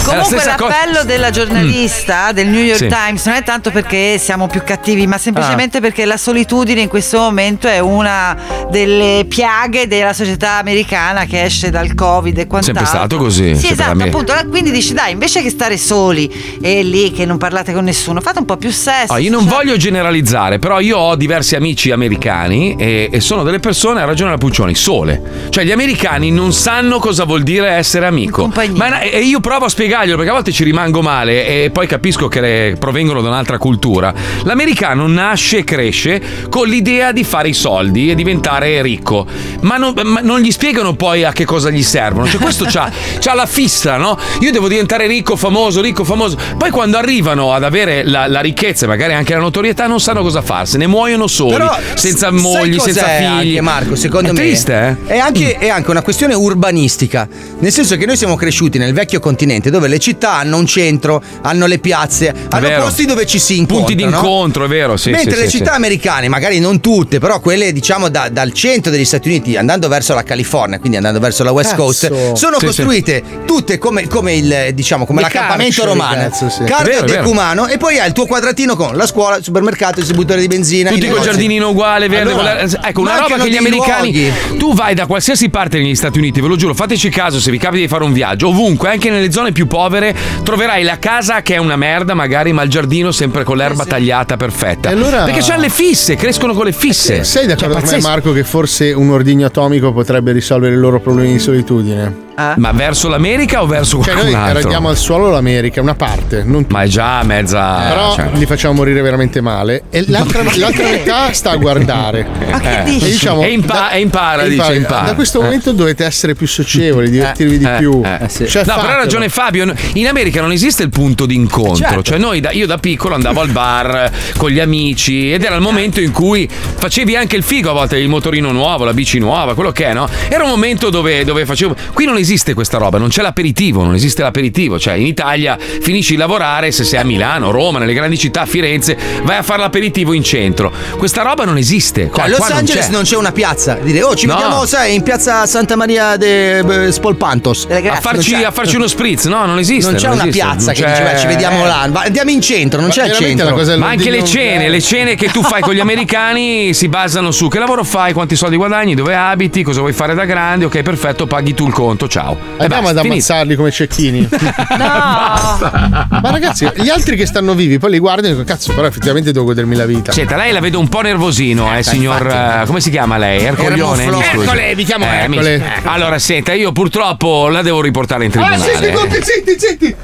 Speaker 9: Comunque l'appello della giornalista
Speaker 3: Mm.
Speaker 9: del New York
Speaker 8: Sì.
Speaker 9: Times non è tanto perché siamo più cattivi, ma
Speaker 3: Ah.
Speaker 9: semplicemente perché la solitudine in questo momento è una delle piaghe della società americana che esce dal Covid e quant'altro.
Speaker 3: Sempre stato così,
Speaker 9: Sì,
Speaker 3: sempre
Speaker 9: esatto,
Speaker 3: da me.
Speaker 9: appunto. Quindi dici dai, invece che stare soli e lì che non parlate con nessuno, fate un po' più sesso.
Speaker 3: Ah, io non voglio generalizzare, però io ho diversi amici americani e, e sono delle persone, ha ragione la Puccioni, sole. Cioè gli americani non sanno cosa vuol dire essere amico. Ma, e io provo a spiegarglielo perché a volte ci rimango male e poi capisco che le- provengono da un'altra cultura. L'americano nasce e cresce con l'idea di fare i soldi e diventare ricco, ma non, ma non gli spiegano poi a che cosa gli servono. Cioè questo c'ha, c'ha la fissa, no? Io devo diventare ricco, famoso, ricco, famoso. Poi quando arrivano ad avere la, la ricchezza e magari anche la notorietà non sanno cosa farsene, muoiono soli,
Speaker 8: Però,
Speaker 3: senza
Speaker 8: sai
Speaker 3: mogli,
Speaker 8: cos'è
Speaker 3: senza figli.
Speaker 8: anche, Marco, secondo
Speaker 3: è
Speaker 8: me
Speaker 3: triste, eh?
Speaker 8: È anche, è anche una questione urbanistica, nel senso che noi siamo cresciuti nel vecchio continente dove le città hanno un centro, hanno le piazze, hanno
Speaker 3: vero.
Speaker 8: posti dove ci si incontra.
Speaker 3: Punti d'incontro, è vero, sì,
Speaker 8: Mentre
Speaker 3: sì,
Speaker 8: le
Speaker 3: sì,
Speaker 8: città
Speaker 3: sì.
Speaker 8: americane, magari non tutte, però quelle diciamo da- dal centro degli Stati Uniti andando verso la California, quindi andando verso la West
Speaker 2: Cazzo.
Speaker 8: Coast, sono
Speaker 2: Sì,
Speaker 8: costruite tutte come, come il diciamo come
Speaker 2: Le
Speaker 8: l'accampamento
Speaker 2: carceri,
Speaker 8: romano,
Speaker 2: cazzo, sì. È
Speaker 8: cardio
Speaker 2: vero, è vero.
Speaker 8: decumano e poi hai il tuo quadratino con la scuola, il supermercato, il distributore di benzina,
Speaker 3: Tutti
Speaker 8: i
Speaker 3: col
Speaker 8: negozi.
Speaker 3: giardinino uguale, verde.
Speaker 8: Allora,
Speaker 3: con la- Ecco, una roba
Speaker 8: mancano
Speaker 3: che gli
Speaker 8: dei
Speaker 3: americani.
Speaker 8: luoghi.
Speaker 3: Tu vai da qualsiasi parte negli Stati Uniti, ve lo giuro, fateci caso se vi capita di fare un viaggio. Ovunque, anche nelle zone più povere, troverai la casa che è una merda, magari, ma il giardino sempre con l'erba tagliata perfetta.
Speaker 2: Eh, allora- Eh,
Speaker 3: Perché c'hanno le fisse, crescono con le fisse.
Speaker 2: Sei d'accordo
Speaker 3: Cioè,
Speaker 2: con me,
Speaker 3: pazzesco.
Speaker 2: Marco, che forse un ordigno atomico potrebbe risolvere i loro problemi di solitudine?
Speaker 3: Eh? Ma verso l'America o verso
Speaker 2: Cioè,
Speaker 3: qualcun
Speaker 2: noi
Speaker 3: altro?
Speaker 2: radiamo al suolo l'America, una parte, non
Speaker 3: Ma è già mezza.
Speaker 2: Però
Speaker 3: cioè-
Speaker 2: li facciamo morire veramente male. E
Speaker 3: (laughs)
Speaker 2: l'altra,
Speaker 3: Ma-
Speaker 2: l'altra metà sta a guardare.
Speaker 3: che
Speaker 2: E
Speaker 3: dici?
Speaker 2: diciamo,
Speaker 3: Eh. E impa-
Speaker 2: da-
Speaker 3: e impara,
Speaker 2: e
Speaker 3: dice, impara.
Speaker 2: Da questo
Speaker 3: Eh.
Speaker 2: momento dovete essere più socievoli, divertirvi di più. Cioè,
Speaker 3: no, però ha
Speaker 2: fatelo.
Speaker 3: ragione Fabio. no- In America non esiste il punto d'incontro.
Speaker 2: Certo.
Speaker 3: Cioè, noi da- io da piccolo andavo al bar eh, con gli amici ed era il momento in cui facevi anche il figo a volte, il motorino nuovo, la bici nuova, quello che è, no? Era un momento dove, dove facevo. Qui non esiste questa roba, non c'è l'aperitivo, non esiste l'aperitivo. Cioè, in Italia finisci di lavorare se sei a Milano, Roma, nelle grandi città, Firenze, vai a fare l'aperitivo in centro. Questa roba non esiste. Qua, qua
Speaker 8: A Cioè, Los
Speaker 3: non
Speaker 8: Angeles
Speaker 3: c'è.
Speaker 8: non c'è una piazza. Dire, oh, ci
Speaker 3: No.
Speaker 8: vediamo, sai, in piazza Santa Maria de eh, Spolpantos.
Speaker 3: A farci, a farci uno spritz, no, non esiste.
Speaker 8: Non c'è una
Speaker 3: esiste,
Speaker 8: piazza
Speaker 3: non
Speaker 8: che
Speaker 3: c'è- Eh.
Speaker 8: dice, "Beh, ci vediamo là. Va- Andiamo in centro, non c'è il centro.
Speaker 3: ma anche le cene, le cene che tu
Speaker 8: (laughs)
Speaker 2: (laughs)
Speaker 3: fai con gli americani si basano su che lavoro fai, quanti soldi guadagni, dove abiti, cosa vuoi fare da grande, ok, perfetto, paghi tu il conto, ciao. E
Speaker 2: Andiamo ad
Speaker 3: basta, finito.
Speaker 2: ammazzarli come (laughs) cecchini. Ma ragazzi, gli altri che stanno vivi, poi li guardano e dicono: Cazzo, però effettivamente devo godermi la vita.
Speaker 3: Senta, lei la vedo un po' nervosino, eh, signor. eh, come si chiama lei? Ercolione?
Speaker 2: Ermoflo-
Speaker 3: Mi scusi. Eh,
Speaker 2: Ercole, mi chiamo
Speaker 3: mi-
Speaker 2: Ercole.
Speaker 3: Allora, senta, io purtroppo la devo riportare in
Speaker 2: Ah,
Speaker 3: tribunale.
Speaker 2: zitti, tutti, zitti, zitti.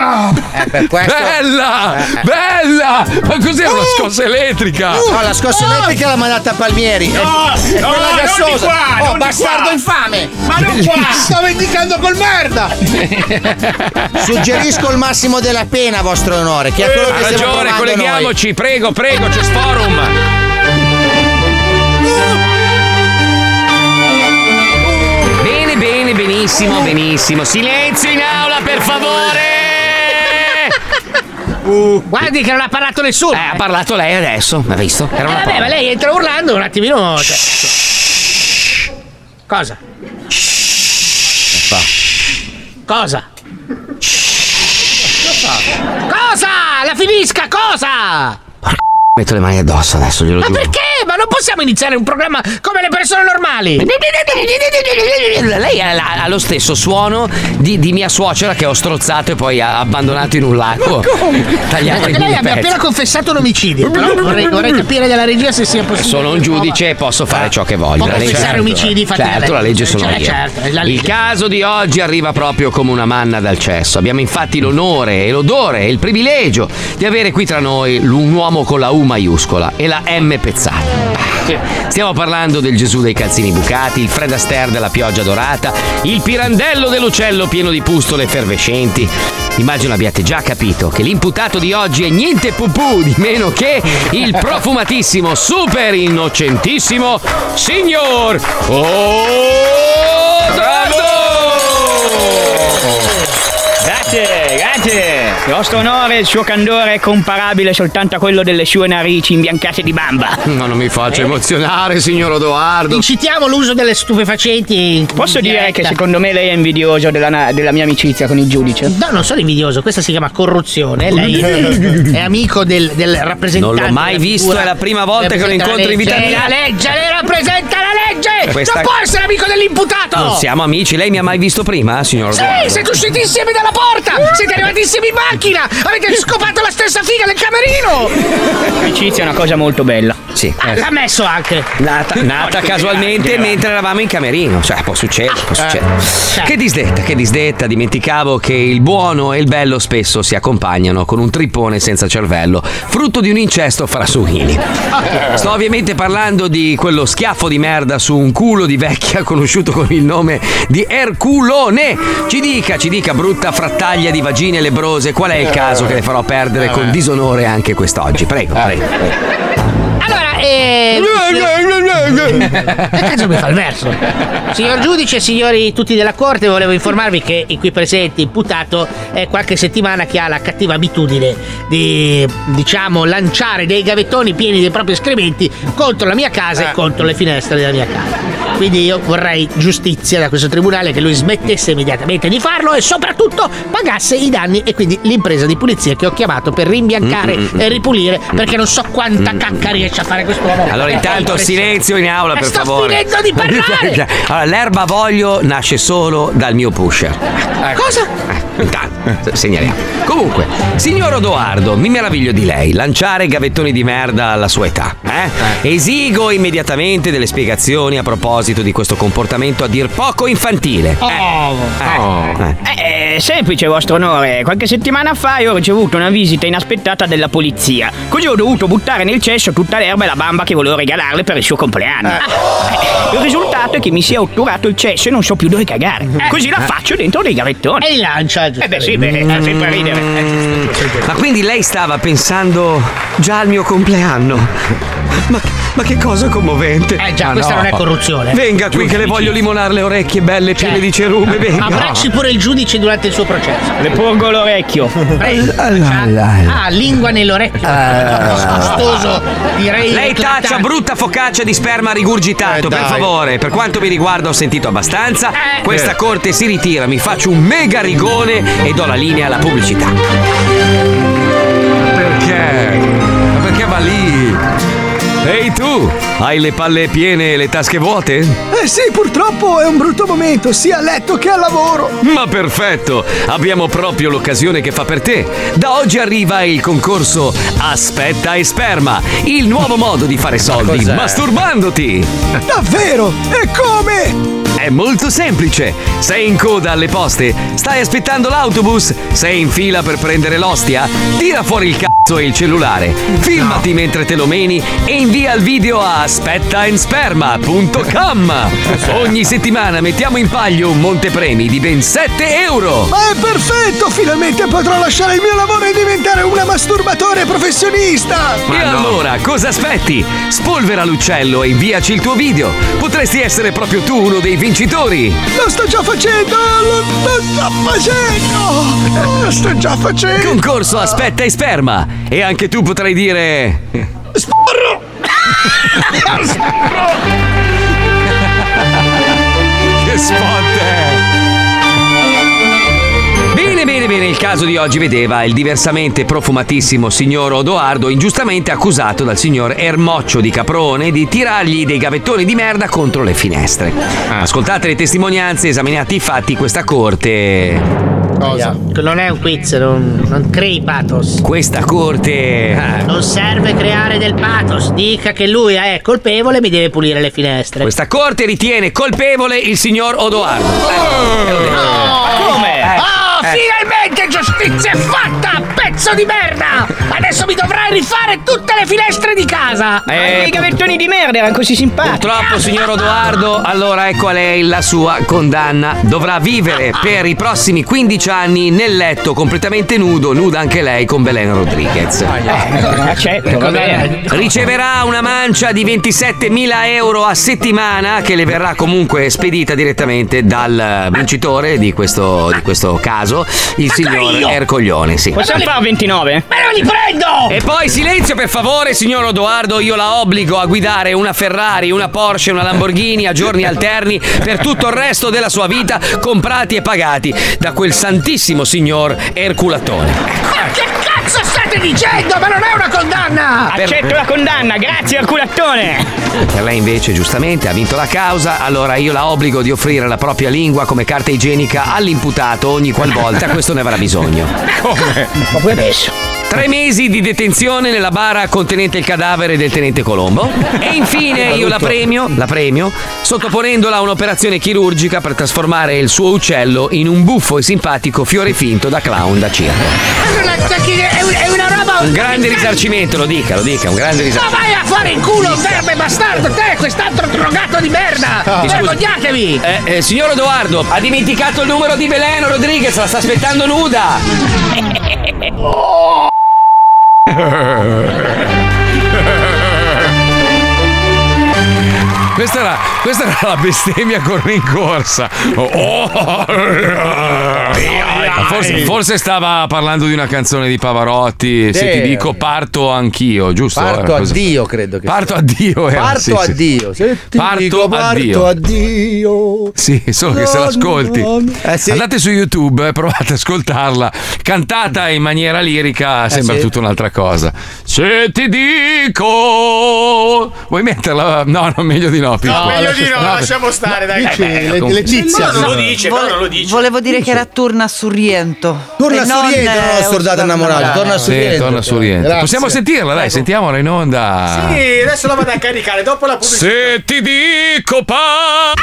Speaker 2: Ah.
Speaker 8: Eh,
Speaker 3: Bella!
Speaker 2: Eh.
Speaker 3: Bella! Ma cos'è una scossa elettrica?
Speaker 8: Uh!
Speaker 3: Ah!
Speaker 8: No, la scossa elettrica l'ha mandata a Palmieri.
Speaker 2: No,
Speaker 8: è
Speaker 2: no,
Speaker 8: quella
Speaker 2: non di
Speaker 8: gassosa.
Speaker 2: qua, non
Speaker 8: oh,
Speaker 2: di
Speaker 8: bastardo
Speaker 2: qua.
Speaker 8: infame.
Speaker 2: Ma non qua.
Speaker 8: Stavo indicando col
Speaker 2: (laughs)
Speaker 8: merda. (laughs) Suggerisco il massimo della pena, vostro onore, che è quello
Speaker 3: Ha
Speaker 8: che stiamo
Speaker 3: ragione,
Speaker 8: provando noi.
Speaker 3: colleghiamoci, prego, prego, c'è Sforum.
Speaker 14: Bene, bene, benissimo, benissimo. Silenzio in aula, per (laughs) favore! Guardi che non ha parlato nessuno. Uh. Eh, ha parlato lei adesso, ha visto? Era
Speaker 15: Eh,
Speaker 14: una
Speaker 15: vabbè,
Speaker 14: porra.
Speaker 15: ma lei entra urlando un attimino. cioè, insomma. Cosa? Cosa? Cosa? La finisca, cosa?
Speaker 14: Metto le mani addosso adesso, glielo
Speaker 15: Ma
Speaker 14: giuro.
Speaker 15: perché? Ma non possiamo iniziare un programma come le persone normali.
Speaker 14: Lei ha, ha- ha lo stesso suono di, di mia suocera che ho strozzato e poi ha abbandonato in un lago. Tagliato
Speaker 15: Perché
Speaker 14: in
Speaker 15: lei
Speaker 14: mille
Speaker 15: abbia appena
Speaker 14: pezzi.
Speaker 15: confessato l'omicidio. Però vorrei, vorrei capire dalla regia se sia possibile.
Speaker 14: Sono un giudice e posso fare ciò che voglio.
Speaker 15: Può
Speaker 14: La legge-
Speaker 15: confessare Ah. omicidi, fatti la
Speaker 14: Certo,
Speaker 15: legge.
Speaker 14: la legge
Speaker 15: Cioè,
Speaker 14: sono io.
Speaker 15: certo, è la
Speaker 14: Il
Speaker 15: legge.
Speaker 14: caso di oggi arriva proprio come una manna dal cesso. Abbiamo infatti l'onore e l'odore e il privilegio di avere qui tra noi l- un uomo con la U maiuscola e la M pezzata. Stiamo parlando del Gesù dei calzini bucati, il Fred Astaire della pioggia dorata, il pirandello dell'uccello pieno di pustole effervescenti. Immagino abbiate già capito che l'imputato di oggi è niente pupù di meno che il profumatissimo, super innocentissimo signor
Speaker 19: Grazie, grazie. Il vostro onore e il suo candore è comparabile soltanto a quello delle sue narici imbiancate di bamba. Eh,
Speaker 14: No, non mi faccia emozionare, signor Odoardo.
Speaker 15: Incitiamo l'uso delle stupefacenti.
Speaker 19: Posso dire che secondo me lei è invidioso della, na- della mia amicizia con il giudice?
Speaker 15: No, non sono invidioso, questa si chiama corruzione. Lei è amico del, del rappresentante.
Speaker 14: Non l'ho mai
Speaker 15: della
Speaker 14: visto,
Speaker 15: figura
Speaker 14: è la prima volta
Speaker 15: che
Speaker 14: che lo
Speaker 15: rappresenta
Speaker 14: incontro in
Speaker 15: la
Speaker 14: vita
Speaker 15: legge.
Speaker 14: mia.
Speaker 15: La legge, lei rappresenta la legge!
Speaker 14: Questa-
Speaker 15: Non può essere amico dell'imputato!
Speaker 14: Non siamo amici, lei mi ha mai visto prima, eh, signor
Speaker 15: Sì,
Speaker 14: Odoardo?
Speaker 15: siete usciti insieme dalla porta! Siete arrivati insieme in macchina! Avete scopato la stessa figa del camerino!
Speaker 19: L'amicizia è una cosa molto bella. Eh,
Speaker 14: Sì.
Speaker 15: L'ha messo anche!
Speaker 14: Nata, nata casualmente mentre eravamo in camerino, cioè può succedere, può succedere. Che disdetta, che disdetta, dimenticavo che il buono e il bello spesso si accompagnano con un trippone senza cervello, frutto di un incesto fra suini. Sto ovviamente parlando di quello schiaffo di merda su un culo di vecchia conosciuto con il nome di Erculone. Ci dica, ci dica, brutta frattaglia di vagine lebrose, qual è il caso che le farò perdere
Speaker 8: Eh.
Speaker 14: con disonore anche quest'oggi? Prego,
Speaker 8: Ah.
Speaker 14: prego.
Speaker 15: Allora, eh. Che cazzo mi fa il verso? Signor giudice e signori tutti della corte, volevo informarvi che il qui presente imputato è qualche settimana che ha la cattiva abitudine di, diciamo, lanciare dei gavettoni pieni dei propri escrementi contro la mia
Speaker 14: Eh.
Speaker 15: casa e contro le finestre della mia casa. Quindi io vorrei giustizia da questo tribunale che lui smettesse immediatamente di farlo e soprattutto pagasse i danni e quindi l'impresa di pulizia che ho chiamato per rimbiancare
Speaker 14: Mm, mm, mm.
Speaker 15: e ripulire perché non so quanta
Speaker 14: Mm.
Speaker 15: cacca riesce a fare quest'uomo.
Speaker 14: Allora, intanto silenzio in aula, per
Speaker 15: Eh, Sto
Speaker 14: favore.
Speaker 15: finendo di parlare!
Speaker 14: (laughs) Allora, l'erba voglio nasce solo dal mio pusher. Ecco. Eh,
Speaker 15: Cosa?
Speaker 14: Intanto, segnaliamo. Comunque, signor Odoardo, mi meraviglio di lei. Lanciare gavettoni di merda alla sua età. Eh? Esigo immediatamente delle spiegazioni a proposito di questo comportamento a dir poco infantile. Eh, eh.
Speaker 19: Eh, eh, semplice vostro onore, qualche settimana fa io ho ricevuto una visita inaspettata della polizia. Così ho dovuto buttare nel cesso tutta l'erba e la bamba che volevo regalarle per il suo compleanno. Eh, Il risultato è che mi si è otturato il cesso e non so più dove cagare.
Speaker 14: Eh.
Speaker 19: Così la faccio dentro dei gavettoni.
Speaker 15: E li lancia,
Speaker 19: Eh beh sì, beh, fa sempre a ridere.
Speaker 14: mm.
Speaker 15: Eh.
Speaker 14: Ma quindi lei stava pensando già al mio compleanno? Ma, ma che cosa commovente!
Speaker 15: Eh già,
Speaker 14: Ma
Speaker 15: questa
Speaker 14: no.
Speaker 15: non è corruzione.
Speaker 14: Venga qui che le voglio limonare le orecchie belle piene di cerume, venga.
Speaker 15: Cioè, Abbracci pure il giudice durante il suo processo.
Speaker 19: Le porgo l'orecchio.
Speaker 15: Prego. Ah, lingua nell'orecchio.
Speaker 20: Eh.
Speaker 15: Disgustoso, direi.
Speaker 14: Lei
Speaker 15: eclatante.
Speaker 14: taccia brutta focaccia di sperma rigurgitato, per favore. Per quanto mi riguarda ho sentito abbastanza.
Speaker 15: Eh.
Speaker 14: Questa corte si ritira, mi faccio un mega rigone e do la linea alla pubblicità.
Speaker 3: Perché? Ma perché va lì?
Speaker 14: Ehi tu, hai le palle piene e le tasche vuote?
Speaker 10: Eh sì, purtroppo è un brutto momento, sia a letto che al lavoro.
Speaker 14: Ma perfetto, abbiamo proprio l'occasione che fa per te. Da oggi arriva il concorso Aspetta e sperma, il nuovo modo di fare soldi
Speaker 3: cos'è?
Speaker 14: masturbandoti. Davvero? E come? È molto semplice. Sei in coda alle poste, stai aspettando l'autobus, sei in fila per prendere l'ostia, tira fuori il cazzo e il cellulare, filmati mentre te lo meni e invia il video a aspettaensperma.com. Ogni settimana mettiamo in paglio un montepremi di ben 7 euro.
Speaker 10: Ma è perfetto, finalmente potrò lasciare il mio lavoro e diventare una masturbatore professionista.
Speaker 14: e allora, cosa aspetti? Spolvera l'uccello e inviaci il tuo video. Potresti essere proprio tu uno dei vincitori.
Speaker 10: Lo sto già facendo, lo, lo sto facendo. Lo sto già facendo.
Speaker 14: Concorso aspetta e sperma. E anche tu potrai dire... Sporro!
Speaker 10: (laughs)
Speaker 14: (laughs) che spot Bene, bene, bene, il caso di oggi vedeva il diversamente profumatissimo signor Odoardo ingiustamente accusato dal signor Ermoccio di Caprone di tirargli dei gavettoni di merda contro le finestre. Ascoltate le testimonianze, esaminate i fatti, questa corte...
Speaker 20: Cosa? Non è un quiz, non, non crei pathos. Eh,
Speaker 14: Questa corte...
Speaker 20: Non serve creare del pathos. Dica che lui è colpevole e mi deve pulire le finestre.
Speaker 14: Questa corte ritiene colpevole il signor Odoardo.
Speaker 20: Oh!
Speaker 14: Eh,
Speaker 3: come?
Speaker 15: Oh,
Speaker 14: eh.
Speaker 15: finalmente giustizia è fatta, pezzo di merda! Adesso mi dovrai rifare tutte le finestre di casa!
Speaker 14: Ecco.
Speaker 19: Anche i Eh, gavettoni di merda erano così simpatici.
Speaker 14: Purtroppo, signor Odoardo, allora ecco a lei la sua condanna. Dovrà vivere per i prossimi 15 anni nel letto completamente nudo, nuda anche lei con Belen Rodriguez.
Speaker 19: Ah, certo, va bene.
Speaker 14: Riceverà una mancia di 27.000 euro a settimana che le verrà comunque spedita direttamente dal eh, vincitore di questo, di questo caso, il signor
Speaker 19: io?
Speaker 14: Ercoglione. Sì.
Speaker 19: Possiamo fare 29?
Speaker 15: Ma non li prendo!
Speaker 14: E poi silenzio per favore, signor Odoardo, io la obbligo a guidare una Ferrari, una Porsche, una Lamborghini a giorni alterni per tutto il resto della sua vita, comprati e pagati da quel santissimo signor Erculatone.
Speaker 15: Ma che cazzo state dicendo? Ma non è una condanna!
Speaker 19: Accetto la condanna, grazie Erculattone!
Speaker 14: Per lei invece, giustamente, ha vinto la causa, allora io la obbligo di offrire la propria lingua come carta igienica all'imputato ogni qualvolta questo ne avrà bisogno.
Speaker 19: Come? Ma poi adesso?
Speaker 14: Tre mesi di detenzione nella bara contenente il cadavere del tenente Colombo. E infine io la premio, la premio, sottoponendola a un'operazione chirurgica per trasformare il suo uccello in un buffo e simpatico fiore finto da clown da circo.
Speaker 15: È un- è una roba...
Speaker 14: Un grande risarcimento, lo dica, lo dica, un grande
Speaker 15: Ma
Speaker 14: risarcimento.
Speaker 15: vai a fare in culo, verme bastardo! Te, quest'altro drogato di merda!
Speaker 14: Mi scusi.
Speaker 15: Vergognatevi!
Speaker 14: Ah. Eh, eh, signor Edoardo, ha dimenticato il numero di Beleno Rodriguez, la sta aspettando nuda.
Speaker 3: Questa era, questa era la bestemmia con rincorsa. Oh, oh.
Speaker 14: Ma Forse, forse stava parlando di una canzone di Pavarotti. Se
Speaker 8: Sì.
Speaker 14: ti dico parto anch'io, giusto?
Speaker 8: Parto
Speaker 14: Era così.
Speaker 8: addio, credo che
Speaker 14: Parto addio, era,
Speaker 8: Parto
Speaker 14: sì, sì.
Speaker 8: addio. Se ti
Speaker 14: Parto
Speaker 8: dico
Speaker 14: addio.
Speaker 8: Parto addio.
Speaker 14: Sì, solo che se l'ascolti.
Speaker 8: Eh,
Speaker 14: Andate su YouTube e provate ad ascoltarla. Cantata in maniera lirica
Speaker 8: Eh,
Speaker 14: sembra
Speaker 3: sì.
Speaker 14: tutta un'altra cosa. Se ti dico. Vuoi metterla? No, no, meglio di no. Filippo.
Speaker 9: meglio di no,
Speaker 14: No,
Speaker 9: lasciamo stare, dai.
Speaker 14: Dici, le- le tizie.
Speaker 9: No, non lo
Speaker 14: No,
Speaker 9: dice,
Speaker 28: Vole-
Speaker 9: però non lo dice.
Speaker 28: Volevo dire che era Torna Surriento.
Speaker 8: Torna
Speaker 28: E non,
Speaker 8: Surriento,
Speaker 28: eh,
Speaker 8: no, sordata innamorata. Torna
Speaker 14: Sì,
Speaker 8: Surriento.
Speaker 14: torna su rientro.
Speaker 8: Grazie.
Speaker 14: Possiamo sentirla, dai, sentiamola in onda.
Speaker 9: Sì, adesso la vado a caricare, dopo la pubblicità.
Speaker 14: Se ti dico pa...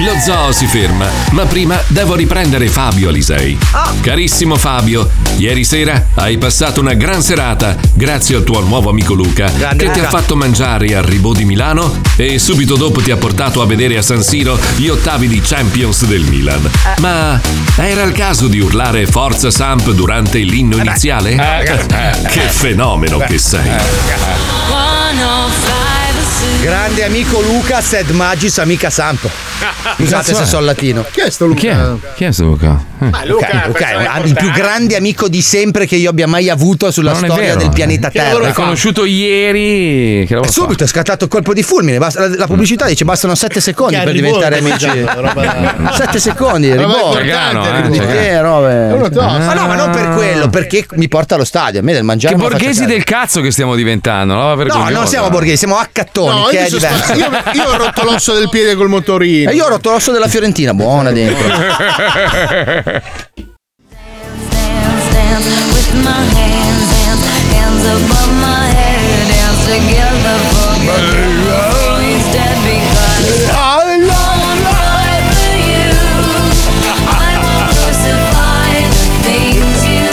Speaker 1: Lo zoo si ferma, ma prima devo riprendere Fabio Alisei.
Speaker 3: Ah.
Speaker 1: Carissimo Fabio, ieri sera hai passato una gran serata grazie al tuo nuovo amico Luca che ti ha
Speaker 3: Luca.
Speaker 1: fatto mangiare al Ribò di Milano e subito dopo ti ha portato a vedere a San Siro gli ottavi di Champions del
Speaker 3: Eh.
Speaker 1: Milan. Ma era il caso di urlare Forza Samp durante
Speaker 3: Eh
Speaker 1: l'inno iniziale?
Speaker 3: ragazzi, eh,
Speaker 1: Che fenomeno che sei!
Speaker 6: 105
Speaker 8: Grande amico Lucas ed magis amica santo. Scusate
Speaker 3: cazzo
Speaker 8: se
Speaker 3: è?
Speaker 8: sono latino. Chi è sto
Speaker 3: Chi è? Chi è sto Luca? Eh.
Speaker 2: Ah,
Speaker 8: Luca, è il più grande amico di sempre che io abbia mai avuto sulla
Speaker 3: Non è
Speaker 8: storia
Speaker 3: vero.
Speaker 8: del pianeta
Speaker 3: Che
Speaker 8: Terra.
Speaker 3: lavoro fa? L'ho conosciuto ieri. Che
Speaker 8: E subito è scattato il colpo di fulmine. basta- la, la pubblicità dice bastano 7 secondi
Speaker 3: Che
Speaker 8: per
Speaker 3: arrivo-
Speaker 8: diventare amici.
Speaker 2: (laughs)
Speaker 3: roba-
Speaker 8: 7 secondi,
Speaker 3: Roba
Speaker 8: ribolla.
Speaker 3: importante, Cercano, eh,
Speaker 8: Di
Speaker 3: cercano.
Speaker 8: che robe?
Speaker 3: È uno tosto.
Speaker 8: Ma no, ma non per quello, perché mi porta allo stadio. A me del mangiare.
Speaker 3: Che
Speaker 8: non la faccio
Speaker 3: borghesi del cazzo che stiamo diventando. No,
Speaker 8: No, non siamo borghesi, siamo accattoni,
Speaker 2: No,
Speaker 8: che
Speaker 2: io,
Speaker 8: è
Speaker 2: sono
Speaker 8: diverso.
Speaker 2: stato- io- io ho rotto l'osso del piede col motorino.
Speaker 8: E io ho rotto l'osso della Fiorentina, buona dentro.
Speaker 6: with my hands, hands, hands above my head, dance together
Speaker 14: (laughs)
Speaker 6: for good. Instead, because I won't cry for you. I won't crucify the things you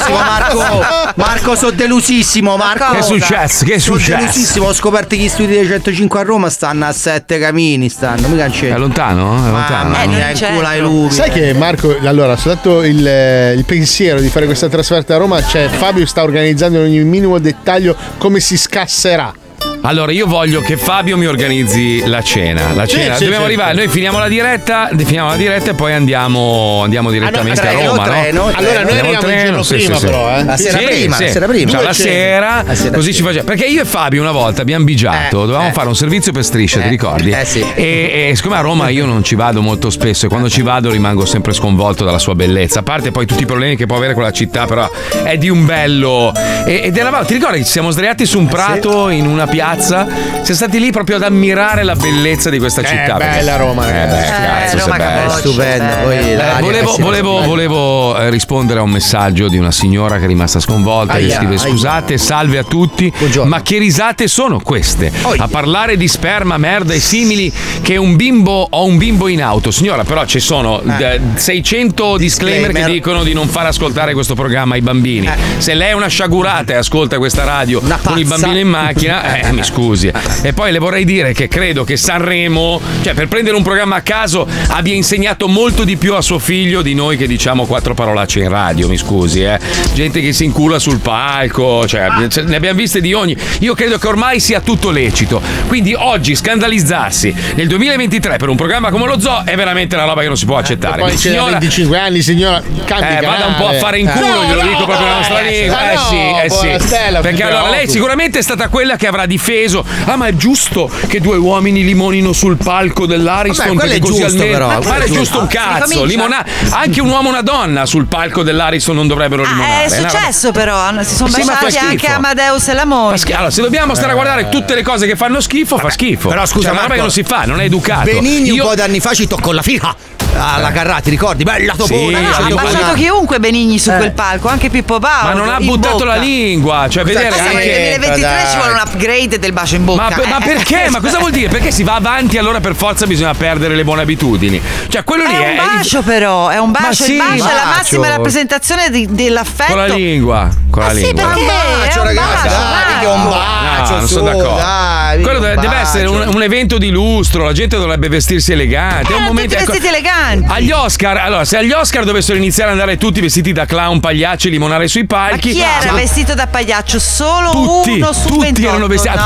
Speaker 8: Sono
Speaker 10: (laughs)
Speaker 8: delusissimo, Marco. Marco, sono delusissimo, Marco.
Speaker 3: Che è successo? Che è
Speaker 8: Sono
Speaker 3: successo?
Speaker 8: delusissimo, ho scoperto che gli studi dei 105 a Roma stanno a 7 camini, stanno, mica in
Speaker 3: È
Speaker 8: centro.
Speaker 3: lontano? È lontano.
Speaker 8: Mamma mia, il culo ai lumi.
Speaker 2: Sai che Marco, allora, sono dato il, eh, il pensiero di fare questa trasferta a Roma, cioè Fabio sta organizzando in ogni minimo dettaglio come si scasserà.
Speaker 3: Allora, io voglio che Fabio mi organizzi la cena. La
Speaker 2: Sì,
Speaker 3: cena.
Speaker 2: sì,
Speaker 3: Dobbiamo
Speaker 2: sì.
Speaker 3: arrivare. Noi finiamo la diretta, finiamo la diretta e poi andiamo, andiamo direttamente a,
Speaker 2: treno,
Speaker 3: Roma.
Speaker 2: treno,
Speaker 3: no?
Speaker 2: treno. Allora, noi arriviamo il giorno prima, però,
Speaker 3: Ah,
Speaker 2: eh. La sera prima, la sera prima.
Speaker 3: Cioè,
Speaker 2: Due
Speaker 3: la
Speaker 2: cene.
Speaker 3: sera,
Speaker 2: La sera
Speaker 3: così
Speaker 2: sì.
Speaker 3: ci facciamo. Perché io e Fabio una volta abbiamo bigiato, dovevamo fare un servizio per strisce, ti ricordi? Eh sì. E, e siccome a Roma io non ci vado molto spesso e quando ci vado rimango sempre sconvolto dalla sua bellezza. A parte poi tutti i problemi che può avere quella città, però è di un bello. E- ed eravamo, ti ricordi che ci siamo sdraiati su un prato in una piazza? Siamo stati lì proprio ad ammirare la bellezza di questa città.
Speaker 2: Eh, bella Roma,
Speaker 3: Eh, beh,
Speaker 2: ragazzi.
Speaker 3: cazzo,
Speaker 2: Eh,
Speaker 3: se
Speaker 2: Roma
Speaker 3: è bella.
Speaker 2: Capoccia,
Speaker 8: Stupenda,
Speaker 2: bella.
Speaker 8: poi
Speaker 2: Eh,
Speaker 8: l'aria
Speaker 3: Eh, volevo,
Speaker 8: che si-
Speaker 3: volevo- volevo, eh, rispondere a un messaggio di una signora che è rimasta sconvolta. che
Speaker 8: Aia,
Speaker 3: scrive:
Speaker 8: aia.
Speaker 3: Scusate, salve a tutti. Ma che risate sono queste? A parlare di sperma, merda e simili, che un bimbo ho un bimbo in auto. Signora, però ci sono eh, 600 disclaimer, che
Speaker 8: Disclaimer. Eh.
Speaker 3: dicono di non far ascoltare questo programma ai bambini. Se lei è una sciagurata e ascolta questa radio con i
Speaker 8: pazza.
Speaker 3: bambini in macchina, eh, mi scusi. E poi le vorrei dire che credo che Sanremo, cioè per prendere un programma a caso, abbia insegnato molto di più a suo figlio di noi che diciamo quattro parolacce in radio, mi scusi. Eh. Gente che si incula sul palco, cioè, ce- ne abbiamo viste di ogni. Io credo che ormai sia tutto lecito. Quindi oggi scandalizzarsi nel 2023 per un programma come lo zoo è veramente una roba che non si può accettare.
Speaker 2: Poi
Speaker 3: Quindi,
Speaker 2: c'è da
Speaker 3: signora,
Speaker 2: 25 anni, signora. Cambi
Speaker 3: eh, vada un po' a fare in culo, glielo dico proprio nella nostra lingua. Eh sì, eh sì. Perché allora lei sicuramente è stata quella che avrà difeso. Ah, ma è giusto che due uomini limonino sul palco
Speaker 8: Vabbè,
Speaker 3: dell'Ariston?
Speaker 8: quello
Speaker 3: perché
Speaker 8: è
Speaker 3: così
Speaker 8: giusto,
Speaker 3: almeno.
Speaker 8: però,
Speaker 3: ma
Speaker 8: quello è
Speaker 3: è giusto un
Speaker 8: giusto. Ah, Si
Speaker 3: cazzo.
Speaker 8: comincia?
Speaker 3: limona- Anche un uomo e una donna sul palco dell'Ariston non
Speaker 8: Ah,
Speaker 3: dovrebbero limonare.
Speaker 9: Ah, È
Speaker 3: una roba-
Speaker 9: successo però, hanno- si sono
Speaker 3: Sì, ma fa
Speaker 9: baciati
Speaker 3: schifo.
Speaker 9: anche Amadeus e la moglie.
Speaker 3: Allora, se dobbiamo stare a
Speaker 9: Eh.
Speaker 3: guardare tutte le cose che fanno schifo, fa schifo.
Speaker 8: Però scusa,
Speaker 3: Cioè, una roba
Speaker 8: Marco,
Speaker 3: che non si fa, non è educato.
Speaker 8: Benigni un po' di anni fa ci toccò la figa. Alla Carrà, ti ricordi? Bella topona.
Speaker 3: Sì,
Speaker 8: ci
Speaker 9: Ha
Speaker 8: toccò
Speaker 9: baciato
Speaker 8: una-
Speaker 9: chiunque Benigni su
Speaker 8: Eh.
Speaker 9: quel palco, anche Pippo Baudo.
Speaker 3: Ma non ha
Speaker 9: in
Speaker 3: buttato
Speaker 9: bocca.
Speaker 3: la lingua, cioè
Speaker 9: Cosa
Speaker 3: vedere
Speaker 9: siamo nel
Speaker 3: anche-
Speaker 9: 2023 ci vuole un
Speaker 3: Dai.
Speaker 9: upgrade del bacio in bocca.
Speaker 3: Ma, per- ma
Speaker 9: eh.
Speaker 3: perché? Ma cosa vuol dire? Perché si va avanti allora per forza bisogna perdere le buone abitudini. Cioè, quello lì
Speaker 9: È
Speaker 3: è.
Speaker 9: un bacio però, è un
Speaker 3: Ma
Speaker 9: bacio,
Speaker 3: sì,
Speaker 9: il bacio è la
Speaker 3: bacio.
Speaker 9: massima rappresentazione di- dell'affetto.
Speaker 3: Con
Speaker 9: Eh,
Speaker 3: la lingua. Con la
Speaker 9: Ah, sì,
Speaker 3: lingua.
Speaker 9: perché? È un
Speaker 8: ragazzi,
Speaker 9: bacio,
Speaker 8: dai,
Speaker 9: dai.
Speaker 8: che è un
Speaker 3: No,
Speaker 8: bacio.
Speaker 3: non
Speaker 8: su,
Speaker 3: sono d'accordo.
Speaker 8: dai,
Speaker 3: Quello deve,
Speaker 8: un
Speaker 3: deve
Speaker 8: bacio.
Speaker 3: essere un, un evento di lustro, la gente dovrebbe vestirsi elegante. è un momento.
Speaker 9: Ah, Tutti
Speaker 3: ecco,
Speaker 9: vestiti eleganti.
Speaker 3: agli Oscar, allora, se agli Oscar dovessero iniziare ad andare tutti vestiti da clown, pagliacci, limonare sui
Speaker 9: Ma
Speaker 3: palchi. cioè,
Speaker 9: chi era
Speaker 3: Ah, ma-
Speaker 9: vestito da pagliaccio? Solo
Speaker 3: Tutti,
Speaker 9: uno su
Speaker 3: tutti
Speaker 9: 28.
Speaker 3: erano vestiti, ah,
Speaker 9: No,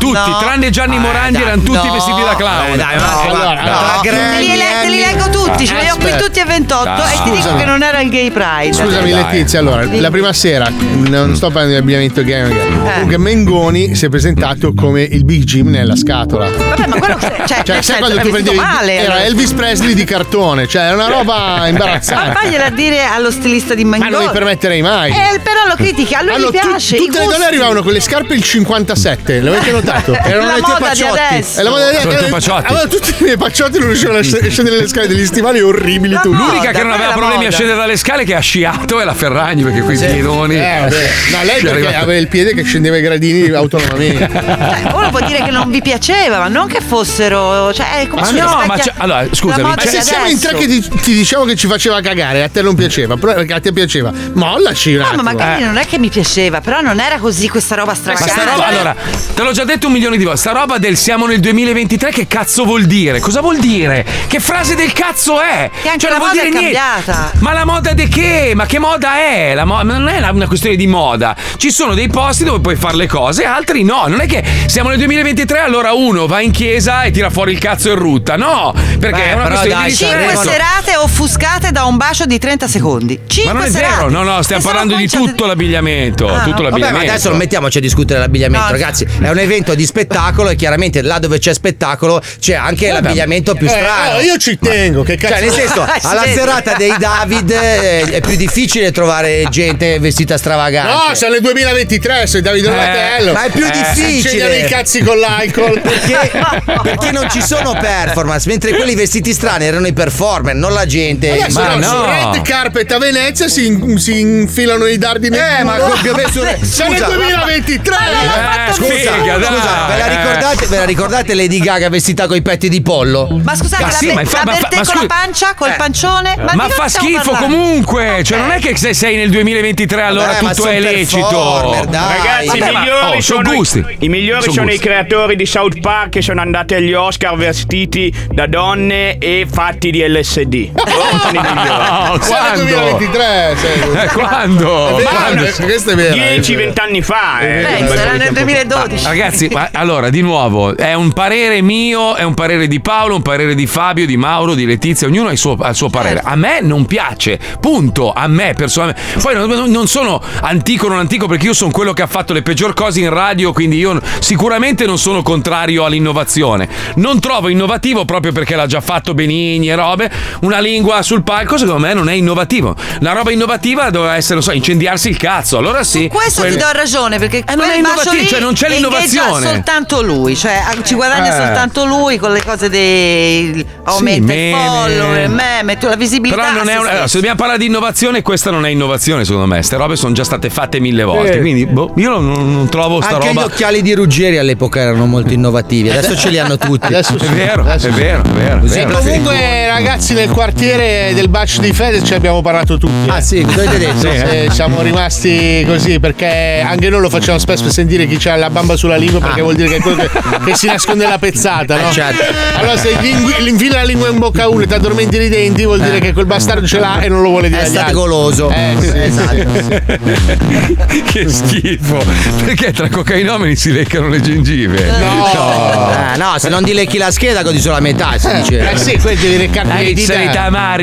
Speaker 3: tutti, tutti,
Speaker 9: no.
Speaker 3: tranne Gianni Morandi, erano tutti
Speaker 9: no.
Speaker 3: vestiti da clown.
Speaker 8: Eh, dai,
Speaker 3: No,
Speaker 8: ma-
Speaker 3: allora,
Speaker 8: no.
Speaker 3: allora,
Speaker 8: Grammy,
Speaker 9: Te li, le- te li leggo tutti, ce li ho qui
Speaker 2: Aspetta.
Speaker 9: tutti a 28 e ti dico
Speaker 2: Scusami.
Speaker 9: che non era il gay pride.
Speaker 2: Scusami Letizia, allora, la prima sera, non sto parlando di abbigliamento gay, magari.
Speaker 9: Eh.
Speaker 2: comunque Mengoni si è presentato come il Big Jim nella scatola.
Speaker 9: Vabbè, ma quello che. Cioè,
Speaker 2: Cioè,
Speaker 9: nel
Speaker 2: sai
Speaker 9: senso,
Speaker 2: quando
Speaker 9: è
Speaker 2: tu
Speaker 9: vestito
Speaker 2: prendevi
Speaker 9: male. eh.
Speaker 2: era
Speaker 9: allora.
Speaker 2: Elvis Presley di cartone, cioè è una
Speaker 9: (laughs)
Speaker 2: roba
Speaker 9: Ma
Speaker 2: imbarazzante.
Speaker 9: fagliela dire allo stilista di Mangoni.
Speaker 2: non mi permetterei mai.
Speaker 9: Eh, però lo critica, a lui
Speaker 2: Allora,
Speaker 9: gli
Speaker 2: tu-
Speaker 9: piace. i
Speaker 2: tutte le donne
Speaker 9: gusti.
Speaker 2: arrivavano con le scarpe il 57, l'avete
Speaker 9: (laughs)
Speaker 2: notato?
Speaker 9: È la moda di adesso.
Speaker 2: È la moda di
Speaker 3: Sono i tuoi pacciotti.
Speaker 2: Allora, tutti i miei pacciotti non riuscivano a
Speaker 3: (laughs)
Speaker 2: sc- scendere le scale degli stivali orribili tutti.
Speaker 3: L'unica che non aveva problemi a scendere dalle scale che ha sciato è la Ferragni perché quei piedoni.
Speaker 2: Eh, vabbè. No, lei
Speaker 3: (laughs) Ci
Speaker 2: perché
Speaker 3: arriva-
Speaker 2: aveva il piede che scendeva i gradini autonomamente.
Speaker 9: Cioè, uno può dire che non vi piaceva, ma non che fossero. Cioè, (laughs) come
Speaker 3: Ma
Speaker 9: si
Speaker 3: no,
Speaker 9: rispecchia-
Speaker 3: ma c'è- allora,
Speaker 9: la
Speaker 3: scusami,
Speaker 9: moda
Speaker 3: c'è-
Speaker 9: di
Speaker 3: Ma se sei
Speaker 2: Siamo in tre che ti, ti diciamo che ci faceva cagare, a te non piaceva, però perché a te piaceva. Mollaci un
Speaker 9: No,
Speaker 2: attimo.
Speaker 9: ma
Speaker 2: eh.
Speaker 9: magari non è che mi piaceva, però non era così questa roba
Speaker 3: Ma sta
Speaker 9: stravagante.
Speaker 3: roba, allora, te l'ho già detto un milione di volte, sta roba del siamo nel 2023 che cazzo vuol dire? Cosa vuol dire? Che frase del cazzo è? Cioè,
Speaker 9: Che anche la
Speaker 3: non vuol
Speaker 9: moda è
Speaker 3: dire niente.
Speaker 9: cambiata.
Speaker 3: Ma la moda di che? Ma che moda è? La mo- ma non è la- una questione di moda. Ci sono dei posti dove puoi fare le cose, altri no. Non è che siamo nel 2023, allora uno va in chiesa e tira fuori il cazzo in rutta. No, perché è una questione di
Speaker 9: Cinque
Speaker 3: rispetto.
Speaker 9: serate offuscate da un bacio di 30 secondi.
Speaker 3: Ma
Speaker 9: Cinque
Speaker 3: non è
Speaker 9: serate.
Speaker 3: vero, no, no, stiamo parlando di tutto l'abbigliamento. tutto
Speaker 9: Ah, no.
Speaker 8: Vabbè,
Speaker 3: l'abbigliamento.
Speaker 8: ma adesso non mettiamoci a discutere l'abbigliamento,
Speaker 3: No.
Speaker 8: ragazzi. È un evento di spettacolo e chiaramente là dove c'è spettacolo c'è anche
Speaker 2: Vabbè.
Speaker 8: l'abbigliamento più
Speaker 2: Eh,
Speaker 8: strano.
Speaker 2: eh, io ci tengo, che cazzo.
Speaker 8: Cioè, nel senso,
Speaker 2: Si
Speaker 8: alla
Speaker 2: vede.
Speaker 8: serata dei David eh, è più difficile trovare gente vestita stravagante.
Speaker 2: No, siamo nel 2023, sei Davide
Speaker 8: Eh,
Speaker 2: Donatello.
Speaker 8: ma è più difficile. Eh,
Speaker 2: Ci i cazzi
Speaker 8: (laughs)
Speaker 2: con l'alcol.
Speaker 8: Perché, perché non ci sono performance, mentre quelli vestiti strani erano i performer, non la gente.
Speaker 2: Adesso
Speaker 8: Ma
Speaker 2: no, su red carpet a Venezia si, in- si infilano i dardi nel
Speaker 8: Eh, ma
Speaker 2: culo.
Speaker 8: con- che-
Speaker 2: (laughs)
Speaker 8: su-
Speaker 2: Siamo nel
Speaker 8: scusa.
Speaker 2: 2023.
Speaker 8: Eh, scusa,
Speaker 3: figa, dai.
Speaker 8: scusa, ve la ricordate, ve la ricordate Lady Gaga vestita coi petti di pollo? Eh.
Speaker 9: Ma scusate, la, be- la Bertè con la pancia, col pancione.
Speaker 3: Ma,
Speaker 9: Ma, di cosa
Speaker 3: fa
Speaker 9: stiamo
Speaker 3: schifo
Speaker 9: parlando? Eh.
Speaker 3: comunque, cioè non è che se sei nel 2023 allora
Speaker 7: Vabbè, ma
Speaker 3: tutto
Speaker 7: son
Speaker 3: è lecito. oh,
Speaker 7: performer, dai. Ragazzi, i
Speaker 3: sono
Speaker 7: migliori sono i-
Speaker 3: gusti.
Speaker 7: I migliori sono, i creatori di South Park che sono andati agli Oscar vestiti da donne e fatti di LSD.
Speaker 2: Oh,
Speaker 7: Loro
Speaker 3: (laughs)
Speaker 7: sono i migliori.
Speaker 2: Siamo nel 2023. sei-
Speaker 3: Eh, quando?
Speaker 2: È vero,
Speaker 3: Quando?
Speaker 2: eh, questo è vero.
Speaker 7: 10-20 anni fa. Eh.
Speaker 9: Eh,
Speaker 7: Beh,
Speaker 9: sarà nel
Speaker 7: tempo fa.
Speaker 9: 2012.
Speaker 3: Ragazzi, ma allora di nuovo è un parere mio, è un parere di Paolo, un parere di Fabio, di Mauro, di Letizia, ognuno ha il suo, ha il suo
Speaker 9: Certo.
Speaker 3: parere. A me non piace, punto. A me personalmente. Poi non, non sono antico, non antico perché io sono quello che ha fatto le peggior cose in radio, quindi io n- sicuramente non sono contrario all'innovazione. Non trovo innovativo proprio perché l'ha già fatto Benigni e robe. Una lingua sul palco secondo me non è innovativo. La roba innovativa doveva essere, non so, incendiarsi il cazzo. Allora sì.
Speaker 9: Questo
Speaker 3: quel-
Speaker 9: ti do ragione perché
Speaker 3: non è
Speaker 9: quel bacio
Speaker 3: innovativo,
Speaker 9: lì
Speaker 3: cioè non c'è
Speaker 9: engaggia
Speaker 3: l'innovazione.
Speaker 9: soltanto lui, cioè ah, ci guadagna
Speaker 3: Eh.
Speaker 9: soltanto lui con le cose dei aumenta il
Speaker 3: meme.
Speaker 9: follower, meme, tu la visibilità.
Speaker 3: Però non è
Speaker 9: sì,
Speaker 3: un-
Speaker 9: sì.
Speaker 3: allora, se dobbiamo parlare di innovazione, questa non è innovazione, secondo me. Ste robe sono già state fatte mille volte.
Speaker 8: Sì.
Speaker 3: Quindi boh, io non, non trovo sta
Speaker 8: Eh. Anche gli
Speaker 3: roba.
Speaker 8: occhiali di Ruggeri all'epoca erano molto innovativi, adesso ce li hanno tutti.
Speaker 2: Adesso
Speaker 3: È vero, è vero, è vero. è
Speaker 2: E
Speaker 3: vero.
Speaker 2: comunque, ragazzi, nel quartiere del bacio di Fedez ci abbiamo parlato tutti. Ah,
Speaker 8: sì, cosa avete detto?
Speaker 2: (laughs) Eh, siamo rimasti così perché anche noi lo facciamo spesso per sentire chi ha la bamba sulla lingua
Speaker 8: Ah.
Speaker 2: perché vuol dire che è quello che, che si nasconde la pezzata,
Speaker 8: Eh,
Speaker 2: no?
Speaker 8: certo.
Speaker 2: Allora, se gli ingui- gli infili la lingua in bocca a uno e ti addormenti i denti, vuol dire che quel bastardo ce l'ha e non lo vuole dire.
Speaker 8: Eh. È Esatto,
Speaker 2: agli altri.
Speaker 8: goloso.
Speaker 2: Eh, sì.
Speaker 3: che schifo. Perché tra cocainomeni si leccano le gengive?
Speaker 8: Eh, no, se non ti lecchi la scheda così solo la metà, si dice.
Speaker 2: Eh sì, quello devi leccarti le dita.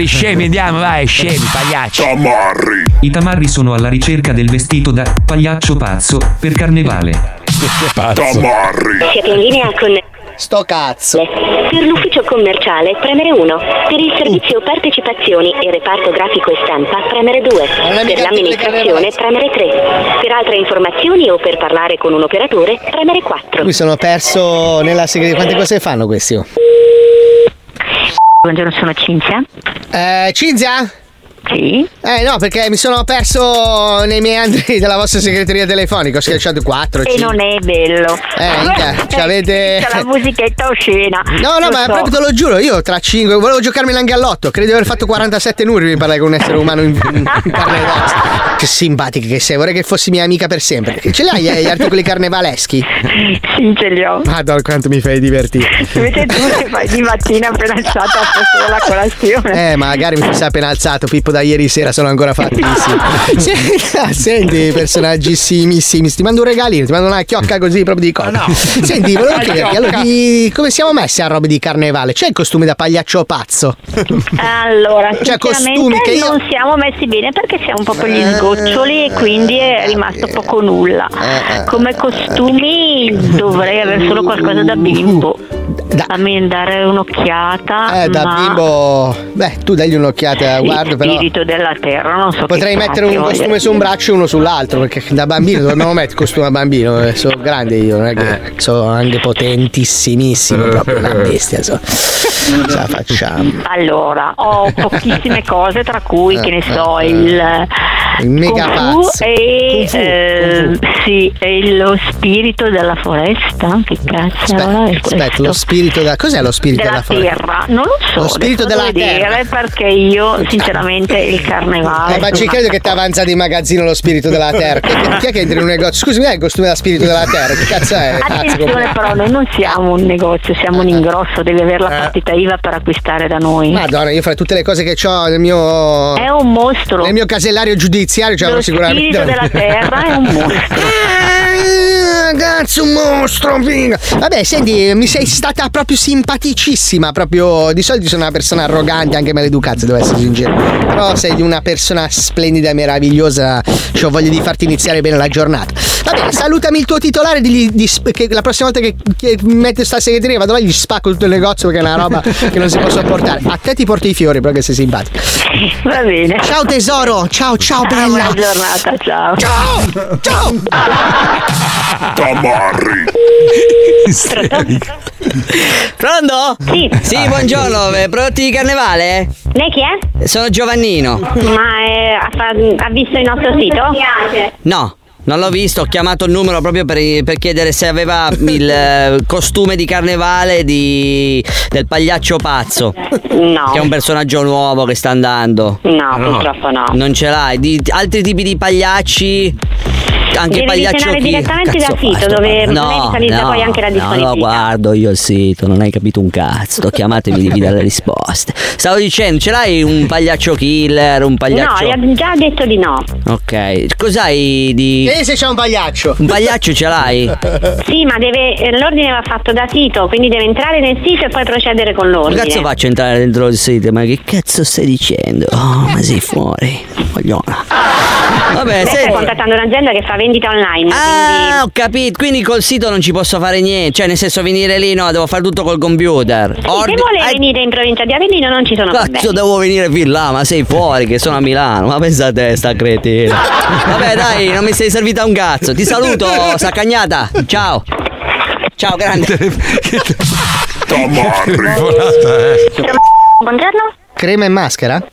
Speaker 3: scemi, andiamo, vai, scemi, pagliacci.
Speaker 14: Tamarri. I tamarri sono alla ricerca del vestito da pagliaccio pazzo per carnevale. Tamarri.
Speaker 10: Siete in linea con Sto cazzo. Per l'ufficio commerciale premere 1. Per il servizio partecipazioni e reparto grafico e stampa premere 2. Per
Speaker 11: mica tutte
Speaker 10: l'amministrazione
Speaker 11: le
Speaker 10: premere 3. Per altre informazioni o per parlare con un operatore premere 4.
Speaker 11: Mi sono perso nella segreteria. Quante cose fanno questi? oh?
Speaker 10: Buongiorno, sono Cinzia.
Speaker 11: Eh, Cinzia?
Speaker 10: Sì.
Speaker 11: Eh no, perché mi sono perso nei (laughs) meandri della vostra segreteria telefonica. Ho schiacciato 4.
Speaker 3: Eh,
Speaker 10: E non è bello. (laughs)
Speaker 11: Eh, minchia, ci avete.
Speaker 10: C'è la musichetta oscena.
Speaker 11: No, no,
Speaker 10: Lo
Speaker 11: ma
Speaker 10: so.
Speaker 11: proprio te lo giuro, io tra 5 volevo giocarmi l'anghe all'otto, credo di aver fatto 47 numeri per parlare con un essere umano in, in in carne ed ossa. Che simpatica che sei, vorrei che fossi mia amica per sempre. Ce l'hai eh, gli articoli carnevaleschi?
Speaker 10: (laughs) Sì, ce li ho.
Speaker 11: Madonna, quanto mi fai divertire.
Speaker 10: Invece tu che fai di mattina appena alzata a posto la colazione.
Speaker 11: Eh, magari mi sei appena alzato, Pippo, da ieri sera sono ancora
Speaker 10: (laughs)
Speaker 11: fattissimo. Senti, senti, personaggi simissimi, ti mando un regalino, ti mando una chiocca così proprio di cosa. (laughs) Senti, volevo
Speaker 10: Ah, (laughs) Una
Speaker 11: chiederti,
Speaker 10: chiocca.
Speaker 11: allora, di- come siamo messi a robe di carnevale? C'è il costume da pagliaccio pazzo?
Speaker 10: Allora,
Speaker 11: Cioè, costumi
Speaker 10: sinceramente
Speaker 11: che io- Eh,
Speaker 10: non siamo messi bene perché siamo proprio gli sgoccioli e quindi è rimasto poco nulla.
Speaker 11: eh,
Speaker 10: Come costumi dovrei avere
Speaker 11: Uh,
Speaker 10: solo qualcosa da bimbo. Fammi dare un'occhiata.
Speaker 11: Eh, da
Speaker 10: Ah, ma
Speaker 11: bimbo. Beh, tu dagli un'occhiata, guarda,
Speaker 10: il
Speaker 11: però.
Speaker 10: spirito della terra, non so che
Speaker 11: Potrei
Speaker 10: cazzo
Speaker 11: mettere un
Speaker 10: voglia
Speaker 11: costume su un braccio e uno sull'altro, perché da bambino dobbiamo mettere il costume da bambino, eh, sono grande io, non è che sono anche potentissimissimo, proprio una bestia. So. Ce la facciamo.
Speaker 10: Allora,
Speaker 11: (laughs)
Speaker 10: ho pochissime cose, tra cui, che ne so,
Speaker 11: eh,
Speaker 10: il.
Speaker 11: Il mega
Speaker 10: Kung Fu
Speaker 11: pazzo.
Speaker 10: e eh, sì, e lo spirito della foresta. Che cazzo è
Speaker 11: Aspetta,
Speaker 10: questo?
Speaker 11: aspetta, lo spirito spirito da. Cos'è lo spirito della,
Speaker 27: Ecco. della
Speaker 11: foresta?
Speaker 27: terra. Non lo so.
Speaker 11: Lo spirito
Speaker 27: devo
Speaker 11: della
Speaker 27: vedere,
Speaker 11: terra.
Speaker 27: perché io sinceramente il carnevale.
Speaker 11: Eh, ma ci credo che ti avanza di magazzino lo spirito della terra. Chi è che, chi è che entra in un negozio? Scusami, hai il costume da spirito della terra? Che cazzo è? Cazzo,
Speaker 27: Attenzione però, noi non siamo un negozio, siamo
Speaker 15: Eh.
Speaker 27: un ingrosso, devi avere la partita IVA per acquistare da noi.
Speaker 11: Eh. Madonna, io fra tutte le cose che ho nel
Speaker 10: Eh,
Speaker 11: mio.
Speaker 27: È un mostro.
Speaker 11: Nel mio casellario giudiziario c'è
Speaker 27: Lo
Speaker 11: sicuramente.
Speaker 27: spirito della terra è un mostro.
Speaker 11: Eh. Ragazzi, un mostro, figa. Vabbè, senti, mi sei stata proprio simpaticissima. Proprio di solito sono una persona arrogante, anche maleducata, se devo essere sincero. Però sei di una persona splendida e meravigliosa. Ho voglia di farti iniziare bene la giornata. Vabbè, salutami il tuo titolare. digli di sp- che la prossima volta che, che mi metto sta segreteria, vado là e gli spacco tutto il negozio perché è una roba che non si può sopportare. A te ti porto i fiori perché sei simpatica.
Speaker 27: Va bene.
Speaker 11: Ciao tesoro, ciao, ciao, bella.
Speaker 27: Buona giornata, ciao.
Speaker 11: Ciao! Ciao!
Speaker 2: Tamarri.
Speaker 5: Pronto? Sì. buongiorno, eh, prodotti di carnevale?
Speaker 27: Lei chi è?
Speaker 5: Sono Giovannino.
Speaker 27: Ma eh, ha, fa- ha visto il nostro sito? Cioè?
Speaker 5: No. Non l'ho visto, ho chiamato il numero proprio per, per chiedere se aveva il eh, costume di carnevale di, del pagliaccio pazzo.
Speaker 27: No.
Speaker 5: Che è un personaggio nuovo che sta andando.
Speaker 27: No, purtroppo no.
Speaker 5: Non ce l'hai. Di, altri tipi di pagliacci. Anche
Speaker 27: Devi
Speaker 5: pagliaccio
Speaker 27: visionare
Speaker 5: chi?
Speaker 27: direttamente dal
Speaker 5: Cazzo,
Speaker 27: sito, dove lei
Speaker 5: No,
Speaker 27: visualizza
Speaker 5: no,
Speaker 27: poi anche la
Speaker 5: no,
Speaker 27: disponibilità.
Speaker 5: lo guardo io il sito, non hai capito un cazzo. Chiamatemi, devi dare le risposte. Stavo dicendo, ce l'hai un pagliaccio killer, un pagliaccio.
Speaker 27: No, gli ha già detto di no.
Speaker 5: Ok, cos'hai di.
Speaker 11: E se c'è un pagliaccio?
Speaker 5: Un pagliaccio
Speaker 11: (laughs)
Speaker 5: ce l'hai?
Speaker 27: Sì, ma deve- eh, l'ordine va fatto da sito, quindi deve entrare nel sito e poi procedere con
Speaker 5: Che
Speaker 27: l'ordine.
Speaker 5: cazzo faccio a entrare dentro il sito? Ma che cazzo stai dicendo? Oh, ma sei fuori, cogliona. Vabbè,
Speaker 27: Lei
Speaker 5: senti.
Speaker 27: sta contattando un'azienda che fa vendita online.
Speaker 5: Ah, ho capito. Quindi col sito non ci posso fare niente. Cioè, nel senso, venire lì, no, devo fare tutto col computer.
Speaker 27: quindi
Speaker 5: Ordi-
Speaker 27: se vuole venire in provincia di Avellino non ci sono
Speaker 5: Cazzo,
Speaker 27: problemi.
Speaker 5: devo venire fin là, ma sei fuori che sono a Milano. Ma pensa a te, sta cretina. Vabbè, dai, non mi sei servita un cazzo.
Speaker 11: (laughs)
Speaker 5: Ti saluto, saccagnata. Ciao.
Speaker 11: (laughs)
Speaker 5: Ciao, grande.
Speaker 27: Buongiorno.
Speaker 11: Crema e maschera?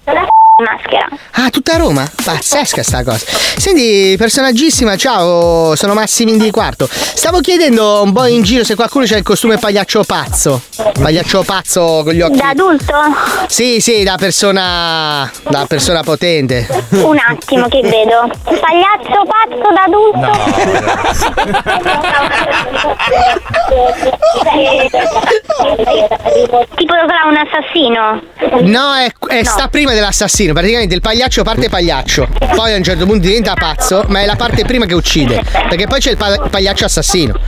Speaker 27: Maschera.
Speaker 11: Ah, tutta Roma? Pazzesca sta cosa. Senti, personaggissima, ciao, sono Massimin di Quarto. Stavo chiedendo un po' in giro se qualcuno c'ha il costume pagliaccio pazzo. Pagliaccio pazzo con gli occhi. Da
Speaker 27: adulto?
Speaker 11: Sì, sì, da persona. da persona potente.
Speaker 10: Un attimo che vedo. Pagliaccio pazzo da adulto.
Speaker 27: tipo sarà un assassino.
Speaker 11: No, è, è sta prima dell'assassino. Praticamente il pagliaccio parte pagliaccio. Poi a un certo punto diventa pazzo, ma è la parte prima che uccide. Perché poi c'è il pa- pagliaccio assassino.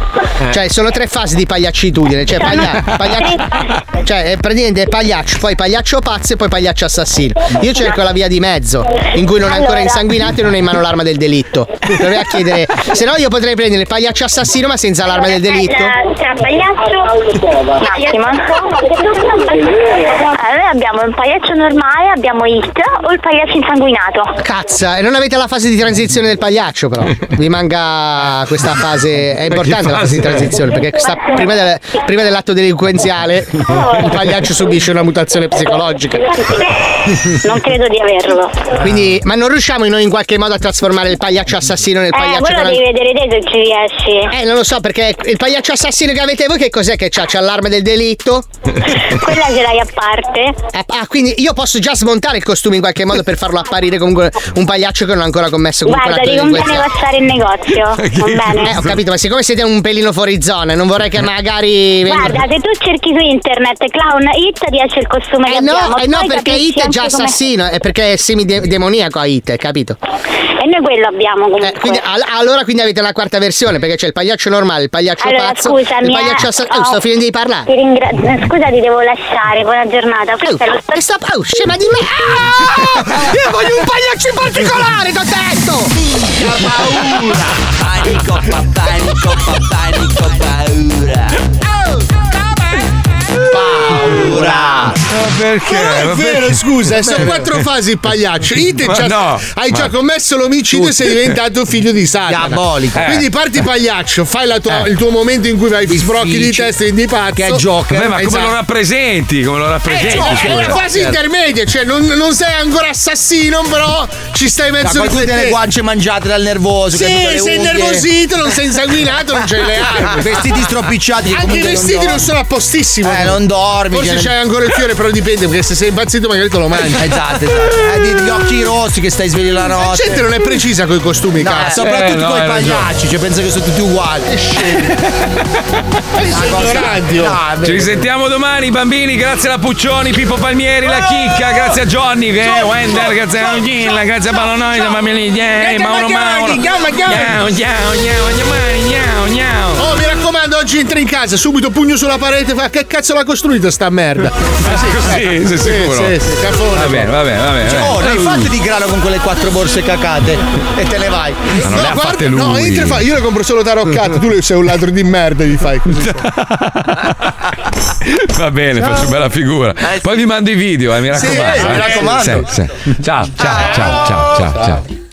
Speaker 11: Cioè, sono tre fasi di pagliacitudine. Cioè, paglia- pagliaccio. Cioè, è praticamente è pagliaccio, poi pagliaccio pazzo e poi pagliaccio assassino. Io cerco la via di mezzo, in cui non è ancora
Speaker 10: Allora.
Speaker 11: insanguinato e non è in mano l'arma del delitto. Dovrei chiedere. Se no, io potrei prendere il pagliaccio assassino, ma senza l'arma del delitto.
Speaker 10: Tra eh, cioè, pagliaccio
Speaker 27: Un attimo.
Speaker 10: Allora noi abbiamo il pagliaccio normale, abbiamo It o il pagliaccio insanguinato.
Speaker 11: Cazza, e non avete la fase di transizione del pagliaccio, però. Vi manca questa fase. È importante la fase di transizione, perché sta prima, del- prima dell'atto delinquenziale
Speaker 10: Oh.
Speaker 11: il pagliaccio subisce una mutazione psicologica.
Speaker 27: Non credo di averlo.
Speaker 11: Quindi, ma non riusciamo noi in qualche modo a trasformare il pagliaccio assassino nel
Speaker 10: Eh,
Speaker 11: pagliaccio
Speaker 10: quello
Speaker 11: con-
Speaker 10: devi vedere te se ci riesci.
Speaker 11: Eh, non lo so, perché il pagliaccio assassino che avete voi che cos'è che c'ha? C'ha l'arma del delitto?
Speaker 10: (laughs) Quella ce l'hai a parte.
Speaker 11: Ah, ah, quindi io posso già smontare il costume in qualche modo per farlo apparire comunque un pagliaccio che non ha ancora commesso comunque
Speaker 10: Guarda,
Speaker 11: un
Speaker 10: ti
Speaker 11: atto
Speaker 10: conviene
Speaker 11: delinquenziale.
Speaker 10: passare il negozio. Va bene.
Speaker 11: Eh, ho capito, ma siccome siete un pelino fuori zona, non vorrei
Speaker 10: (laughs)
Speaker 11: che magari.
Speaker 10: Guarda, se tu cerchi su internet clown It ti esce il costume che
Speaker 11: Eh no,
Speaker 10: abbiamo.
Speaker 11: eh no,
Speaker 10: Poi
Speaker 11: perché
Speaker 10: capisci
Speaker 11: It è già
Speaker 10: anche come-
Speaker 11: assassino, è perché è semidemoniaco a It, capito?
Speaker 10: E noi quello abbiamo comunque.
Speaker 11: Eh, Quindi, al- allora quindi avete la quarta versione, perché c'è il pagliaccio normale, il pagliaccio
Speaker 10: Allora,
Speaker 11: pazzo,
Speaker 10: scusami,
Speaker 11: il pagliaccio
Speaker 10: eh,
Speaker 11: assassino.
Speaker 10: oh,
Speaker 11: sto finendo di parlare.
Speaker 10: Ti ringra- Scusa, ti devo lasciare. Buona giornata. Questo è lo
Speaker 11: stop. Oh, scema di
Speaker 10: (laughs)
Speaker 11: me! Io voglio un pagliaccio in particolare, t'ho detto!
Speaker 5: Panico, pa- panico, pa- panico, paura.
Speaker 3: perché?
Speaker 2: Paura. Ma non
Speaker 3: Ma
Speaker 2: Ah, è vero,
Speaker 3: perché?
Speaker 10: é
Speaker 2: scusa, eh, sono
Speaker 3: Beh,
Speaker 2: quattro
Speaker 3: beh.
Speaker 2: fasi il pagliaccio. Ite
Speaker 3: Eh, Ma
Speaker 2: già-
Speaker 3: no,
Speaker 2: hai
Speaker 3: ma-
Speaker 2: già commesso l'omicidio e sei
Speaker 3: Tutti.
Speaker 2: diventato figlio di Satana.
Speaker 3: Diabolico.
Speaker 2: Quindi
Speaker 3: Eh.
Speaker 2: parti pagliaccio, fai la tua-
Speaker 3: Eh.
Speaker 2: il tuo momento in cui vai sbrocchi di testa e di pazzo. Che
Speaker 3: Vabbè, ma come lo rappresenti? Come lo
Speaker 2: Eh,
Speaker 3: rappresenti?
Speaker 2: cioè, è
Speaker 3: scusa?
Speaker 2: una fase intermedia, cioè non, non sei ancora assassino, però ci stai
Speaker 8: Ma
Speaker 2: mezzo
Speaker 8: poi tu hai delle guance mangiate dal nervoso.
Speaker 2: Sì,
Speaker 8: che tutte le unghie.
Speaker 2: sei innervosito, non sei insanguinato, non c'hai le
Speaker 8: (laughs)
Speaker 2: armi.
Speaker 8: Vestiti stropicciati. che
Speaker 2: Anche i
Speaker 8: comunque
Speaker 2: vestiti
Speaker 8: dormi.
Speaker 2: non sono a postissimo.
Speaker 8: Eh, non dormi.
Speaker 2: Forse
Speaker 8: cioè, non-
Speaker 2: c'hai ancora il fiore, però dipende, perché se sei impazzito magari te lo mangi.
Speaker 8: Esatto, esatto. Eh, di- gli occhi rossi che stai sveglio la
Speaker 2: La
Speaker 8: notte.
Speaker 2: gente non è precisa con i costumi,
Speaker 8: No,
Speaker 2: cazzo.
Speaker 3: Eh,
Speaker 8: soprattutto coi pagliacci, cioè pensa che sono tutti uguali.
Speaker 2: Eh,
Speaker 8: Che (laughs) scemi.
Speaker 2: ignoranti, oh.
Speaker 3: Ci risentiamo domani, bambini. Grazie alla Puccioni, Pippo Palmieri, la Chicca. Grazie a Johnny, che è Wender. Grazie a Angilla, grazie a Balonoi, la Mameli, yeah, Mauro Mauro.
Speaker 2: Gamma, gamma.
Speaker 3: Ciao, ciao,
Speaker 2: Oh, mi raccomando, oggi entri in casa, subito pugno sulla parete, fa che cazzo l'ha costruita sta merda?
Speaker 3: Ah, così, sei sicuro?
Speaker 2: Sì, sì, cafone.
Speaker 3: Va bene, va bene, va bene.
Speaker 8: Oh, l'hai fatto di grano con quelle quattro borse cacate e te ne vai.
Speaker 3: Ma non le ha fatte lui.
Speaker 2: No, entra e fa, io le compro solo taroccate, tu sei un ladro di merda, gli fai così.
Speaker 3: (laughs) Va bene,
Speaker 2: Ciao.
Speaker 3: faccio bella figura. Poi vi mando i video, eh, mi
Speaker 2: Sì,
Speaker 3: raccomando.
Speaker 2: mi
Speaker 3: eh. Sì,
Speaker 2: raccomando.
Speaker 3: sì. Ciao, ciao, ciao, ciao, ciao, ciao.